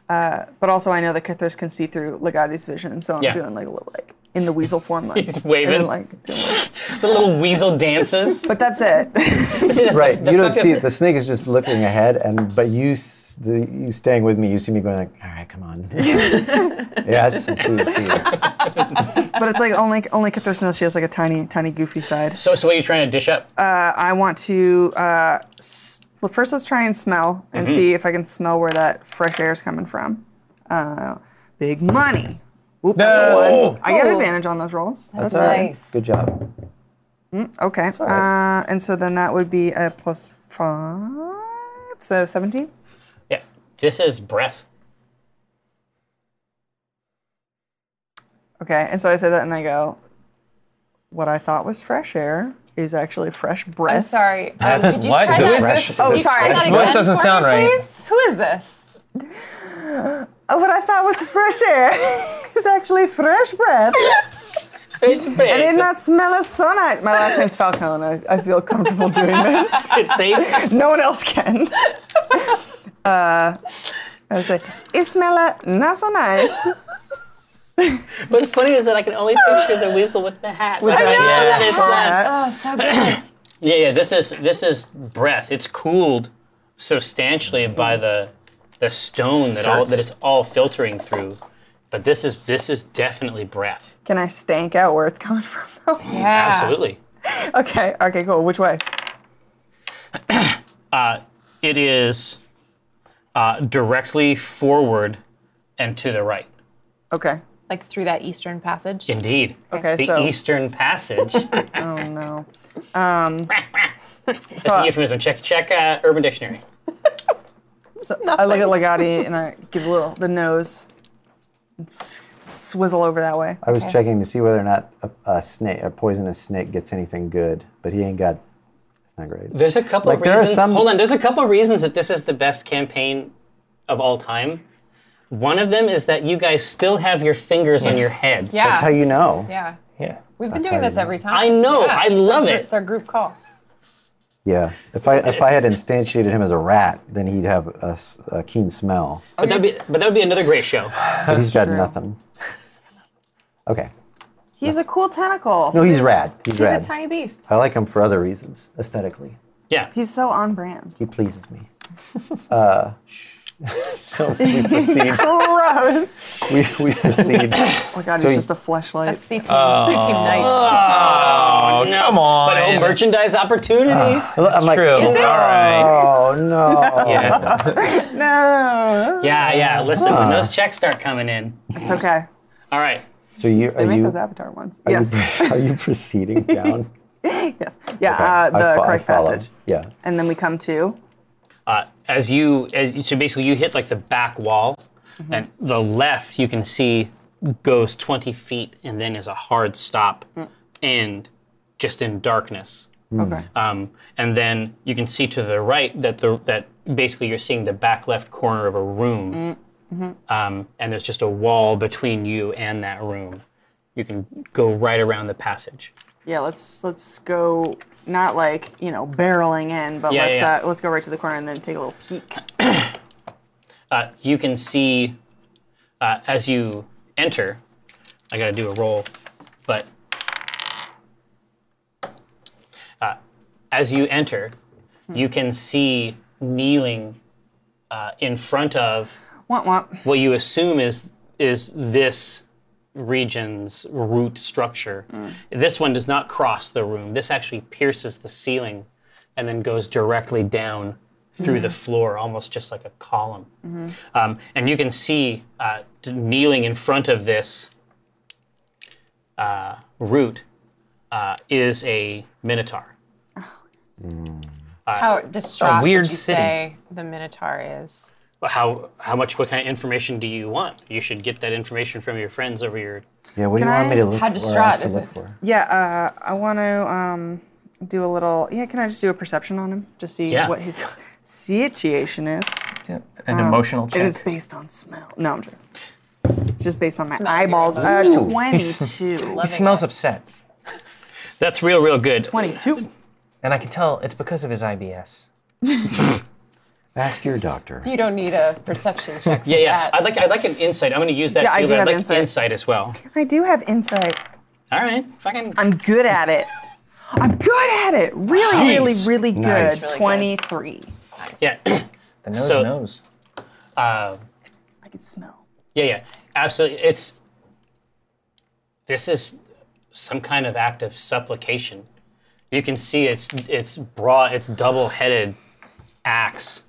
S6: But also, I know that Kithers can see through Legati's vision, so I'm
S3: Yeah.
S6: doing like a little like in the weasel form, like
S3: He's
S6: and
S3: waving.
S6: then, like, doing, like-
S3: The little weasel dances.
S6: but that's it.
S3: See, the-
S2: Right.
S3: the
S2: you don't
S3: fucking-
S2: see it. The snake is just looking ahead, and but you, s- the, you staying with me, you see me going like, all right, come on. yes. I see, I see.
S6: but it's like only only Kithers knows she has like a tiny, tiny goofy side.
S3: So, so what are you trying to dish up?
S6: Uh, I want to. Uh, s- well, first, let's try and smell and see if I can smell where that fresh air is coming from. Uh, big money. Oop, that's a
S4: No!
S6: one. I get
S5: Oh.
S6: advantage on those rolls.
S5: That's
S6: all right.
S5: nice.
S2: Good job.
S6: Okay.
S2: all right.
S6: Uh, and so then that would be a plus five, so 17.
S3: Yeah, this is breath.
S6: Okay. And so I say that and I go, what I thought was fresh air is actually fresh breath.
S5: I'm sorry. Um,
S4: That's
S5: could you
S4: what?
S5: try
S4: Who
S5: that?
S4: is
S2: this?
S5: Could
S6: Oh,
S5: you try
S6: sorry.
S5: that
S6: This
S5: again
S4: voice doesn't
S5: for
S4: sound
S5: me,
S4: right.
S5: please? Who is this?
S6: Oh, what I thought was fresh air is actually fresh breath. I did not smell a sonite. My last name's Falcone. I, I feel comfortable doing this.
S3: It's safe.
S6: No one else can. uh, I was like, Ismela, not so nice.
S3: But the funny is that I can only picture the weasel with the hat. With
S6: the
S4: hat.
S3: It's not.
S6: Uh,
S5: Oh, so good.
S3: Yeah, yeah. This is this is breath. It's cooled substantially by the the stone that all
S4: Certs.
S3: that it's all filtering through. But this is this is definitely breath.
S6: Can I stank out where it's coming from though?
S5: yeah.
S3: Absolutely.
S6: okay, okay, cool. Which way?
S3: It is uh, directly forward and to the right.
S6: Okay.
S5: Like through that eastern passage.
S3: Indeed.
S6: Okay,
S3: The
S6: so
S3: Eastern Passage. That's
S6: oh no.
S3: a euphemism. Check check uh, Urban Dictionary.
S6: I look at Legati and I give a little the nose and s- swizzle over that way.
S2: I was checking to see whether or not a, a snake, a poisonous snake, gets anything good, but he ain't got. It's not great.
S3: There's a couple
S2: Like, there are
S3: reasons.
S2: some-
S3: Hold on. There's a couple reasons that this is the best campaign of all time. One of them is that you guys still have your fingers on your heads.
S5: Yeah.
S2: That's how you know.
S5: yeah.
S4: Yeah.
S5: We've
S2: That's
S5: been doing
S2: how
S5: this
S2: you-
S5: every time.
S3: I know.
S5: Yeah.
S3: I
S5: It's our
S3: love
S5: group-
S3: it.
S5: It's our group call.
S2: Yeah. If I if I had instantiated him as a rat, then he'd have a, s- a keen smell.
S3: But that'd be but that would be another great show.
S2: But he's got nothing. Okay.
S6: He's a cool tentacle.
S2: No, he's rad. He's,
S5: He's a
S2: rad.
S5: tiny beast.
S2: I like him for other reasons, aesthetically.
S3: Yeah.
S6: He's so on brand.
S2: He pleases me. uh, so we proceed.
S6: Gross.
S2: We, we proceed.
S6: Oh my god,
S2: So
S6: he's
S2: he-
S6: just a fleshlight.
S5: That's C team. C team night.
S3: Oh,
S4: come on.
S3: But oh, merchandise opportunity.
S2: I'm like,
S4: True.
S5: Is it?
S4: All right.
S2: oh no.
S4: Yeah.
S6: no.
S3: yeah, yeah. Listen,
S2: Ah.
S3: when those checks start coming in.
S6: It's okay.
S3: All right.
S2: So you are
S6: They make
S2: you
S6: those avatar ones.
S2: are
S6: Yes.
S2: you are you proceeding down?
S6: yes. Yeah,
S2: Okay,
S6: uh,
S2: I
S6: the
S2: fo- I
S6: correct
S2: follow.
S6: passage.
S2: Yeah.
S6: And then we come to
S3: uh, as you as you- so basically you hit like the back wall and the left you can see goes 20 feet and then is a hard stop and just in darkness
S2: Hmm.
S6: Okay.
S3: um, and then you can see to the right that the that basically you're seeing the back left corner of a room um, and there's just a wall between you and that room you can go right around the passage
S6: Yeah, let's let's go not like, you know, barreling in, but
S3: Yeah,
S6: let's
S3: yeah, yeah.
S6: Uh, let's go right to the corner and then take a little peek.
S3: uh, you can see uh, as you enter. I got to do a roll, but uh, as you enter, you can see kneeling uh, in front of
S6: Womp womp.
S3: what you assume is is this region's root structure. This one does not cross the room. This actually pierces the ceiling and then goes directly down through the floor, almost just like a column. Um, and you can see uh, d- kneeling in front of this uh, root uh, is a minotaur.
S5: How distraught
S4: A weird
S5: would you
S4: city.
S5: say the Minotaur is?
S3: How how much what kind of information do you want? You should get that information from your friends over your
S2: Yeah. What do you
S6: Can
S2: want me
S6: I-
S2: to look
S5: how
S2: for? or
S5: distraught
S2: us to
S5: is
S2: look
S5: it?
S2: for?
S6: Yeah, uh, I want to um, do a little Yeah, can I just do a perception on him to see
S3: Yeah.
S6: what his situation is?
S4: An emotional
S6: It is
S4: check.
S6: based on smell. No, I'm joking. It's just based on my
S5: Smell your
S6: eyeballs. Uh,
S5: emotions.
S6: 22.
S4: He smells upset,
S3: That's real real good.
S6: 22.
S4: and I can tell it's because of his IBS.
S2: Ask your doctor.
S5: You don't need a perception check.
S3: Yeah, yeah.
S5: that.
S3: I'd like I'd like an insight. I'm going to use that
S6: Uh, Yeah, I
S3: too,
S6: do
S3: but I'd
S6: have
S3: like
S6: insight.
S3: insight as well.
S6: I do have insight.
S3: All right, fucking.
S6: I'm good at it. I'm good at it. Really,
S3: Nice.
S6: really, really good.
S2: Nice.
S5: Really good.
S6: 23.
S3: Yeah,
S4: The nose
S3: So-
S4: knows.
S6: I can smell.
S3: yeah, yeah. Absolutely. It's this is some kind of act of supplication. You can see it's it's broad, it's double-headed axe.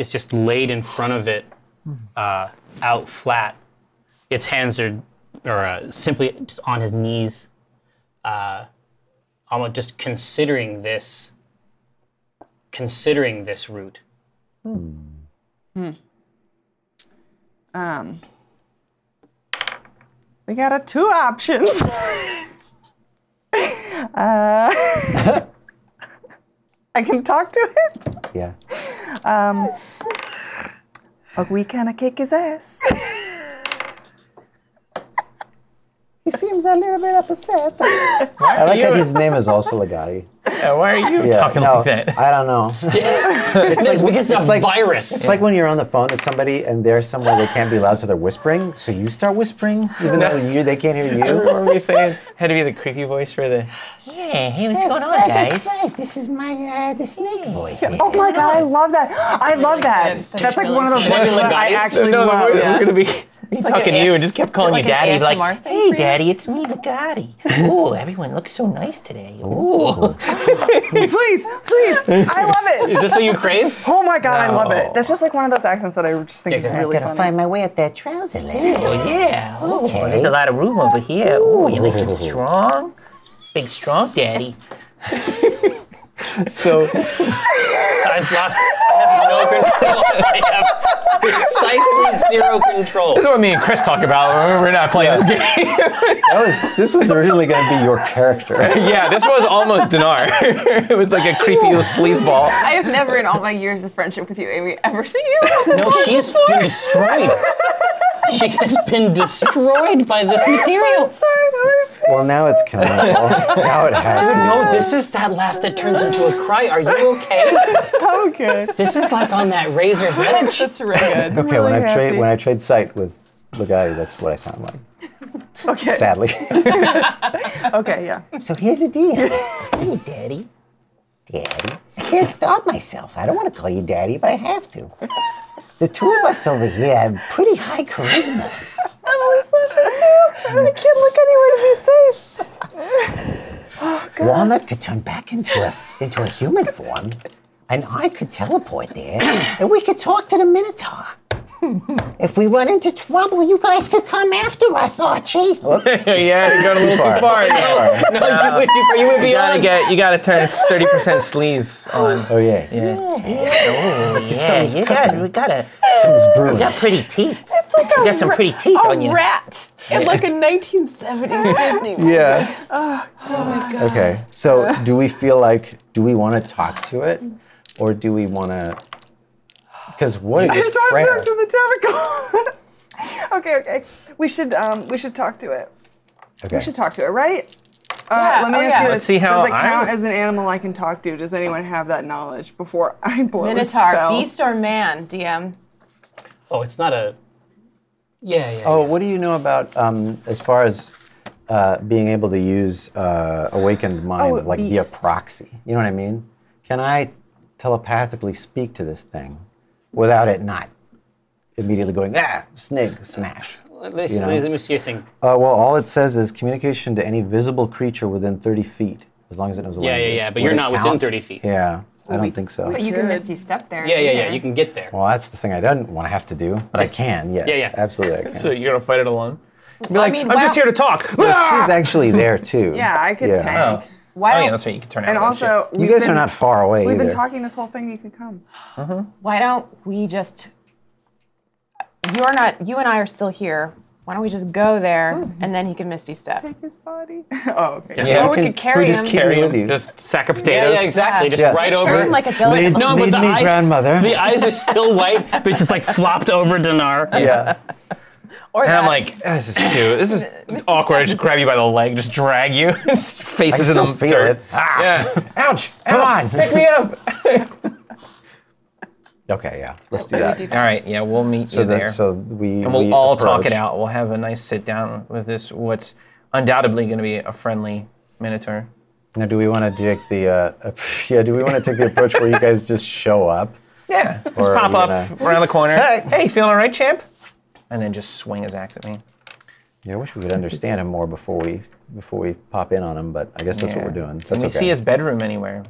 S3: It's just laid in front of it, uh, out flat. Its hands are are uh, simply just on his knees, uh, almost just considering this. Considering this route.
S6: Um, we got a two options. Uh, I can talk to him.
S2: Yeah.
S6: Or we kind of kick his ass.
S2: He seems a little bit upset. I like that his name is also Legati.
S4: Yeah, why are you
S2: Yeah,
S4: talking
S2: no,
S4: like that?
S2: I don't know.
S3: It's, because it's,
S2: it's
S3: a
S2: like-
S3: virus.
S2: It's like when you're on the phone to somebody and they're somewhere they can't be loud, so they're whispering. So you start whispering, even though you they can't hear
S4: I
S2: you.
S4: remember me saying had to be the creepy voice for the. Yeah, hey, what's going on, guys?
S2: This is my uh, the snake voice.
S6: Oh my god, I love that. I love that. That's like one of those
S3: Should I be
S6: ones
S3: like
S6: that I
S3: guys?
S6: actually
S4: no, the
S6: love.
S4: voice was
S5: Yeah.
S4: gonna be. Me
S5: like
S4: talking
S5: an
S4: to you
S5: AS
S4: and just kept calling
S5: like
S4: you
S5: an
S4: daddy.
S5: ASMR
S4: Like,
S5: thing
S4: hey,
S5: for you?"
S4: daddy, it's me, Bugatti. Ooh, everyone looks so nice today. Ooh.
S6: Please, please, I love
S3: Is
S6: it.
S3: this what you crave?
S6: Oh my god, I love it. That's just like one of those accents that I just think is
S3: Yeah, yeah.
S6: really
S7: Gotta
S6: funny.
S7: find my way up that trouser leg.
S4: Oh yeah. Ooh, there's a lot of room over here. Ooh, you're looking strong. Big strong daddy. so
S3: I've lost. I have no control. I have precisely zero control.
S4: this is what me and Chris talk about when we're not playing this game.
S2: That was this was originally going to be your character.
S4: yeah, this was almost Dinar. it was like a creepy little sleazeball.
S5: I have never in all my years of friendship with you, Amy, ever seen you.
S3: No, she has been destroyed. She has been destroyed by this material.
S2: well, now it's canonical. Now it has.
S3: No, this is that laugh that turns into a cry. Are you okay?
S6: Oh, good.
S3: This is like on that razor's edge.
S5: That's really
S2: to
S5: good.
S2: be. Okay, when
S6: really
S2: I trade
S6: happy.
S2: when I trade sight with Lugai, that's what I sound like.
S6: Okay.
S2: Sadly,
S6: Okay, yeah.
S7: So here's the deal. hey, Daddy. Daddy. I can't stop myself. I don't want to call you Daddy, but I have to. The two of us over here have pretty high charisma.
S6: I can't look anywhere to be safe.
S7: Walnut could turn back into a into a human form, and I could teleport there, and we could talk to the Minotaur. If we run into trouble, you guys could come after us, Archie.
S4: yeah, you got a little too far. yeah.
S3: No, you would do. You would be
S4: You gotta
S3: on.
S4: get, you gotta turn 30% sleaze on.
S2: oh yeah, yeah.
S4: Yeah, you got, we got a,
S2: Something's brewing.
S4: pretty teeth.
S5: It's like a
S4: got some
S5: ra-
S4: pretty teeth on you.
S5: A rat in like a 1970s Disney. movie.
S2: Yeah. Okay. So, do we feel like do we want to talk to it, or do we want to? Because what
S6: I
S2: is
S6: just have
S2: prayer?
S6: drugs in the tentacle. okay, okay. We should um we should talk to it.
S2: Okay.
S6: We should talk to it, right? Uh,
S5: Yeah,
S6: let me
S5: oh
S6: ask
S5: yeah.
S6: you this.
S5: Let's
S4: see how
S6: Does it count
S4: I-
S6: as an animal I can talk to? Does anyone have that knowledge before I blow a
S5: Minotaur,
S6: spell?
S5: beast or man, DM.
S3: Oh, it's not a. Yeah, yeah.
S2: Oh,
S3: yeah.
S2: what do you know about um, as far as uh, being able to use uh, awakened mind
S6: Oh,
S2: like
S6: beast.
S2: via proxy? You know what I mean? Can I telepathically speak to this thing without it not immediately going ah snake smash?
S3: Let me, see-
S2: you know.
S3: let me- let me see your thing.
S2: Uh, well, all it says is communication to any visible creature within 30 feet, as long as it knows a
S3: Yeah, yeah,
S2: language.
S3: yeah, but
S2: Would
S3: you're
S2: it
S3: not within
S2: count?
S3: 30 feet.
S2: Yeah, I don't think so.
S5: But you can misty step there.
S3: Yeah, yeah, yeah.
S5: either.
S3: You can get there.
S2: Well, that's the thing I don't want to have to do, but I can, yes.
S3: Yeah, yeah.
S2: Absolutely, I can.
S4: So you're gonna fight it alone? Be like, I
S5: mean,
S4: am
S5: wow.
S4: just here to talk.
S2: She's actually there, too.
S6: Yeah, I could
S2: Yeah.
S6: tank.
S5: Why
S4: Oh
S5: don't,
S4: yeah, that's right. You can turn out.
S6: And
S4: that shit.
S6: also,
S2: You
S6: we've
S2: guys
S6: been-
S2: are not far away
S6: We've
S2: either.
S6: been talking this whole thing. You can come.
S5: why don't we just? You're not. You and I are still here. Why don't we just go there
S6: Hmm.
S5: and then he can misty step?
S6: Take his body. oh, okay.
S4: Yeah,
S5: Or we
S2: can-
S5: could carry
S2: we just
S5: him.
S2: keep
S4: carry
S2: him
S4: him,
S2: with you.
S4: just sack of
S3: um, Yeah,
S4: potatoes.
S3: yeah, exactly. Just
S2: Yeah.
S3: right over.
S5: Lead- like a delicate-
S2: Lead,
S5: No,
S2: lead me, grandmother.
S3: The eyes are still white, but it's just like flopped over Dinar.
S2: yeah.
S5: Or
S4: And I'm
S5: that.
S4: like, "Ah, this is cute. This is awkward. I just grab you by the leg, just drag you, just
S2: I
S4: faces in
S2: still
S4: the
S2: feel
S4: dirt.
S2: it. Ah.
S4: Yeah. Ouch!
S2: Come
S4: Ouch.
S2: on.
S4: Pick me up.
S2: Okay, yeah. Let's do that.
S4: All right. Yeah, we'll meet
S2: So,
S4: you
S2: that,
S4: there.
S2: so we
S4: and we'll
S2: we
S4: all
S2: approach.
S4: talk it out. We'll have a nice sit down with this. What's undoubtedly going to be a friendly minotaur.
S2: Now, do we want to take the uh, ap- yeah? Do we want to take the approach where you guys just show up?
S4: Yeah. Just
S2: Or
S4: pop
S2: you
S4: up
S2: gonna-
S4: around the corner.
S2: Hey.
S4: hey, feeling all right, champ? And then just swing his axe at me.
S2: Yeah, I wish we could understand him more before we before we pop in on him, but I guess that's what
S4: Yeah.
S2: we're doing. That's
S4: Can we
S2: okay.
S4: see his bedroom anywhere?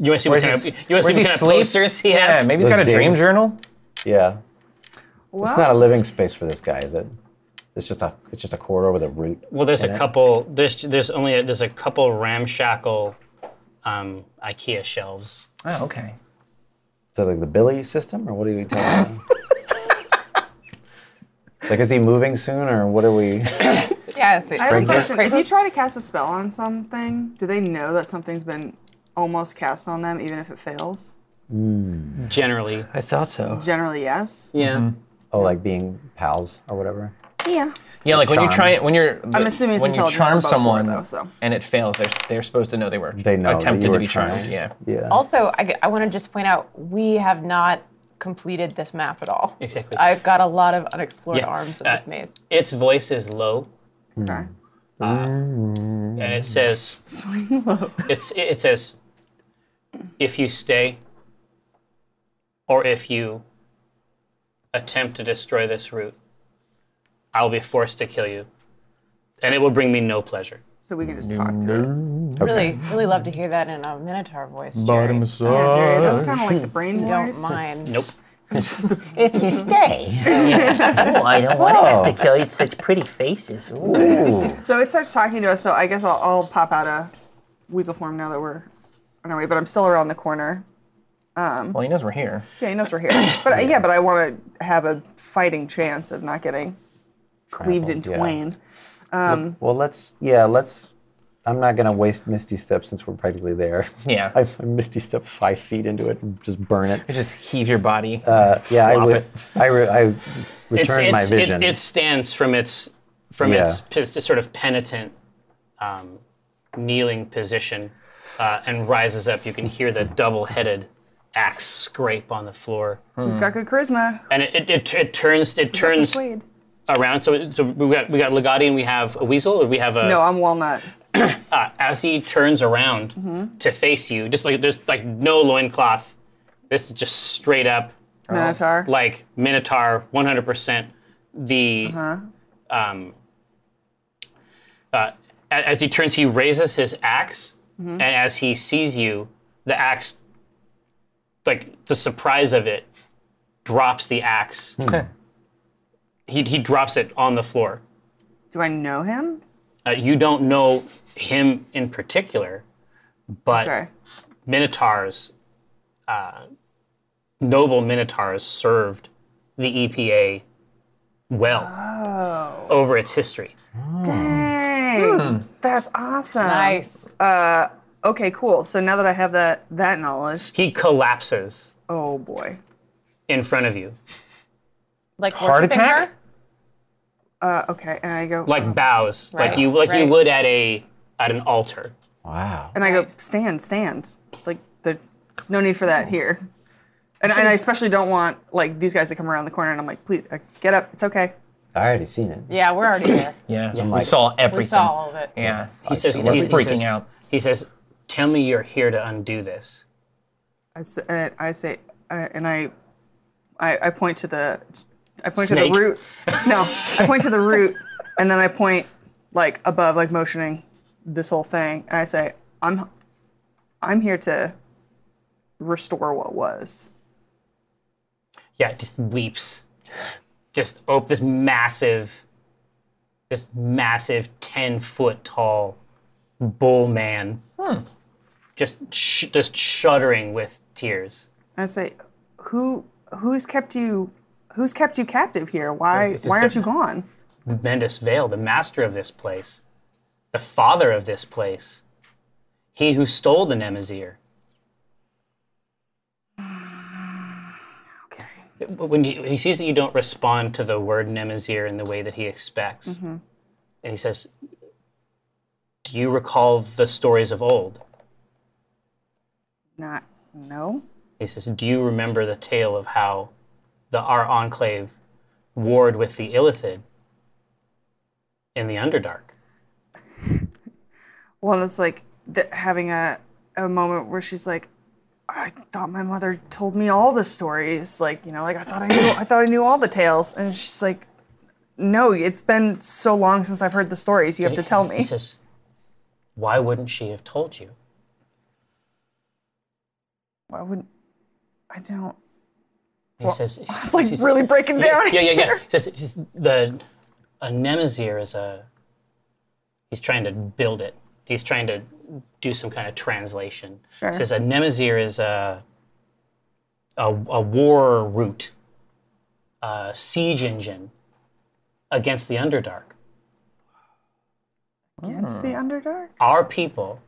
S3: You want to see what
S4: Where's
S3: kind
S4: his-
S3: of, you want to see
S4: where's
S3: what
S4: he
S3: kind of
S4: sleep?
S3: posters he
S4: Yeah,
S3: has?
S4: maybe he's
S2: Those
S4: got a dream
S2: digs.
S4: journal.
S2: Yeah,
S6: Well,
S2: it's not a living space for this guy, is it? It's just a it's just a corridor with a root.
S3: Well, there's a couple. There's there's only a, there's a couple ramshackle um, IKEA shelves.
S4: Oh, okay.
S2: So like the Billy system, or what are we talking about? like, is he moving soon, or what are we?
S5: yeah, it's
S6: I have a
S5: crazy.
S6: question. If you try to cast a spell on something, do they know that something's been almost cast on them, even if it fails?
S3: Generally,
S4: I hmm. thought so.
S6: Generally, yes.
S3: yeah.
S2: Oh, like being pals or whatever.
S6: Yeah.
S4: Yeah, like when you
S2: charm.
S4: try it, when you're
S6: I'm assuming it's
S4: when you
S6: intelligence
S4: charm
S6: above four,
S4: someone
S6: though, so.
S4: and it fails, they're they're supposed to know they were
S2: They know that you
S4: attempted
S2: were
S4: to be charmed.
S2: charmed.
S4: Yeah.
S2: Yeah.
S5: Also, I, want to just point out we have not completed this map at all.
S3: Exactly.
S5: I've got a lot of unexplored
S3: Yeah,
S5: arms in
S3: uh,
S5: this maze.
S3: Its voice is low, Uh,
S6: Okay.
S3: and it says,
S6: Swing low.
S3: "It's it it says, if you stay, or if you attempt to destroy this route, I'll be forced to kill you, and it will bring me no pleasure."
S6: So we can just talk to it.
S5: Really, really love to hear that in a Minotaur voice. Jerry.
S6: Yeah, Jerry, that's kind of like the brain
S5: Don't
S6: voice.
S5: mind.
S3: Nope.
S7: If you stay,
S8: Oh, I don't want to have to kill you. Such pretty faces. Ooh.
S6: So it starts talking to us. So I guess I'll, I'll pop out a weasel form now that we're on our way. But I'm still around the corner.
S4: Well, he knows we're here.
S6: Yeah, he knows we're here. But uh, yeah, yeah but I want to have a fighting chance of not getting cleaved in
S2: Trampled, yeah.
S6: twain.
S2: Well, let's. Yeah, let's. I'm not gonna waste Misty Step since we're practically there.
S4: Yeah.
S2: I, I Misty Step five feet into it and just burn it.
S4: You just heave your body.
S2: Uh, yeah, I
S4: flop
S2: would.
S4: it.
S2: I, re, I
S3: It's,
S2: returned my
S3: it's, it's,
S2: vision.
S3: it stands from its from
S2: Yeah.
S3: its pos- sort of penitent um, kneeling position uh, and rises up. You can hear the double-headed axe scrape on the floor.
S6: He's got good charisma.
S3: and it, it, it, it turns it turns
S6: Wade.
S3: around. So, so we got we got Legati and we have a weasel. Or we have a
S6: No, I'm walnut.
S3: as he turns around to face you, just like there's like no loincloth. This is just straight up
S6: Minotaur.
S3: like Minotaur, 100%. The um, uh, a- as he turns, he raises his ax and as he sees you, the axe, like the surprise of it, drops the axe. he he drops it on the floor.
S6: Do I know him?
S3: Uh, you don't know him in particular, but
S6: Okay.
S3: minotaurs, uh, noble minotaurs served the EPA well
S5: Oh.
S3: over its history.
S6: Dang, that's awesome.
S5: Nice.
S6: Okay, cool. So now that I have that that knowledge,
S3: He collapses
S6: oh boy.
S3: in front of you,
S5: Like
S4: Heart
S5: worshiping
S4: attack?
S5: her?
S6: Uh, okay, and I go
S3: like bows, like
S5: Right,
S3: you like you
S5: right.
S3: would at a at an altar.
S2: wow.
S6: and I go stand, stand. Like there's no need for that here. And, and I especially don't want like these guys to come around the corner and I'm like, please uh, get up. It's okay.
S2: I already seen it.
S5: Yeah, we're already there.
S4: yeah. we
S2: like-
S4: saw everything.
S5: we saw all of it.
S4: Yeah.
S3: He says,
S4: We're
S3: he, he
S4: freaking
S3: says-
S4: out.
S3: He says, "Tell me you're here to undo this."
S6: I s- uh, I say, uh, and I, I, I point to the, I point
S3: Snake.
S6: to the root. No, I point to the root, and then I point like above, like motioning this whole thing, and I say, I'm, I'm here to restore what was.
S3: yeah, just weeps. Just op- this massive, this massive ten foot tall bull man. Just sh- just shuddering with tears.
S6: And I say, who, who's kept you, who's kept you captive here? Why,
S3: It's just
S6: why aren't
S3: that-
S6: you gone?
S3: Mendus Vale, the master of this place, the father of this place, he who stole the Nemazir.
S6: Okay.
S3: When he, he sees that you don't respond to the word Nemazir in the way that he expects, and he says, "Do you recall the stories of old?"
S6: Not, no.
S3: He says, Do you remember the tale of how the our enclave warred with the Illithid in the Underdark?
S6: Well, it's like th- having a, a moment where she's like, I thought my mother told me all the stories. Like, you know, like I thought I knew, I thought I knew all the tales. And she's like, no, it's been so long since I've heard the stories. You have to tell
S3: He
S6: me.
S3: says, Why wouldn't she have told you?
S6: Why wouldn't I don't
S3: He says,
S6: it's like
S3: she's-
S6: really breaking down.
S3: Yeah, yeah, yeah. He says, he says, the a Nemazir is a. He's trying to build it. He's trying to do some kind of translation.
S6: Sure.
S3: He says a Nemazir is a a, a war route, a siege engine against the Underdark.
S6: Against the
S3: Hmm.
S6: Underdark?
S3: Our people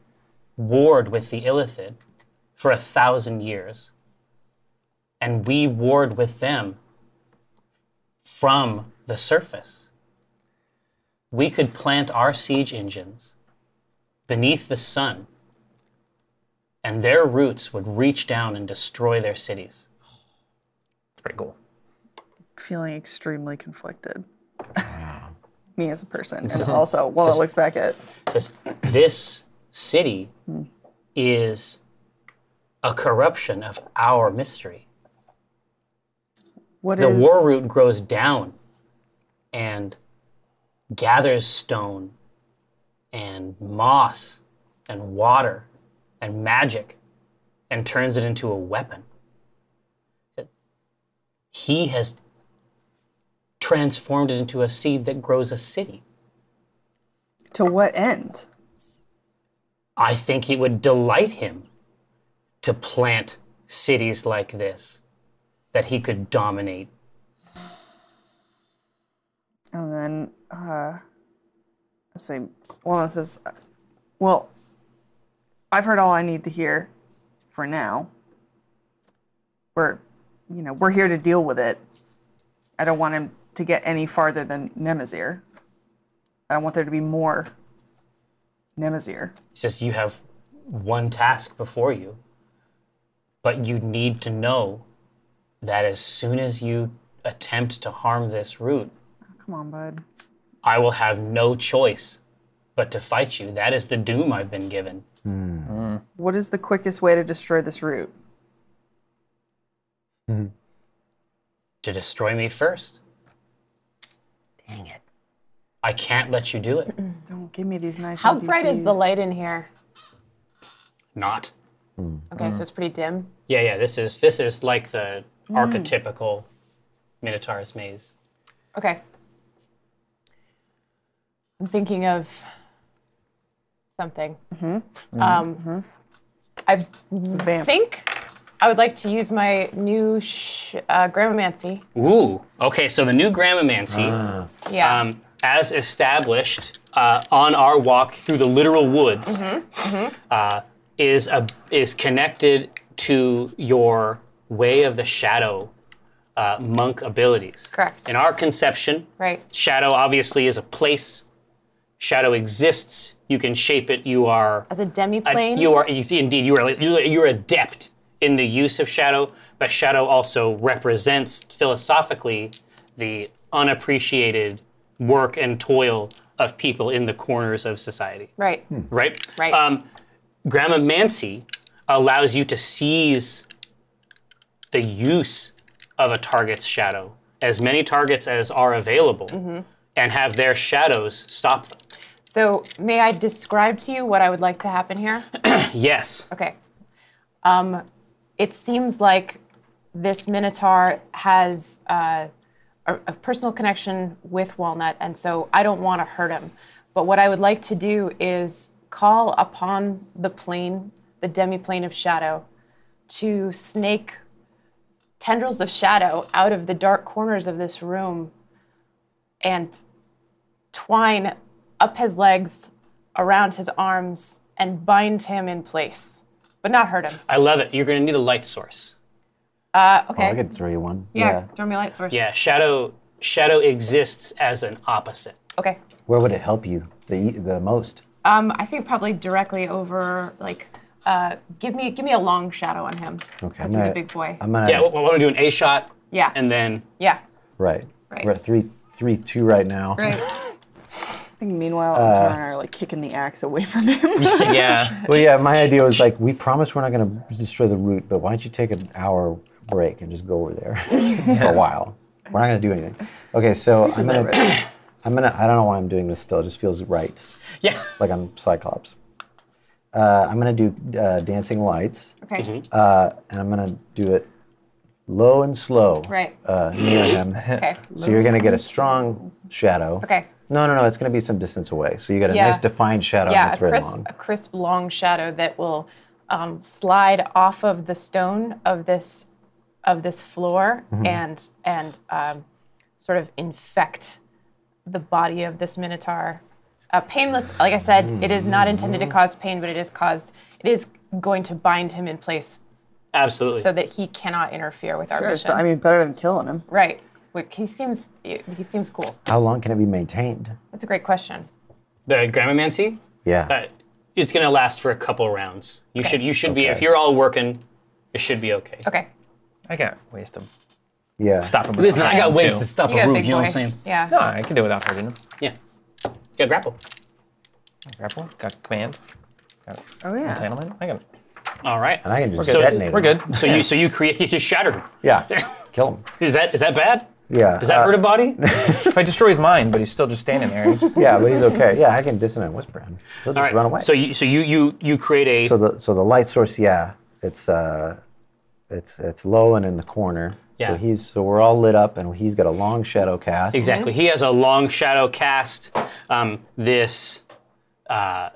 S3: warred with the Illithid for a thousand years, and we warred with them from the surface. we could plant our siege engines beneath the sun, and their roots would reach down and destroy their cities.
S4: It's pretty cool.
S6: feeling extremely conflicted. Me as a person, and also while it looks back at
S3: Just, this city is a corruption of our mystery.
S6: what is
S3: the war root grows down and gathers stone and moss and water and magic and turns it into a weapon. He has transformed it into a seed that grows a city.
S6: to what end?
S3: I think it would delight him to plant cities like this that he could dominate.
S6: And then uh, let's see. Well, this is well. I've heard all I need to hear for now. We're, you know, we're here to deal with it. I don't want him to get any farther than Nemazir. I don't want there to be more Nemazir.
S3: It's just you have one task before you, but you need to know that as soon as you attempt to harm this root,
S6: Come on, bud.
S3: I will have no choice but to fight you. That is the doom I've been given.
S6: What is the quickest way to destroy this root?
S3: To destroy me first.
S7: Dang it.
S3: I can't let you do it.
S6: Don't give me these nice.
S5: How bright is the
S6: NPCs.
S5: light in here?
S3: Not.
S5: Okay, so it's pretty dim.
S3: Yeah, yeah. This is this is like the
S7: Mm.
S3: archetypical Minotaur's maze.
S5: Okay. I'm thinking of something. Um, I've
S6: Vamp.
S5: think I would like to use my new sh- uh, Gramomancy.
S3: Ooh. Okay. So the new Gramomancy.
S7: Uh.
S5: Yeah.
S3: um, as established uh, on our walk through the literal woods,
S5: Mm-hmm.
S3: Uh, is a, is connected to your way of the shadow uh, monk abilities.
S5: Correct.
S3: In our conception,
S5: right.
S3: shadow obviously is a place. Shadow exists. You can shape it. You are
S5: As a demi
S3: a-
S5: plane.
S3: you are you see, indeed you are you- you're adept in the use of shadow, but shadow also represents philosophically the unappreciated work and toil of people in the corners of society.
S5: Right.
S3: Right.
S5: Right.
S3: Um, Gramomancy allows you to seize the use of a target's shadow, as many targets as are available,
S5: Mm-hmm.
S3: and have their shadows stop them.
S5: So may I describe to you what I would like to happen here?
S3: Yes.
S5: Okay. Um, it seems like this Minotaur has uh, a, a personal connection with Walnut, and so I don't want to hurt him. But what I would like to do is call upon the plane, the demi-plane of shadow, to snake tendrils of shadow out of the dark corners of this room and twine up his legs around his arms and bind him in place, but not hurt him.
S3: I love it. You're going to need a light source.
S5: Uh,
S2: Oh,
S5: okay.
S2: I could throw you one.
S5: yeah. Throw me a light source.
S3: Yeah, shadow shadow exists as an opposite.
S5: Okay.
S2: Where would it help you the the most?
S5: Um, I think probably directly over like. Uh, give me give me a long shadow on him.
S2: Okay,
S5: That's
S2: I'm
S5: a
S2: gonna-
S5: big boy.
S2: I'm gonna
S3: Yeah, we're, going to do an A shot
S5: yeah.
S3: and then
S5: yeah.
S2: right.
S5: Right.
S2: We're at three three two right now.
S5: Right.
S6: I think meanwhile, Anton and I are like kicking the axe away from him.
S3: yeah,
S2: Well, yeah, my idea was like we promised we're not gonna destroy the root, but why don't you take an hour break and just go over there for a while? We're not gonna do anything. Okay, so I'm gonna I'm gonna I don't know why I'm doing this still. It just feels right.
S3: yeah.
S2: Like I'm Cyclops. Uh, I'm gonna do uh, dancing lights.
S5: Okay.
S2: uh, and I'm gonna do it low and slow.
S5: Right.
S2: Uh, near him.
S5: Okay.
S2: So you're gonna get a strong shadow.
S5: Okay.
S2: No, no, no. It's gonna be some distance away. So you get a
S5: Yeah.
S2: nice defined shadow
S5: Yeah. A
S2: Oh, that's very
S5: crisp
S2: long.
S5: a crisp long shadow that will um, slide off of the stone of this of this floor
S2: Mm-hmm.
S5: and and um, sort of infect the body of this minotaur. Uh, painless, like I said, it is not intended
S2: Mm-hmm.
S5: to cause pain, but it is caused. It is going to bind him in place
S3: Absolutely.
S5: so that he cannot interfere with our
S6: But,
S5: mission.
S6: I mean, better than killing him.
S5: right. Like, he seems he seems cool.
S2: How long can it be maintained?
S5: That's a great question.
S3: The Gramomancy?
S2: Yeah.
S3: Uh, it's going to last for a couple rounds. You should you should be if
S2: Okay.
S3: you're all working, it should be okay.
S5: Okay.
S4: I can't waste them.
S2: yeah.
S4: Stop them.
S3: Listen, I got ways
S4: too.
S3: to stop
S5: You
S3: a
S5: got a
S3: room.
S5: big
S3: You know what
S5: boy.
S3: I'm saying?
S5: Yeah.
S4: No, I can do it without hurting them.
S3: Yeah. Got grapple.
S4: Grapple. Got command. Got
S6: Oh yeah.
S4: entanglement. I got.
S3: All right.
S2: And I can just
S3: good.
S2: detonate
S4: We're
S2: them.
S4: good.
S3: So you so you create you just shattered him.
S2: Yeah. Kill them.
S3: Is that is that bad?
S2: Yeah.
S3: Does that
S2: uh,
S3: hurt a body?
S4: if I destroy his mind, but he's still just standing there. he's-
S2: Yeah, but he's okay. Yeah, I can dissonant whisper him. He'll just
S3: All right.
S2: run away.
S3: So you so you you you create a
S2: So the so the light source, yeah, it's uh, it's it's low and in the corner.
S3: Yeah.
S2: So he's so we're all lit up, and he's got a long shadow cast.
S3: Exactly. He has a long shadow cast. Um, this uh,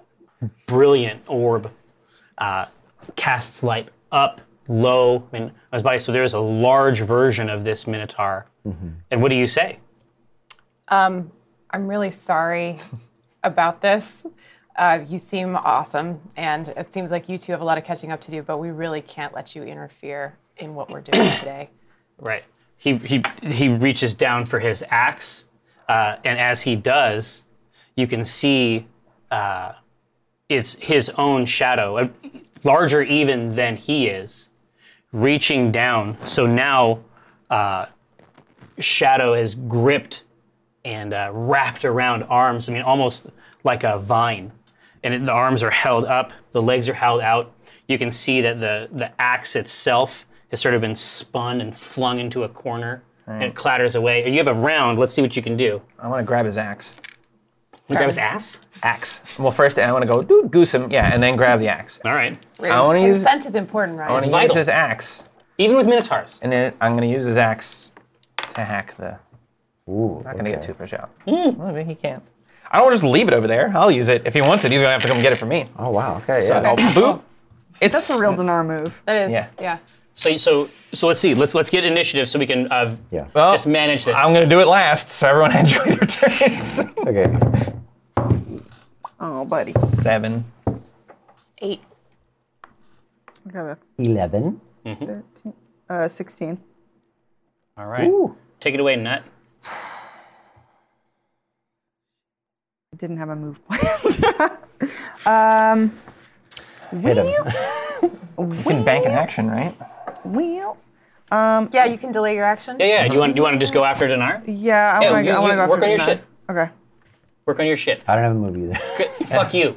S3: brilliant orb uh, casts light up, low, and on his body. So there is a large version of this minotaur. And what do you say?
S5: I'm really sorry about this. Uh, you seem awesome, and it seems like you two have a lot of catching up to do, but we really can't let you interfere in what we're doing today.
S3: Right. He he he reaches down for his axe, uh, and as he does, you can see uh, it's his own shadow, uh, larger even than he is, reaching down. So now, uh, shadow is gripped and uh, wrapped around arms. I mean, almost like a vine. And it, the arms are held up, the legs are held out. You can see that the, the axe itself has sort of been spun and flung into a corner and it clatters away. You have a round. Let's see what you can do.
S4: I want to grab his axe.
S3: You grab his ass?
S4: Axe. Well, first I want to go "Dude, goose him. Yeah, and then grab the axe.
S3: All right.
S4: I want to use. I
S5: Consent is important, right?
S4: want to use
S3: vital.
S4: his axe,
S3: Even with Minotaurs.
S4: and then I'm going to use his axe to hack the.
S2: Ooh,
S4: Not going to get too much out. Well, maybe he can't. I don't want to just leave it over there. I'll use it if he wants it. He's going to have to come get it from me.
S2: Oh wow. Okay.
S4: So
S2: Yeah.
S4: I'll boop. It's
S6: That's a real Dinar move.
S5: That is,
S4: Yeah.
S5: yeah.
S3: So so so let's see. Let's let's get initiative so we can uh,
S2: Yeah.
S4: Well,
S3: just manage this.
S4: I'm going to do it last, so everyone enjoy their turns.
S2: Okay.
S6: Oh buddy.
S4: Seven.
S5: Eight.
S6: I got a
S7: Eleven.
S6: thirteen. Uh, sixteen.
S3: All right. Take it away, Nut.
S6: I didn't have a move planned.
S2: Hit him.
S4: You can bank an action, right?
S6: well,
S5: Yeah, you can delay your action.
S3: Yeah, yeah. Do you want do you want to just go after Dinar?
S6: yeah. I want
S3: Yeah,
S6: to
S3: you-
S6: go. Oh I want to go
S3: you work
S6: after
S3: on your
S6: Dinar.
S3: shit.
S6: Okay.
S3: Work on your shit.
S2: I don't have a movie either.
S3: Good. Fuck you.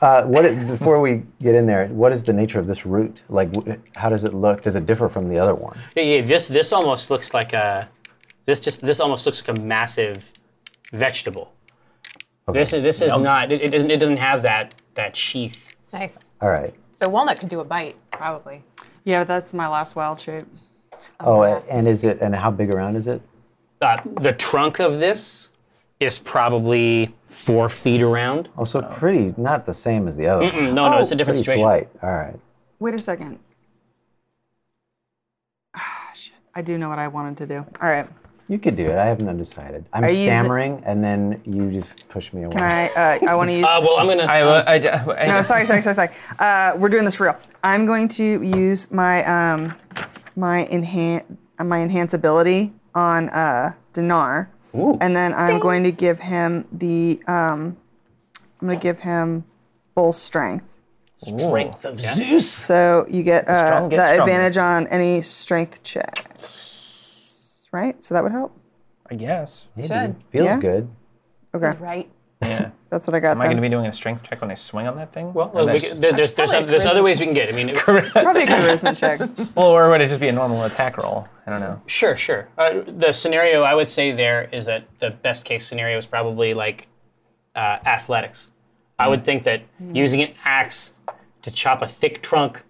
S2: Uh, what it- before we get in there, what is the nature of this root? Like, wh- how does it look? Does it differ from the other one?
S3: Yeah, yeah, this this almost looks like a this just this almost looks like a massive vegetable. This is this is not it, it doesn't it doesn't have that that sheath.
S5: Nice.
S2: All right.
S5: So walnut could do a bite, probably.
S6: Yeah, but that's my last wild shape.
S2: Oh, a- and is it? And how big around is it?
S3: Uh, the trunk of this is probably four feet around.
S2: Oh, so pretty. Not the same as the other. one.
S3: No, no, it's a different
S2: Oh, Pretty
S3: situation.
S2: slight. All right.
S6: Wait a second. Ah, shit. I do know what I wanted to do. All right.
S2: You could do it. I haven't undecided. I'm
S6: you-
S2: stammering, and then you just push me away.
S6: Can I? Uh, I want to use.
S3: Uh, well, I'm gonna.
S4: I, I, I, I,
S6: No, sorry, sorry, sorry, sorry. Uh, we're doing this for real. I'm going to use my um, my enhance my enhance ability on uh, Dinar, and then I'm going to give him the um, I'm going to give him bull strength.
S4: Strength of
S6: So you get uh,
S4: strong
S6: the
S4: get stronger.
S6: advantage on any strength checks, right? So that would help.
S4: I guess.
S5: Should.
S2: Feels
S6: Yeah.
S2: good.
S6: Okay,
S5: Right.
S4: Yeah.
S6: that's what I got.
S4: Am I going to
S6: Then.
S4: be doing a strength check when I swing on that thing?
S3: well,
S4: or,
S3: we
S4: that's
S3: can-
S4: just-
S3: there- there's there's,
S5: probably
S3: there's other ways we can get. it. I mean,
S6: Probably a charisma check.
S4: well, or would it just be a normal attack roll? I don't know.
S3: Sure, sure. Uh, the scenario I would say there is that the best case scenario is probably like uh, athletics. I would think that using an axe to chop a thick trunk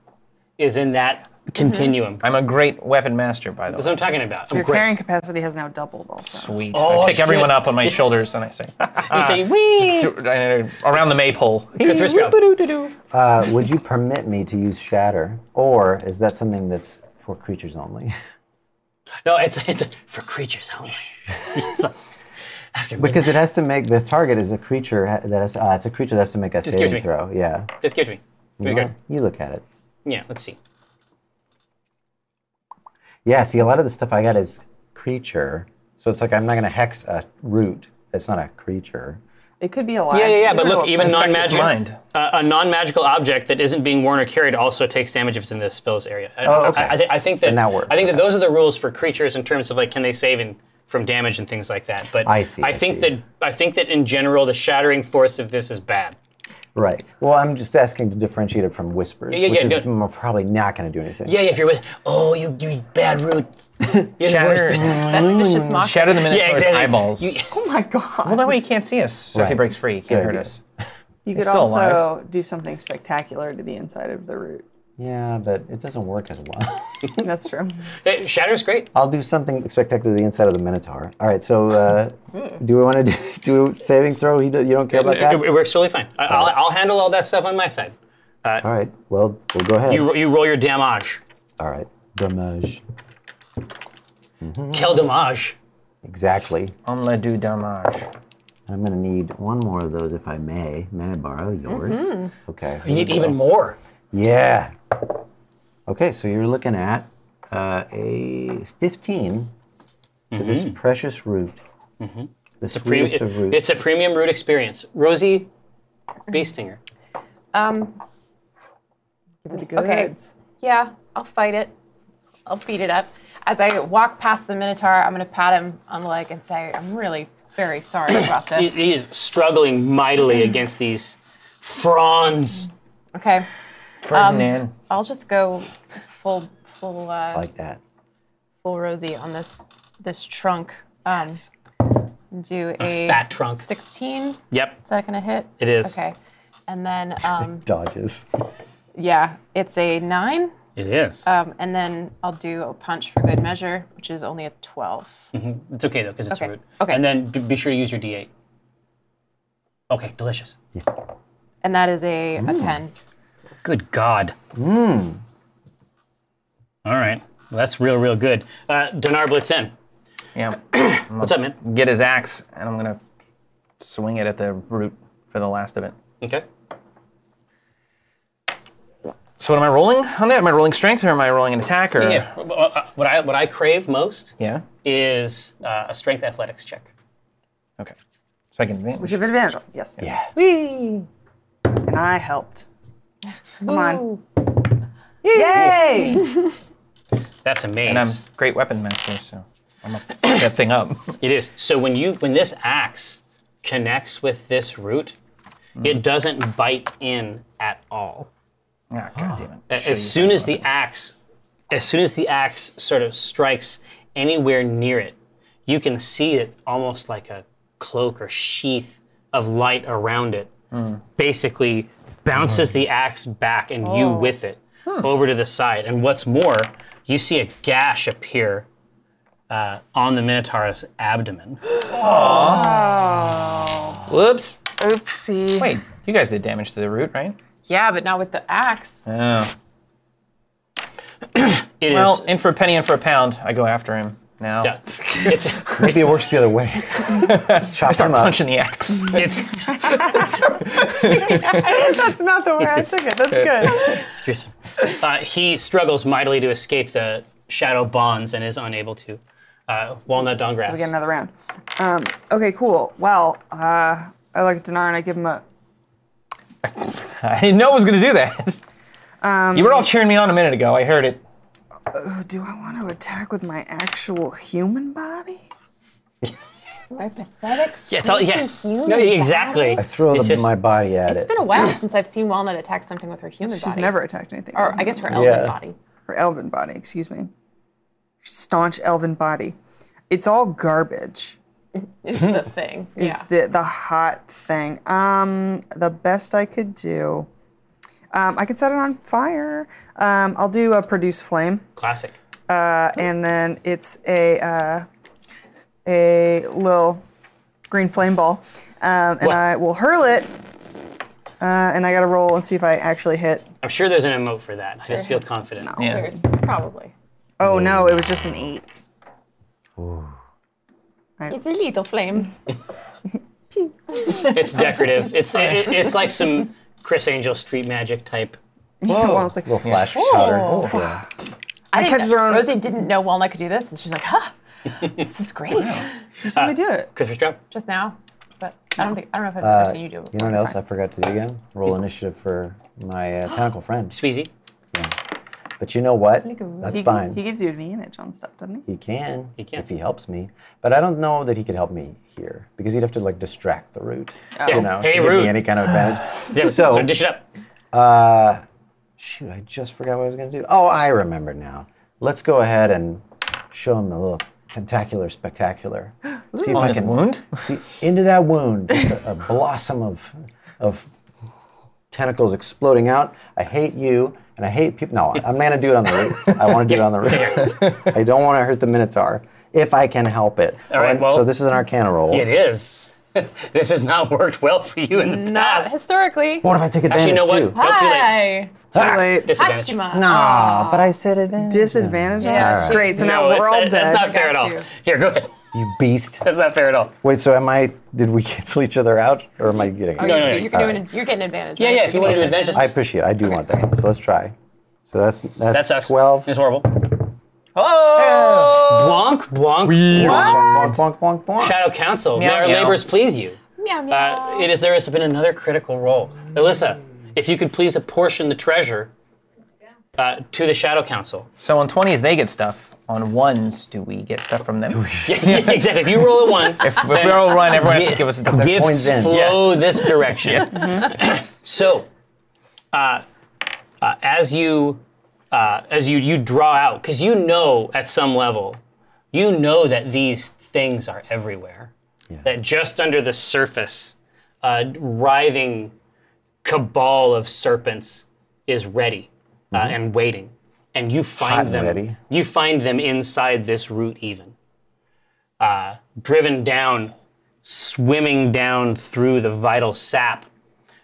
S3: is in that continuum. That's
S4: I'm a great weapon master, by the
S3: what
S4: way.
S3: I'm talking about. I'm
S6: Your
S3: great.
S6: carrying capacity has now doubled. Also,
S4: Sweet.
S3: Oh,
S4: I pick
S3: shit.
S4: everyone up on my shoulders and I say,
S3: You say, "Wee!"
S4: around the maypole.
S3: Good first round.
S2: Uh, would you permit me to use shatter, or is that something that's for creatures only?
S3: No, it's, it's for creatures only. It's a- after midnight.
S2: because it has to make the target is a creature ha- that has. Uh, it's a creature that has to make a
S3: give it
S2: saving
S3: to me.
S2: throw. Yeah.
S3: Just give it to me. Here we
S2: Well,
S3: go.
S2: you look at it.
S3: Yeah, let's see.
S2: Yeah, see, a lot of the stuff I got is creature. So it's like I'm not going to hex a root. It's not a creature.
S6: It could be Oh alive.
S3: Yeah, yeah, yeah. But
S6: You
S3: look,
S6: know,
S3: even
S4: affect its
S3: non-magical,
S4: mind.
S3: uh, a non-magical object that isn't being worn or carried also takes damage if it's in the spells area. I-
S2: Oh, okay.
S3: I, I, thi- I think that,
S2: Then that works,
S3: I think that those are the rules for creatures in terms of like can they save in, from damage and things like that. But
S2: I see, I
S3: think
S2: see.
S3: that I think that in general the shattering force of this is bad.
S2: Right. Well, I'm just asking to differentiate it from whispers,
S3: Yeah, yeah,
S2: which
S3: yeah,
S2: is
S3: no.
S2: mm, probably not going to do anything.
S3: Yeah, yeah, if you're with oh you you bad root. You're the worst.
S4: Shatter,
S5: That's vicious mockery.
S4: shatter the Minotaur's
S3: Yeah, exactly.
S4: eyeballs.
S3: You-
S6: Oh my god.
S4: well, that way he can't see us. So if he
S2: Right.
S4: breaks free, he can't
S2: Good
S4: hurt
S2: idea.
S4: us.
S6: you could
S4: still
S6: also
S4: alive.
S6: do something spectacular to the inside of the root.
S2: Yeah, but it doesn't work as well.
S6: That's true.
S3: Uh, Shatter's great.
S2: I'll do something spectacular to the inside of the Minotaur. All right, so uh,
S3: Hmm.
S2: do we want to do, do saving throw? He do, you don't care about that?
S3: It, it works really fine. I, I'll, I'll handle all that stuff on my side.
S2: All right, well, we'll go ahead.
S3: You, you roll your damage.
S2: All right, damage.
S3: Kill damage.
S2: Exactly.
S4: Omelette du damage.
S3: Um,
S2: I'm going to need one more of those if I may. May I borrow yours? Okay.
S3: Mm-hmm. You need even more.
S2: Yeah. Okay, so you're looking at uh, a 15 to this precious root. The
S3: Pre-
S2: sweetest of roots.
S3: it's a premium root experience. Rosie Beestinger.
S6: Give it the good
S5: Okay.
S6: heads.
S5: Yeah, I'll fight it. I'll beat it up. As I walk past the Minotaur, I'm gonna pat him on the leg and say, "I'm really very sorry about
S3: He,
S5: this."
S3: he is struggling mightily
S5: Mm-hmm.
S3: against these fronds.
S5: Okay,
S4: Ferdinand.
S5: I'll just go full, full, uh,
S2: like that.
S5: full Rosie on this this trunk. Um, and Do a
S3: Fat trunk.
S5: 16. Is
S3: Yep,
S5: that gonna hit?
S3: it is.
S5: Okay, and then um,
S2: Dodges.
S5: yeah, it's a nine.
S3: It is.
S5: Um, and then I'll do a punch for good measure, which is only a 12.
S3: it's okay though, because it's
S5: okay,
S3: a root.
S5: okay.
S3: And then b- be sure to use your D8. Okay, delicious.
S5: And that is a, a 10.
S3: Good God. Mmm. All right. Well, that's real, real good. Uh, Dinar Blitz in.
S4: Yeah.
S3: What's up, man?
S4: Get his axe, and I'm gonna swing it at the root for the last of it.
S3: Okay.
S4: So what am I rolling on that? Am I rolling strength or am I rolling an attack or?
S3: Yeah. w- w- uh, What I what I crave most
S4: Yeah?
S3: is uh, a strength athletics check.
S4: Okay. So I can advance.
S6: Which you have advantage on. Yes.
S2: Yeah.
S6: And I helped. Come on. Yay!
S3: That's amazing.
S4: And I'm great weapon master, so I'm gonna fuck that thing up.
S3: It is. So when you when this axe connects with this root,
S4: Mm.
S3: it doesn't bite in at all.
S4: Ah, God damn it.
S3: A- As soon as the axe, as soon as the axe sort of strikes anywhere near it, you can see it almost like a cloak or sheath of light around it.
S4: Hmm.
S3: Basically, bounces the axe back and you
S4: Oh.
S3: with it over to the side. And what's more, you see a gash appear uh, on the Minotaur's abdomen.
S4: Whoops.
S5: Oopsie.
S4: Wait, you guys did damage to the root, right?
S5: Yeah, but not with the axe.
S4: Oh.
S3: It is.
S4: Well, in for a penny and for a pound, I go after him now.
S3: Yeah. It's,
S2: Maybe it works the other way. Chop
S4: Start
S2: him up.
S4: punching the axe.
S3: it's,
S6: That's not the way I took it. That's good.
S3: excuse me. Uh, he struggles mightily to escape the shadow bonds and is unable to. Uh, walnut dongrass.
S6: We get another round. Um, okay, cool. Well, uh, I look at Dinar and I give him a.
S4: I didn't know I was gonna do that. you were all cheering me on a minute ago. I heard it.
S6: Oh, do I want to attack with my actual human body?
S5: My pathetic
S3: yeah, it's all, yeah. No, exactly.
S2: I throw
S3: It's
S2: the,
S3: just-
S2: my body at
S5: It's
S2: it.
S5: been a while since I've seen Walnut attack something with her human
S6: She's
S5: body.
S6: never attacked anything.
S5: Or
S6: with
S5: I
S6: her
S5: guess her elven
S2: Yeah.
S5: body.
S6: her elven body, excuse me. Staunch elven body. It's all garbage.
S5: Is the thing.
S6: It's
S5: yeah.
S6: the the hot thing. Um, the best I could do. Um, I could set it on fire. Um, I'll do a produce flame,
S3: Classic.
S6: uh, and then it's a uh, a little green flame ball, um, and
S3: What?
S6: I will hurl it. Uh, and I gotta roll and see if I actually hit.
S3: I'm sure there's an emote for that. I just feel confident.
S4: Yeah.
S5: There's probably.
S6: Oh no, it was just an eight.
S5: It's a little flame.
S3: It's decorative. It's it, it- it's like some Chris Angel street magic type.
S6: Whoa.
S2: Flash powder. Yeah.
S5: I didn't
S6: catches
S5: know-
S6: her own-
S5: Rosie didn't know Walnut could do this, and she's like, "Huh, this is great."
S6: Let me do it.
S3: Christmas trap.
S5: Just now, but I don't think I don't know if I've ever seen you do it.
S2: You know what
S5: before,
S2: else I
S5: sorry.
S2: forgot to do again? Roll initiative for my uh, tentacle friend.
S3: Speezy.
S2: But you know what?
S5: Ligoo.
S2: That's
S6: He-
S2: fine.
S6: He gives you advantage on stuff, doesn't he?
S2: He can, he
S3: can.
S2: if he helps me. But I don't know that he could help me here because he'd have to like distract the root,
S3: Yeah.
S2: you know,
S3: Hey,
S2: to give
S3: root.
S2: me any kind of advantage.
S3: Yeah, so,
S2: So-
S3: dish it up.
S2: Uh, shoot, I just forgot what I was gonna do. Oh, I remember now. Let's go ahead and show him a little tentacular spectacular. See if
S4: On his wound?
S2: see into that wound, just a, a blossom of of tentacles exploding out. I hate you, and I hate people. No, I'm gonna do it on the root. I want to do it on the root. I don't want to hurt the minotaur if I can help it.
S3: All right,
S2: And
S3: well-
S2: so this is an Arcana roll.
S3: It is. this has not worked well for you in the
S5: Not
S3: past.
S5: historically.
S2: What if I take
S3: Actually, you
S2: advantage
S3: know what?
S2: too?
S3: No, too late.
S5: Hi,
S2: Ah,
S6: Wait,
S3: Disadvantage.
S5: Hachima.
S2: No, Ah, but I said advantage.
S6: disadvantage. on
S5: Yeah,
S6: us?
S5: she-
S6: Great. So now
S3: No,
S6: we're all
S3: that-
S6: dead.
S3: That's not
S5: I
S3: fair at
S5: got
S3: all.
S5: you.
S3: Here, go ahead.
S2: you beast.
S3: That's not fair at all.
S2: Wait, so am I? Did we cancel each other out, or am I getting?
S5: Oh, you-
S3: no, no.
S5: you can do an- You're getting advantage.
S3: Yeah,
S5: right?
S3: yeah. If you want to do advantage,
S2: I
S3: that's-
S2: appreciate. it. I do want that. So let's try. So that's that's
S3: that sucks.
S2: twelve.
S3: It's horrible.
S5: Oh,
S3: Blanc, Blanc,
S2: Bonk, bonk, bonk, bonk.
S3: Shadow Council. May
S4: Meow,
S3: our
S4: meow.
S3: labors please you.
S5: meow, meow.
S3: Uh, it is. There has been another critical role. Alyssa, if you could please apportion the treasure uh, to the Shadow Council.
S4: So on 20s, they get stuff. On ones, do we get stuff from them? if,
S3: Yeah, exactly. If you roll a one,
S4: if we all run, everyone has to give us a double.
S2: coins
S3: gifts
S2: in.
S3: flow this direction. so, uh, uh, as you uh, as you you draw out, because you know at some level, you know that these things are everywhere. That just under the surface, a writhing cabal of serpents is ready uh, and waiting, and you find
S2: Mm-hmm. and
S3: them.
S2: ready.
S3: You find them inside this root, even uh, driven down swimming down through the vital sap,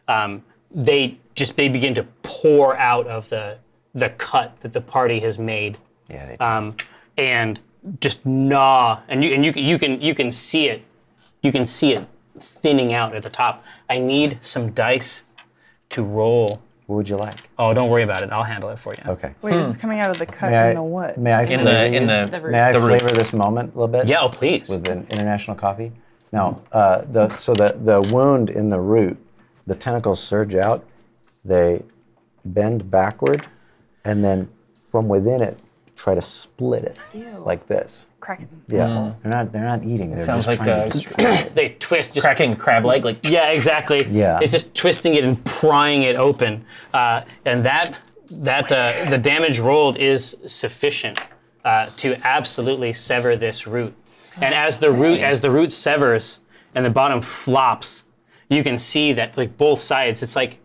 S3: um, they just they begin to pour out of the the cut that the party has made,
S2: Yeah, they-
S3: um, and just gnaw. And you and you can you can you can see it, you can see it thinning out at the top. I need some dice to roll.
S2: what would you like?
S3: Oh, don't worry about it. I'll handle it for you.
S2: Okay.
S6: Wait,
S4: Hmm.
S6: this is coming out of the cut
S2: May I,
S6: in the what?
S2: may I
S4: In
S2: flavor
S4: the,
S2: you?
S4: in the,
S5: The
S2: may I
S5: root.
S2: flavor this moment a little bit?
S3: Yeah, oh, please.
S2: With an international coffee. No. Uh, the so the the wound in the root, the tentacles surge out, they bend backward, and then from within it try to split it like this.
S6: Kraken.
S2: Yeah. They're not they're not eating. They're
S4: Mm. sounds
S2: just
S4: like
S2: trying
S4: a-
S2: to destroy it.
S3: they twist just
S4: cracking crab leg. Like,
S3: Yeah, exactly.
S2: Yeah.
S3: It's just twisting it and prying it open, uh, and that that uh, the damage rolled is sufficient uh, to absolutely sever this root. And as the root as the root severs and the bottom flops, you can see that like both sides. It's like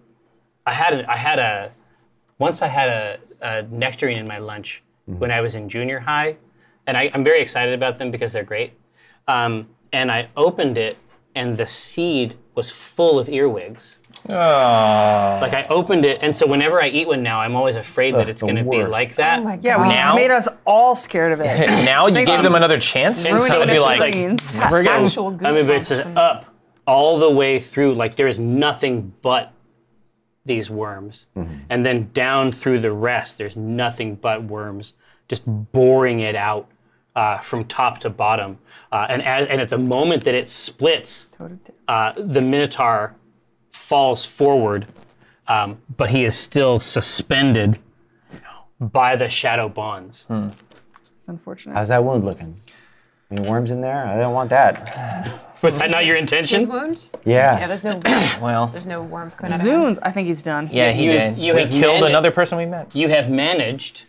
S3: I had a, I had a once I had a, a nectarine in my lunch
S2: Mm-hmm.
S3: when I was in junior high, and I, I'm very excited about them because they're great. Um, and I opened it, and the seed was full of earwigs.
S2: Ah.
S4: oh.
S3: Like I opened it, and so whenever I eat one now, I'm always afraid that
S2: That's
S3: it's
S2: the
S3: going to be
S2: worst.
S3: like that.
S5: Oh my
S6: Yeah,
S5: God.
S6: we
S4: Now-
S6: made us all scared of it.
S4: now you gave them another chance?
S3: And
S4: So
S3: so
S4: it'd
S3: it's
S4: be
S3: just
S4: like,
S3: like-
S4: we're gonna-
S5: Actual
S3: I mean, but it's
S5: goosebumps
S3: just up all the way through. Like there is nothing but these worms, and then down through the rest, there's nothing but worms, just boring it out uh, from top to bottom. Uh, and as, and at the moment that it splits, uh, the minotaur falls forward, um, but he is still suspended by the shadow bonds.
S6: It's unfortunate.
S2: How's that wound looking? Any worms in there? I don't want that.
S3: Was that not your intention?
S5: His wound? Yeah,
S2: Yeah.
S5: there's no there's
S4: well,
S5: no worms coming out. of him.
S6: Zunes, I think he's done.
S4: yeah, he
S3: You have-
S4: did.
S3: you
S4: we
S3: have
S4: killed
S3: managed-
S4: another person we met.
S3: You have managed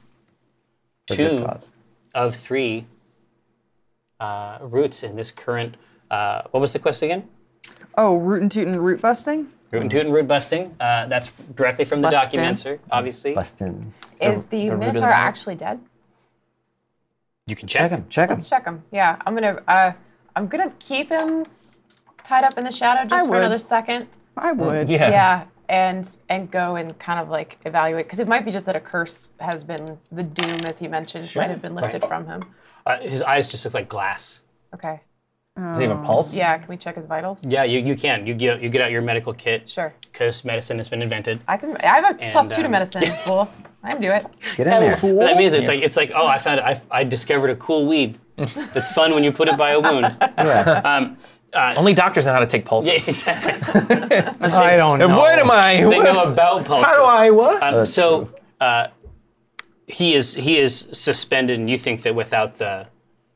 S2: Good
S3: two
S2: cause.
S3: of three uh, roots in this current. Uh, what was the quest again?
S6: Oh, root and toot and root busting?
S3: Root and toot and root busting. Uh, that's directly from the
S6: Bustin'.
S3: documenter, obviously.
S2: Bust in.
S5: Is the,
S4: root of the
S5: Minotaur
S4: matter.
S5: actually dead?
S3: You can
S2: Check
S3: check.
S2: him. Check him.
S5: Let's check him. Yeah, I'm gonna uh, I'm gonna keep him tied up in the shadow just for
S6: would.
S5: another second.
S6: I would.
S4: Hmm. Yeah.
S5: Yeah, and and go and kind of like evaluate because it might be just that a curse has been the doom as he mentioned might have been lifted from him.
S3: Uh, his eyes just look like glass.
S5: Okay.
S4: Does he have a pulse?
S5: Yeah, can we check his vitals?
S3: Yeah, you, you can. You get you get out your medical kit.
S5: Sure.
S3: Because medicine has been invented.
S5: I can. I have a plus two to
S3: um,
S5: medicine. Fool. I can do it.
S2: Get in there.
S3: What that means it's like it's like oh I found I, I discovered a cool weed. it's fun when you put it by a wound.
S4: Only doctors know how to take pulses.
S3: Yeah, exactly.
S2: I don't
S4: And
S2: know.
S4: what am I?
S3: They know about pulses.
S4: how do I? What?
S3: Um, so uh, he is he is suspended, and you think that without the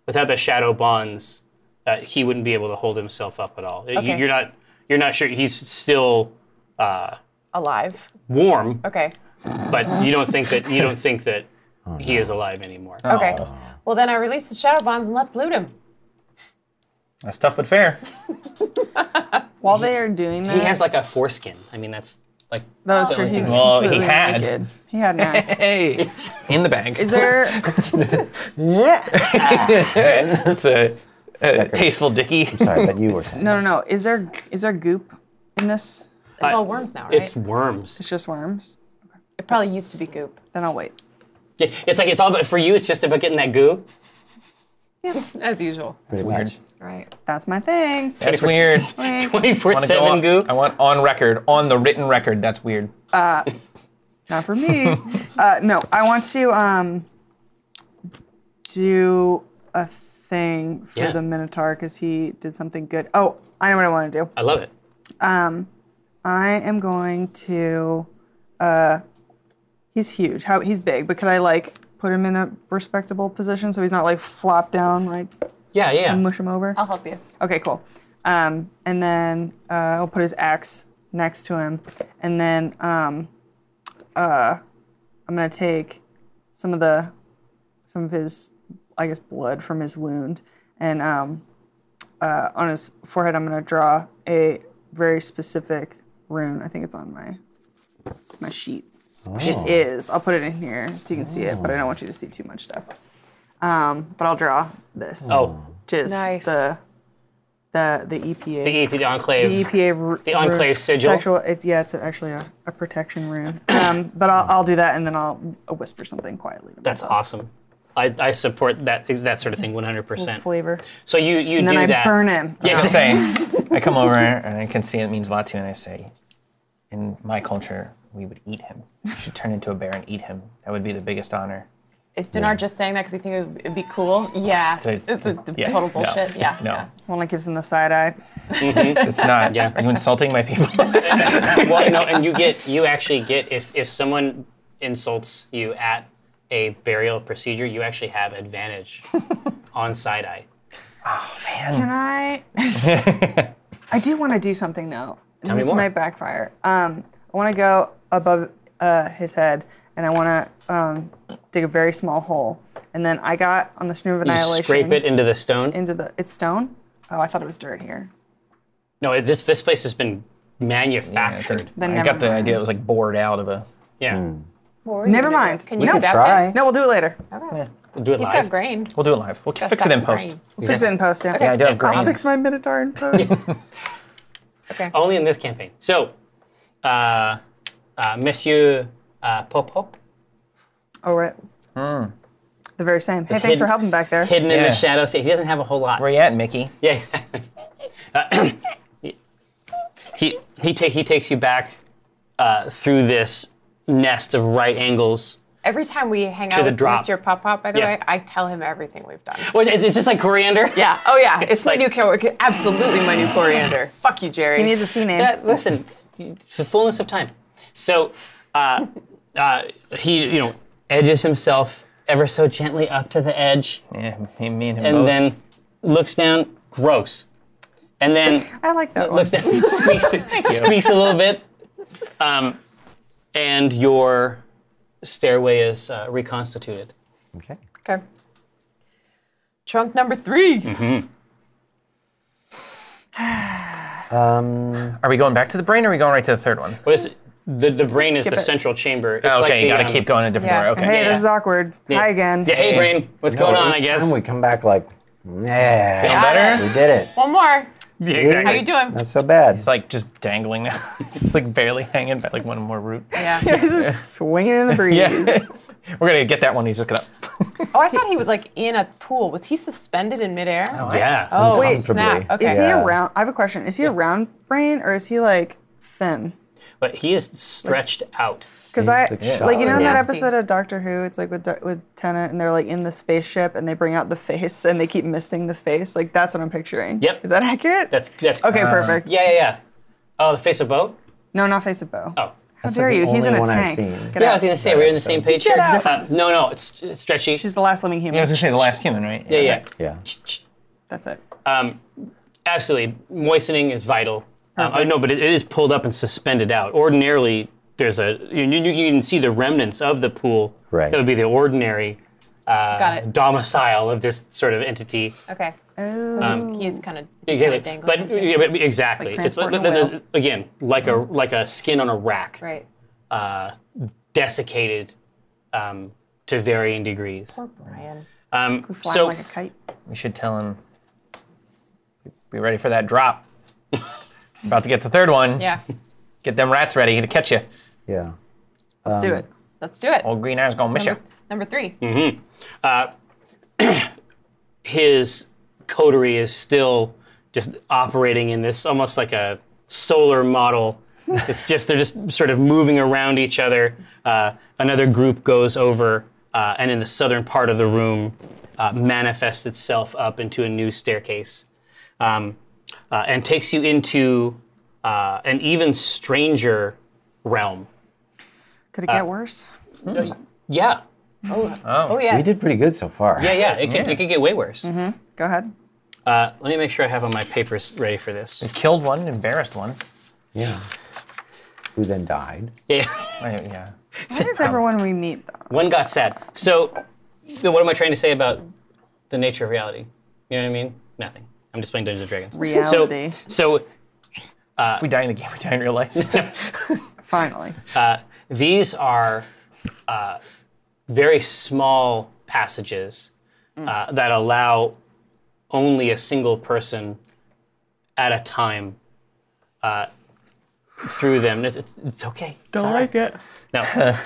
S3: without the shadow bonds, uh, he wouldn't be able to hold himself up at all. You-
S5: Okay.
S3: You're not you're not sure he's still uh,
S5: Alive.
S3: warm,
S5: Okay.
S3: but you don't think that you don't think that he is alive anymore.
S5: Okay. Well, then I release the shadow bonds and let's loot him.
S4: That's tough but fair.
S6: While they are doing that,
S3: He has like a foreskin. I mean, that's like
S6: That's
S3: the
S6: true.
S3: only
S6: He's
S3: thing-
S4: Well, he
S6: completely
S4: had.
S6: naked. He had an axe.
S4: Hey, in the bag.
S6: Is there?
S4: That's a, a tasteful dicky.
S2: Sorry, but you were saying.
S6: No, no, no. Is there? Is there goop in this?
S5: It's all worms now, right?
S3: it's worms.
S6: It's just worms.
S5: it probably used to be goop.
S6: Then I'll wait.
S3: Yeah, It's like it's all about for you. It's just about getting that goo.
S5: Yeah, as usual.
S2: Pretty much.
S5: Right.
S6: That's my thing.
S4: That's weird.
S6: Wink.
S3: Twenty four
S4: Wanna go
S3: seven
S4: on-
S3: goo.
S4: I want on record, on the written record. That's weird.
S6: Not for me. uh, no, I want to um, do a thing for
S3: Yeah.
S6: the Minotaur because he did something good. Oh, I know what I want to do.
S3: I love it.
S6: I am going to. Uh, he's huge. How he's big, but could I like put him in a respectable position so he's not like flop down, like
S3: Yeah, yeah.
S6: mush him over?
S5: I'll help you.
S6: Okay, cool. Um, and then uh, I'll put his axe next to him, and then um, uh, I'm gonna take some of the some of his, I guess, blood from his wound, and um, uh, on his forehead I'm gonna draw a very specific rune. I think it's on my my sheet. It is. I'll put it in here so you can see it, but I don't want you to see too much stuff. Um, but I'll draw this.
S3: Oh,
S6: Just
S5: Nice.
S6: the the the EPA.
S3: the EP, the enclave.
S6: The E EPA. ru-
S3: The Enclave
S6: ru-
S3: sigil.
S6: Sexual, it's, yeah, it's actually a, a protection rune. Um, but I'll, I'll do that and then I'll whisper something quietly. to
S3: That's
S6: myself.
S3: awesome. I, I support that that sort of thing 100%.
S6: Flavor.
S3: So you you
S6: And
S3: do
S6: then I
S3: that.
S6: burn him.
S3: Yeah,
S4: I
S3: exactly.
S4: say, I come over and I can see it means a lot to you, and I say, in my culture, we would eat him. You should turn into a bear and eat him. That would be the biggest honor.
S5: Is Dinar just saying that because he thinks it'd be cool? Yeah. It's
S4: a- yeah, no,
S5: total bullshit. yeah.
S4: No,
S5: yeah.
S6: One that gives him the side eye.
S4: it's not.
S3: Yeah.
S4: Are you insulting my people?
S3: Mm-hmm. well, no, and you get you actually get if if someone insults you at a burial procedure, you actually have advantage on side eye.
S6: Can I? I do want to do something though.
S3: me
S6: this
S3: more.
S6: might backfire. Um, I want to go above uh, his head and I want to um, dig a very small hole. And then I got on the stream of
S3: You
S6: annihilation.
S3: scrape it into the stone.
S6: into the. It's stone. Oh, I thought it was dirt here.
S3: no, this this place has been manufactured.
S6: Then
S4: I
S6: never
S4: got the
S6: mind.
S4: idea it was like bored out of a.
S3: Yeah,
S5: What were you
S6: Never
S5: gonna do?
S6: mind.
S5: Can you
S6: No.
S5: adapt
S2: Try.
S5: it?
S6: No, we'll do it later.
S3: We'll do it
S5: He's
S3: live.
S5: got grain.
S4: We'll do it live. We'll
S5: Just
S4: fix it in
S5: that
S4: post.
S5: grain.
S6: We'll fix it in post. Yeah.
S4: Yeah, I do have
S6: I'll
S4: grain.
S6: fix my minotaur in post.
S5: Okay.
S3: Only in this campaign. So, uh, uh, Monsieur uh, Pop Pop,
S6: All right. The very same. Hey, thanks for
S3: hidden-
S6: helping back there.
S3: hidden in
S4: Yeah.
S3: the shadows. He doesn't have a whole lot.
S4: Where you at, Mickey?
S3: Yeah, exactly. Uh, he he, ta- he takes you back uh, through this nest of right angles.
S5: Every time we hang
S3: the
S5: out with
S3: drop.
S5: Mr. Pop Pop, by the
S3: Yeah.
S5: way, I tell him everything we've done.
S3: Well, it's, it's just like coriander.
S5: Yeah. Oh, yeah. It's, my
S3: like-
S5: new coriander. Absolutely my new coriander. Fuck you, Jerry.
S6: He needs a C name.
S3: Uh, listen, the fullness of time. So uh, uh, he you know edges himself ever so gently up to the edge,
S4: Yeah, me, me and him
S3: and
S4: both.
S3: then looks down. Gross. And then
S6: I like that one.
S3: looks down, squeaks, squeaks a little bit, um, and your stairway is uh, reconstituted.
S2: Okay.
S5: Okay. Trunk number 3
S3: Mm-hmm.
S4: Are we going back to the brain or are we going right to the third one?
S3: What is it? The, the brain is
S6: Skip
S3: the
S6: it.
S3: central chamber. It's
S4: Oh, okay,
S3: like
S4: you
S3: the,
S4: gotta
S3: um,
S4: keep going a different
S5: yeah.
S4: door. Okay.
S6: Hey, this is awkward. Hi again.
S3: Yeah, hey, brain, what's going on? I
S2: Each
S3: guess.
S2: time we come back like, yeah,
S3: Feeling better?
S2: we did it.
S5: One more.
S4: Yeah,
S5: How
S4: exactly.
S5: you doing?
S2: Not so bad.
S4: It's like just dangling now. just like barely hanging by like one more root.
S5: Yeah.
S6: He's just swinging in the breeze.
S4: We're gonna get that one. He's just gonna.
S5: Oh, I thought he was like in a pool. Was he suspended in midair? Oh,
S3: Yeah.
S5: oh
S2: Wait.
S5: snap.
S2: Comfortably.
S5: Okay.
S6: Is he
S2: Yeah.
S6: a round? I have a question. Is he a round brain or is he like thin?
S3: But he is stretched out.
S6: Because I
S2: like shot
S6: like you know in that
S5: Nasty.
S6: episode of Doctor Who, it's like with Doc- with Tennant and they're like in the spaceship and they bring out the face and they keep missing the face. Like that's what I'm picturing.
S3: Yep.
S6: Is that accurate?
S3: That's that's
S6: okay.
S2: Uh,
S6: perfect.
S3: Yeah, yeah, yeah. Oh, the face of boat.
S6: No, not face of Bo.
S3: Oh,
S6: How dare
S2: the
S6: you? He's in
S2: only
S6: a
S2: one
S6: tank.
S2: I've seen.
S6: Get
S3: yeah. I
S6: out.
S3: was gonna say we're in the same page. here.
S6: It's different.
S3: Uh, no, no, it's, it's stretchy.
S6: She's the last living human.
S4: I was gonna say the last human, right?
S3: yeah, yeah.
S2: Yeah.
S6: That's it.
S3: Absolutely. Moistening is vital. Um, I know, but it, it is pulled up and suspended out. Ordinarily, there's a you, you, you can see the remnants of the pool.
S2: Right.
S3: That would be the ordinary uh,
S5: Got it.
S3: domicile of this sort of entity.
S5: Okay.
S3: uh,
S5: So
S3: um,
S5: he's, he's kind of
S3: Exactly.
S5: dangling.
S3: But, yeah, but exactly.
S6: Like
S3: it's like,
S6: transporting a
S3: there's- again like a like a skin on a rack,
S5: Mm-hmm. right.
S3: uh, desiccated um, to varying degrees.
S5: Brian.
S3: Um,
S6: Flying
S3: so
S6: like a kite.
S4: We should tell him. Be ready for that drop. About to get the third one.
S5: Yeah.
S4: Get them rats ready to catch you.
S2: Yeah.
S6: Let's
S2: um,
S6: do it.
S5: Let's do it.
S4: Old green eyes gonna miss you.
S5: Number, number 3
S3: Mm. his coterie is still just operating in this almost like a solar model. it's just they're just sort of moving around each other. Uh, another group goes over, uh, and in the southern part of the room, uh, manifests itself up into a new staircase, um, uh, and takes you into uh, an even stranger realm.
S6: Could it
S3: uh,
S6: get worse?
S3: Yeah,
S5: Oh yeah.
S2: We did pretty good so far.
S3: yeah, yeah. Mm-hmm. It could, it could get way worse.
S6: Go ahead.
S3: Uh, let me make sure I have all my papers ready for this.
S4: Killed one, embarrassed one.
S2: Yeah. Who then died?
S3: Yeah.
S4: Wait, Oh, yeah.
S6: Why does everyone we meet though?
S3: One got sad. So, what am I trying to say about the nature of reality? You know what I mean? Nothing. I'm just playing Dungeons and Dragons.
S6: Reality.
S3: So, so Uh,
S4: if we die in the game, we die in real life.
S6: Finally.
S3: these are uh, very small passages uh, that allow only a single person at a time uh, through them. It's, it's, it's okay. Don't like it. No.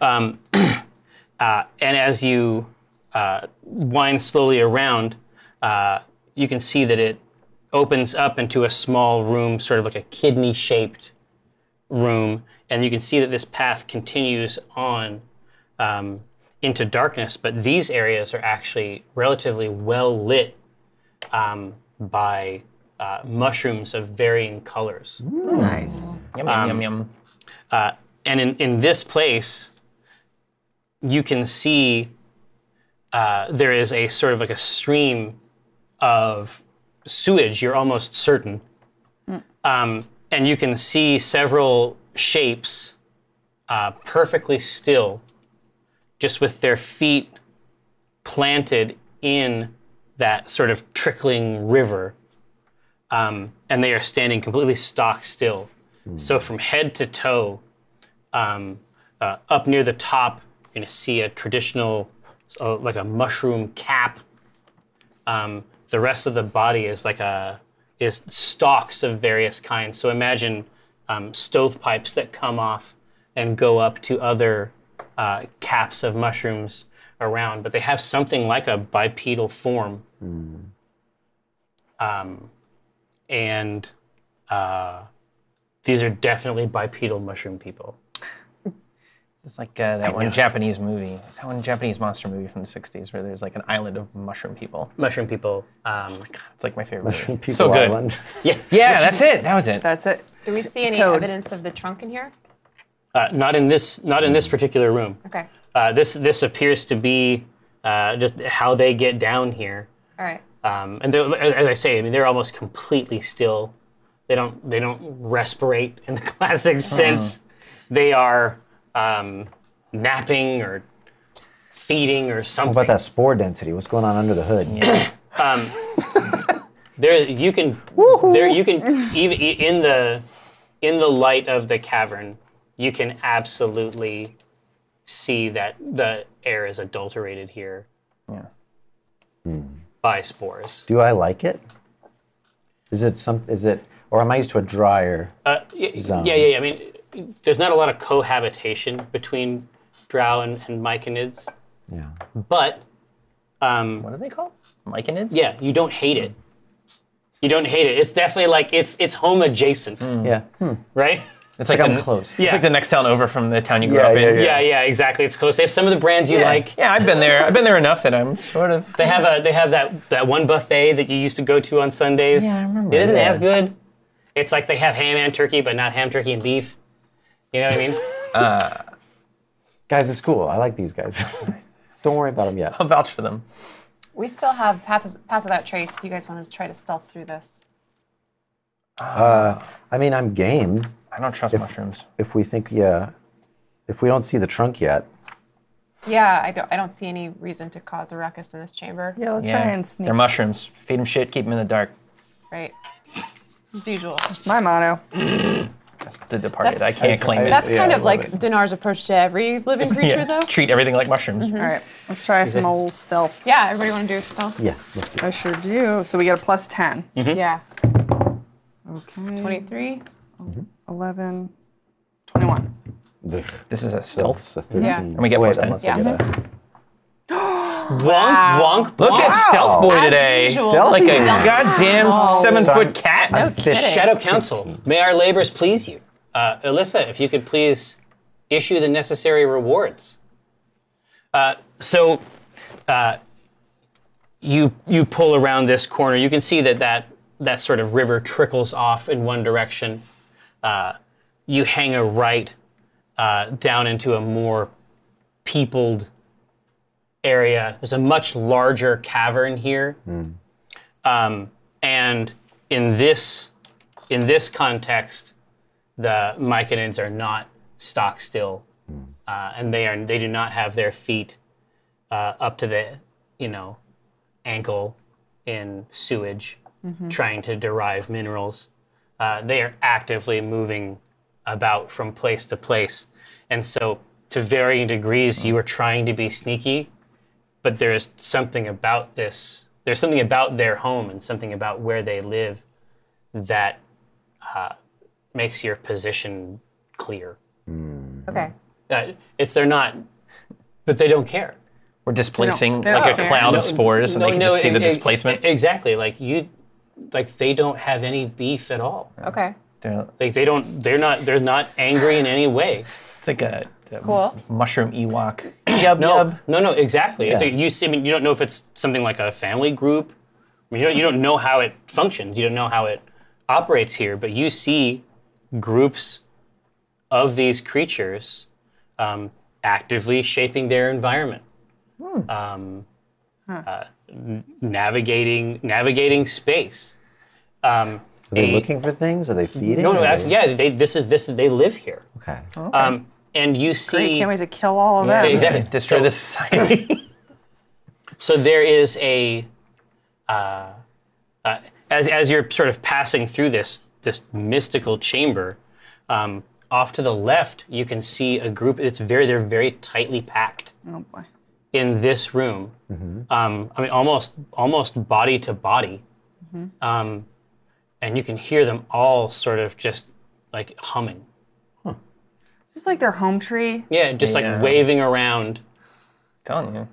S3: um, uh, and as you uh, wind slowly around, uh, you can see that it opens up into a small room, sort of like a kidney shaped room, and you can see that this path continues on um, into darkness. But these areas are actually relatively well lit um, by uh, mushrooms of varying colors.
S6: nice.
S4: yum, yum,
S3: Um,
S4: yum, yum.
S3: And in, in this place, you can see uh, there is a sort of like a stream of sewage, you're almost certain. Um, and you can see several shapes uh, perfectly still, just with their feet planted in that sort of trickling river. Um, and they are standing completely stock still. So from head to toe, um, uh, up near the top, you're going to see a traditional, uh, like a mushroom cap. Um, the rest of the body is like a is stalks of various kinds. So imagine um, stovepipes that come off and go up to other uh, caps of mushrooms around, but they have something like a bipedal form. Um, and uh, these are definitely bipedal mushroom people.
S4: It's like uh, that one Japanese movie. It's that one Japanese monster movie from the '60s where there's like an island of mushroom people.
S3: mushroom people.
S2: Oh
S3: Um,
S4: It's like my favorite.
S2: Mushroom
S4: movie.
S2: People
S4: so good.
S2: Island.
S3: yeah,
S4: Yeah, that's it. That was it.
S6: That's it.
S5: Do we see any
S6: Toad.
S5: evidence of the trunk in here?
S3: uh, not in this, not in this particular room.
S5: Okay.
S3: Uh, this this appears to be uh, just how they get down here.
S5: All right.
S3: Um, and they're- as as I say, I mean they're almost completely still. They don't they don't respirate in the classic sense. They are um, napping or feeding or something.
S2: What about that spore density? What's going on under the hood?
S3: There you can there you can even e, in the in the light of the cavern, you can absolutely see that the air is adulterated here
S4: Yeah.
S3: by spores.
S2: Do I like it? Is it some? Is it? Or am I used to a drier?
S3: Uh, Y-
S2: zone.
S3: Yeah, yeah, yeah. I mean, there's not a lot of cohabitation between Drow and, and Myconids,
S2: yeah.
S3: but um,
S4: What are they called? Myconids?
S3: yeah, you don't hate it. You don't hate it. It's definitely like it's it's home adjacent,
S4: Hmm.
S2: Yeah. Hmm.
S3: right?
S4: It's like,
S2: Like I'm
S4: the-
S2: close.
S4: It's
S3: Yeah.
S4: like the next town over from the town you grew
S2: Yeah,
S4: up in.
S2: yeah,
S3: Yeah, yeah, exactly. It's close. They have some of the brands you
S4: Yeah.
S3: like.
S4: Yeah, I've been there. I've been there enough that I'm sort of.
S3: They have a they have that that one buffet that you used to go to on Sundays.
S2: Yeah, I remember,
S3: It isn't
S2: yeah.
S3: as good. It's like they have ham and turkey, but not ham, turkey, and beef. You know what I mean?
S2: Guys, it's cool. I like these guys. Don't worry about them yet.
S4: I'll vouch for them.
S5: We still have Pass, Pass Without Trace if you guys want to try to stealth through this.
S2: I mean, I'm game.
S4: I don't trust mushrooms.
S2: If we think, yeah, if we don't see the trunk yet,
S5: Yeah, I don't, I don't see any reason to cause a ruckus in this chamber.
S6: Yeah, let's
S4: Yeah.
S6: try and sneak.
S4: They're mushrooms. Feed them shit. Keep them in the dark.
S5: Right. As usual.
S6: My motto.
S3: Mm-hmm.
S4: That's the departed. I can't claim it.
S5: That's
S2: yeah,
S5: kind
S2: I
S5: of
S2: love
S5: like
S2: it.
S5: Dinar's approach to every living creature,
S4: Yeah.
S5: though.
S4: Treat everything like mushrooms.
S6: All right, let's try some old stealth.
S5: Yeah, everybody want to do a stealth?
S2: yeah, let's do
S6: I
S2: it.
S6: sure do. So we got a plus 10.
S5: Yeah.
S6: Okay.
S5: 23.
S6: 11, 21.
S2: Blech.
S4: This is a stealth.
S2: It's a 13.
S5: Yeah.
S2: And
S4: we get
S2: Wait,
S4: plus 10.
S2: unless
S5: Yeah.
S2: we get a,
S3: Wonk,
S5: Wow.
S3: wonk,
S4: Look
S3: wonk.
S4: at Stealth Boy today.
S5: usual.
S4: Like a
S2: Stealthy.
S4: goddamn seven foot cat.
S2: Fish.
S3: Shadow Council, may our labors please you. Uh, Alyssa, if you could please issue the necessary rewards. Uh, so, uh, you you pull around this corner. You can see that that that sort of river trickles off in one direction. Uh, you hang a right uh, down into a more peopled area. There's a much larger cavern here. Um, and in this in this context, the Myconids are not stock still, uh, and they are they do not have their feet uh, up to the you know ankle in sewage, trying to derive minerals. Uh, they are actively moving about from place to place, and so to varying degrees, you are trying to be sneaky, but there is something about this. There's something about their home and something about where they live that makes your position clear.
S5: Okay.
S3: Uh, it's they're not, but they don't care.
S4: We're displacing
S6: They don't-
S4: like
S6: they
S4: a
S6: don't care.
S4: cloud of spores, and they can just see the
S3: e- e-
S4: displacement.
S3: exactly. Like you, like they don't have any beef at all.
S5: Okay.
S4: They're-
S3: Like they don't. They're not. They're not angry in any way.
S4: It's like a, a
S5: Cool.
S4: mushroom Ewok. yub
S3: No,
S4: yub.
S3: no, no. Exactly. It's
S2: Yeah.
S3: a, you see, I mean, you don't know if it's something like a family group. I mean, you don't. You don't know how it functions. You don't know how it operates here. But you see groups of these creatures um, actively shaping their environment.
S6: Hmm.
S3: Um, uh, n- navigating navigating space. Um,
S2: Are they
S3: a-
S2: looking for things? Are they feeding?
S3: no, no,
S2: Are
S3: actually,
S2: they-
S3: yeah. They, this is this is they live here,
S2: Okay.
S3: um, and you see.
S6: Great, can't wait to kill all of them.
S3: Yeah, exactly.
S4: Destroy
S3: So-
S4: this society.
S3: So there is a, uh, uh, as as you're sort of passing through this this mystical chamber, um, off to the left you can see a group. It's very they're very tightly packed
S6: Oh boy.
S3: in this room.
S4: Mm-hmm.
S3: Um, I mean, almost almost body to body, um, and you can hear them all sort of just like humming.
S6: Is this like their home tree?
S3: Yeah, just
S4: Yeah.
S3: like waving around.
S4: telling you.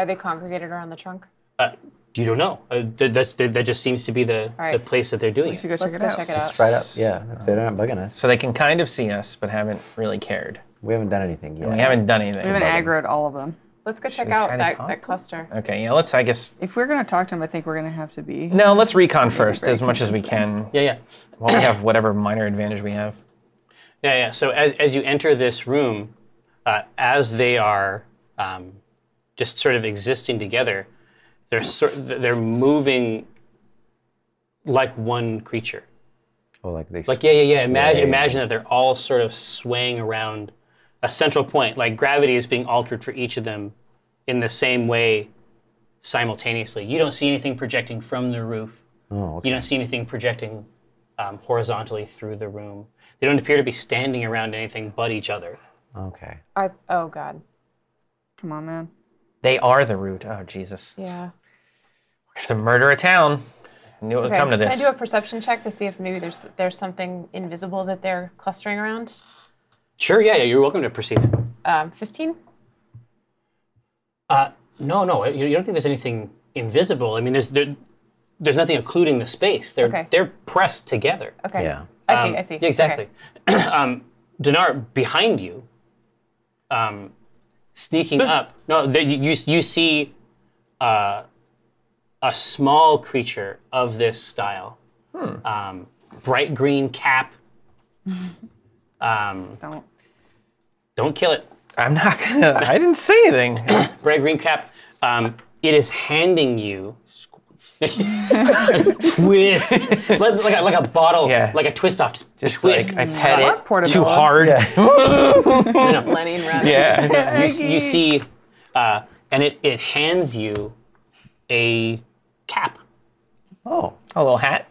S5: Are they congregated around the trunk?
S3: Uh, you don't know. Uh, that, that, that just seems to be the, the
S5: right.
S3: place that they're doing. it.
S6: You go
S5: Let's
S6: check
S5: go
S6: it out.
S5: check it out.
S2: Right up. Yeah. If they're not bugging us,
S4: So they can kind of see us, but haven't really cared.
S2: we haven't done anything yet.
S4: We haven't done anything.
S6: We haven't aggroed all of them.
S5: Let's go check
S4: we
S5: out
S4: try to
S5: that,
S4: talk?
S5: that cluster.
S4: Okay, yeah, let's, I guess,
S6: If we're going to talk to them, I think we're going to have to be.
S4: no, let's recon first as much as we can
S3: Yeah, yeah.
S4: while we have whatever minor advantage we have.
S3: Yeah, yeah. So as, as you enter this room, uh, as they are um, just sort of existing together, they're sort they're moving like one creature.
S2: Oh, like they.
S3: Like yeah, yeah, yeah. Imagine imagine that they're all sort of swaying around a central point. Like gravity is being altered for each of them in the same way simultaneously. You don't see anything projecting from the roof.
S2: Oh, okay.
S3: You don't see anything projecting um, horizontally through the room. They don't appear to be standing around anything but each other.
S2: Okay.
S5: I, oh, God.
S6: Come on, man.
S4: They are the root. Oh, Jesus.
S5: Yeah.
S4: If to murder a town, I knew it was
S5: Okay,
S4: coming to
S5: Can I
S4: this.
S5: do a perception check to see if maybe there's there's something invisible that they're clustering around?
S3: Sure, yeah, yeah, you're welcome to proceed.
S5: Um, 15?
S3: Uh, no, no, you, you don't think there's anything invisible. I mean, there's there, there's nothing occluding the space. They're
S5: Okay.
S3: they're pressed together.
S5: Okay.
S2: Yeah.
S5: I see, I see.
S3: Yeah, exactly.
S5: Okay.
S3: um, Dinar, behind you, um, sneaking up. No, there, you, you you see uh, a small creature of this style,
S4: Hmm.
S3: um, bright green cap. um,
S6: Don't.
S3: don't kill it.
S4: I'm not gonna. I didn't say anything.
S3: Bright green cap. Um, it is handing you. twist like, like a, like a bottle,
S4: Yeah.
S3: like a twist off.
S4: Just
S3: twist.
S4: like I pet
S6: What,
S4: it too
S6: Portobello?
S4: hard. Yeah.
S5: Lenny and Rabbit.
S4: yeah.
S3: you, s- you see, uh, and it, it hands you a cap,
S2: Oh,
S4: A little hat.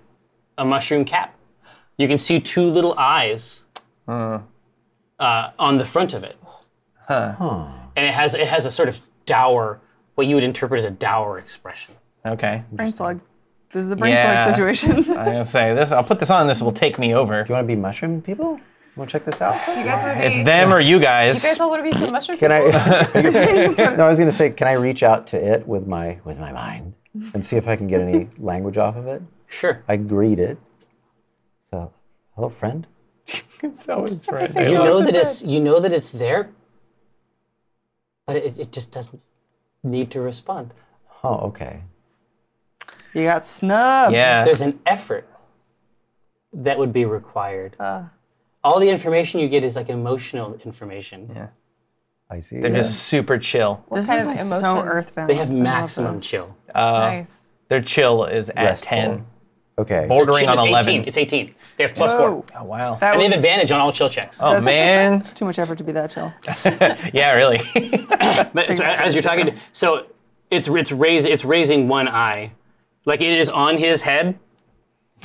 S3: a mushroom cap. You can see two little eyes Hmm. uh, on the front of it. And it has it has a sort of dour, what you would interpret as a dour expression.
S4: Okay.
S6: Brain slug. This is a brain
S4: Yeah.
S6: slug situation.
S4: I'm gonna say this. I'll put this on. This will take me over.
S2: do you want to be mushroom people? Want to check this out?
S5: You guys want to be.
S4: It's them or you guys.
S5: You guys all want to be some mushroom
S2: Can I?
S5: people?
S2: no, I was gonna say, can I reach out to it with my with my mind and see if I can get any language off of it?
S3: Sure.
S2: I greet it. So, hello, friend.
S3: You know that it's you know that it's there, but it, it just doesn't need to respond.
S2: Oh, okay.
S6: you got snubbed.
S4: yeah.
S3: There's an effort that would be required. All the information you get is like emotional information.
S2: I see.
S4: They're just super chill.
S6: This
S5: kind
S6: is
S5: of
S6: like so
S5: emotions?
S6: earthbound.
S3: They have maximum chill.
S5: nice.
S4: Their chill is at
S2: Restful.
S4: ten,
S2: okay.
S4: bordering
S3: Chill,
S4: on
S3: it's
S4: eleven.
S3: 18. It's 18. They have plus
S6: Whoa.
S3: four.
S4: oh wow.
S6: That
S3: And they have
S6: was
S3: advantage on all chill checks.
S4: oh man.
S6: too much effort to be that chill.
S4: Yeah, really.
S3: But so as you're talking, so it's it's raise, it's raising one eye, like it is on his head,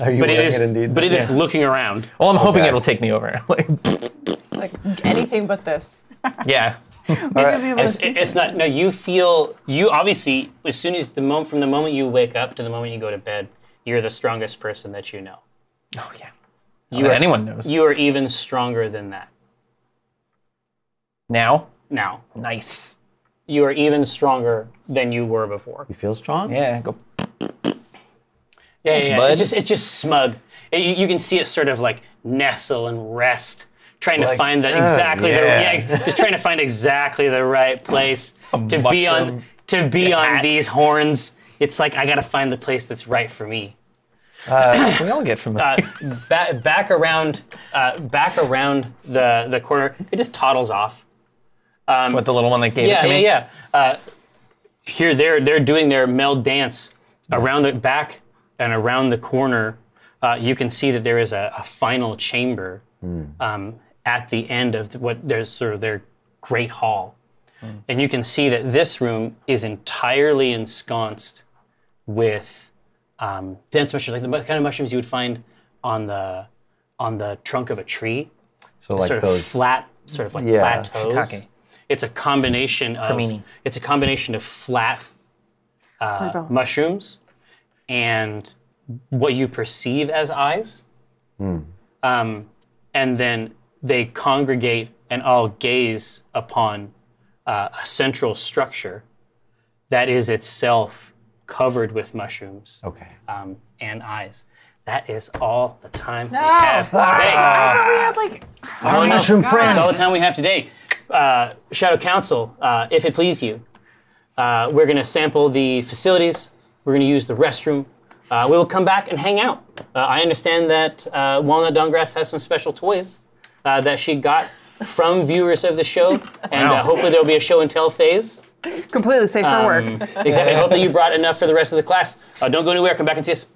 S2: Are you
S3: but it
S2: wearing
S3: is
S2: indeed?
S3: but it is looking around.
S4: well, I'm hoping
S2: Okay.
S4: it'll take me over. Like,
S5: It's like anything but this.
S4: yeah.
S3: It's, it's not. No, you feel you obviously as soon as the moment from the moment you wake up to the moment you go to bed, you're the strongest person that you know.
S4: Oh yeah.
S3: You
S4: that
S3: are,
S4: anyone knows.
S3: You are even stronger than that
S4: Now,
S3: now.
S4: nice.
S3: You are even stronger than you were before.
S2: You feel strong?
S4: Yeah. Go.
S3: Yeah, yeah, yeah.
S4: bud.
S3: It's just it's just smug. It- you, you can see it sort of like nestle and rest, trying to find the exactly
S2: yeah.
S3: the yeah, just trying to find exactly the right place to be on
S4: mushroom
S3: to be on these horns. It's like I gotta find the place that's right for me.
S4: We all get familiar.
S3: Uh, ba- back around, uh, back around the the corner. It just toddles off.
S4: with the little one that gave it
S3: Yeah,
S4: to
S3: yeah,
S4: me.
S3: yeah. Uh, here, they're they're doing their meld dance around the back and around the corner. Uh, you can see that there is a, a final chamber um, at the end of what there's sort of their great hall, and you can see that this room is entirely ensconced with um, dense mushrooms, like the mu- kind of mushrooms you would find on the on the trunk of a tree
S2: So like
S3: sort of
S2: those.
S3: flat, sort of like
S2: Yeah,
S3: plateaus.
S4: shiitake.
S3: It's a combination of
S4: Cremini.
S3: it's a combination of flat uh, mushrooms and what you perceive as eyes,
S2: Hmm.
S3: um, and then they congregate and all gaze upon uh, a central structure that is itself covered with mushrooms
S2: Okay.
S3: um, and eyes. That is all the time we
S5: No.
S3: have. today.
S6: we had like
S2: Our mushroom
S3: That's all the
S2: friends.
S3: time we have today. Uh, Shadow Council, uh, if it please you, uh, we're going to sample the facilities. We're going to use the restroom. Uh, we will come back and hang out. Uh, I understand that uh, Walnut Dungrass has some special toys uh, that she got from viewers of the show, and uh, hopefully there will be a show and tell phase.
S6: completely safe for work.
S3: Um, Exactly. I hope that you brought enough for the rest of the class. Uh, don't go anywhere. Come back and see us.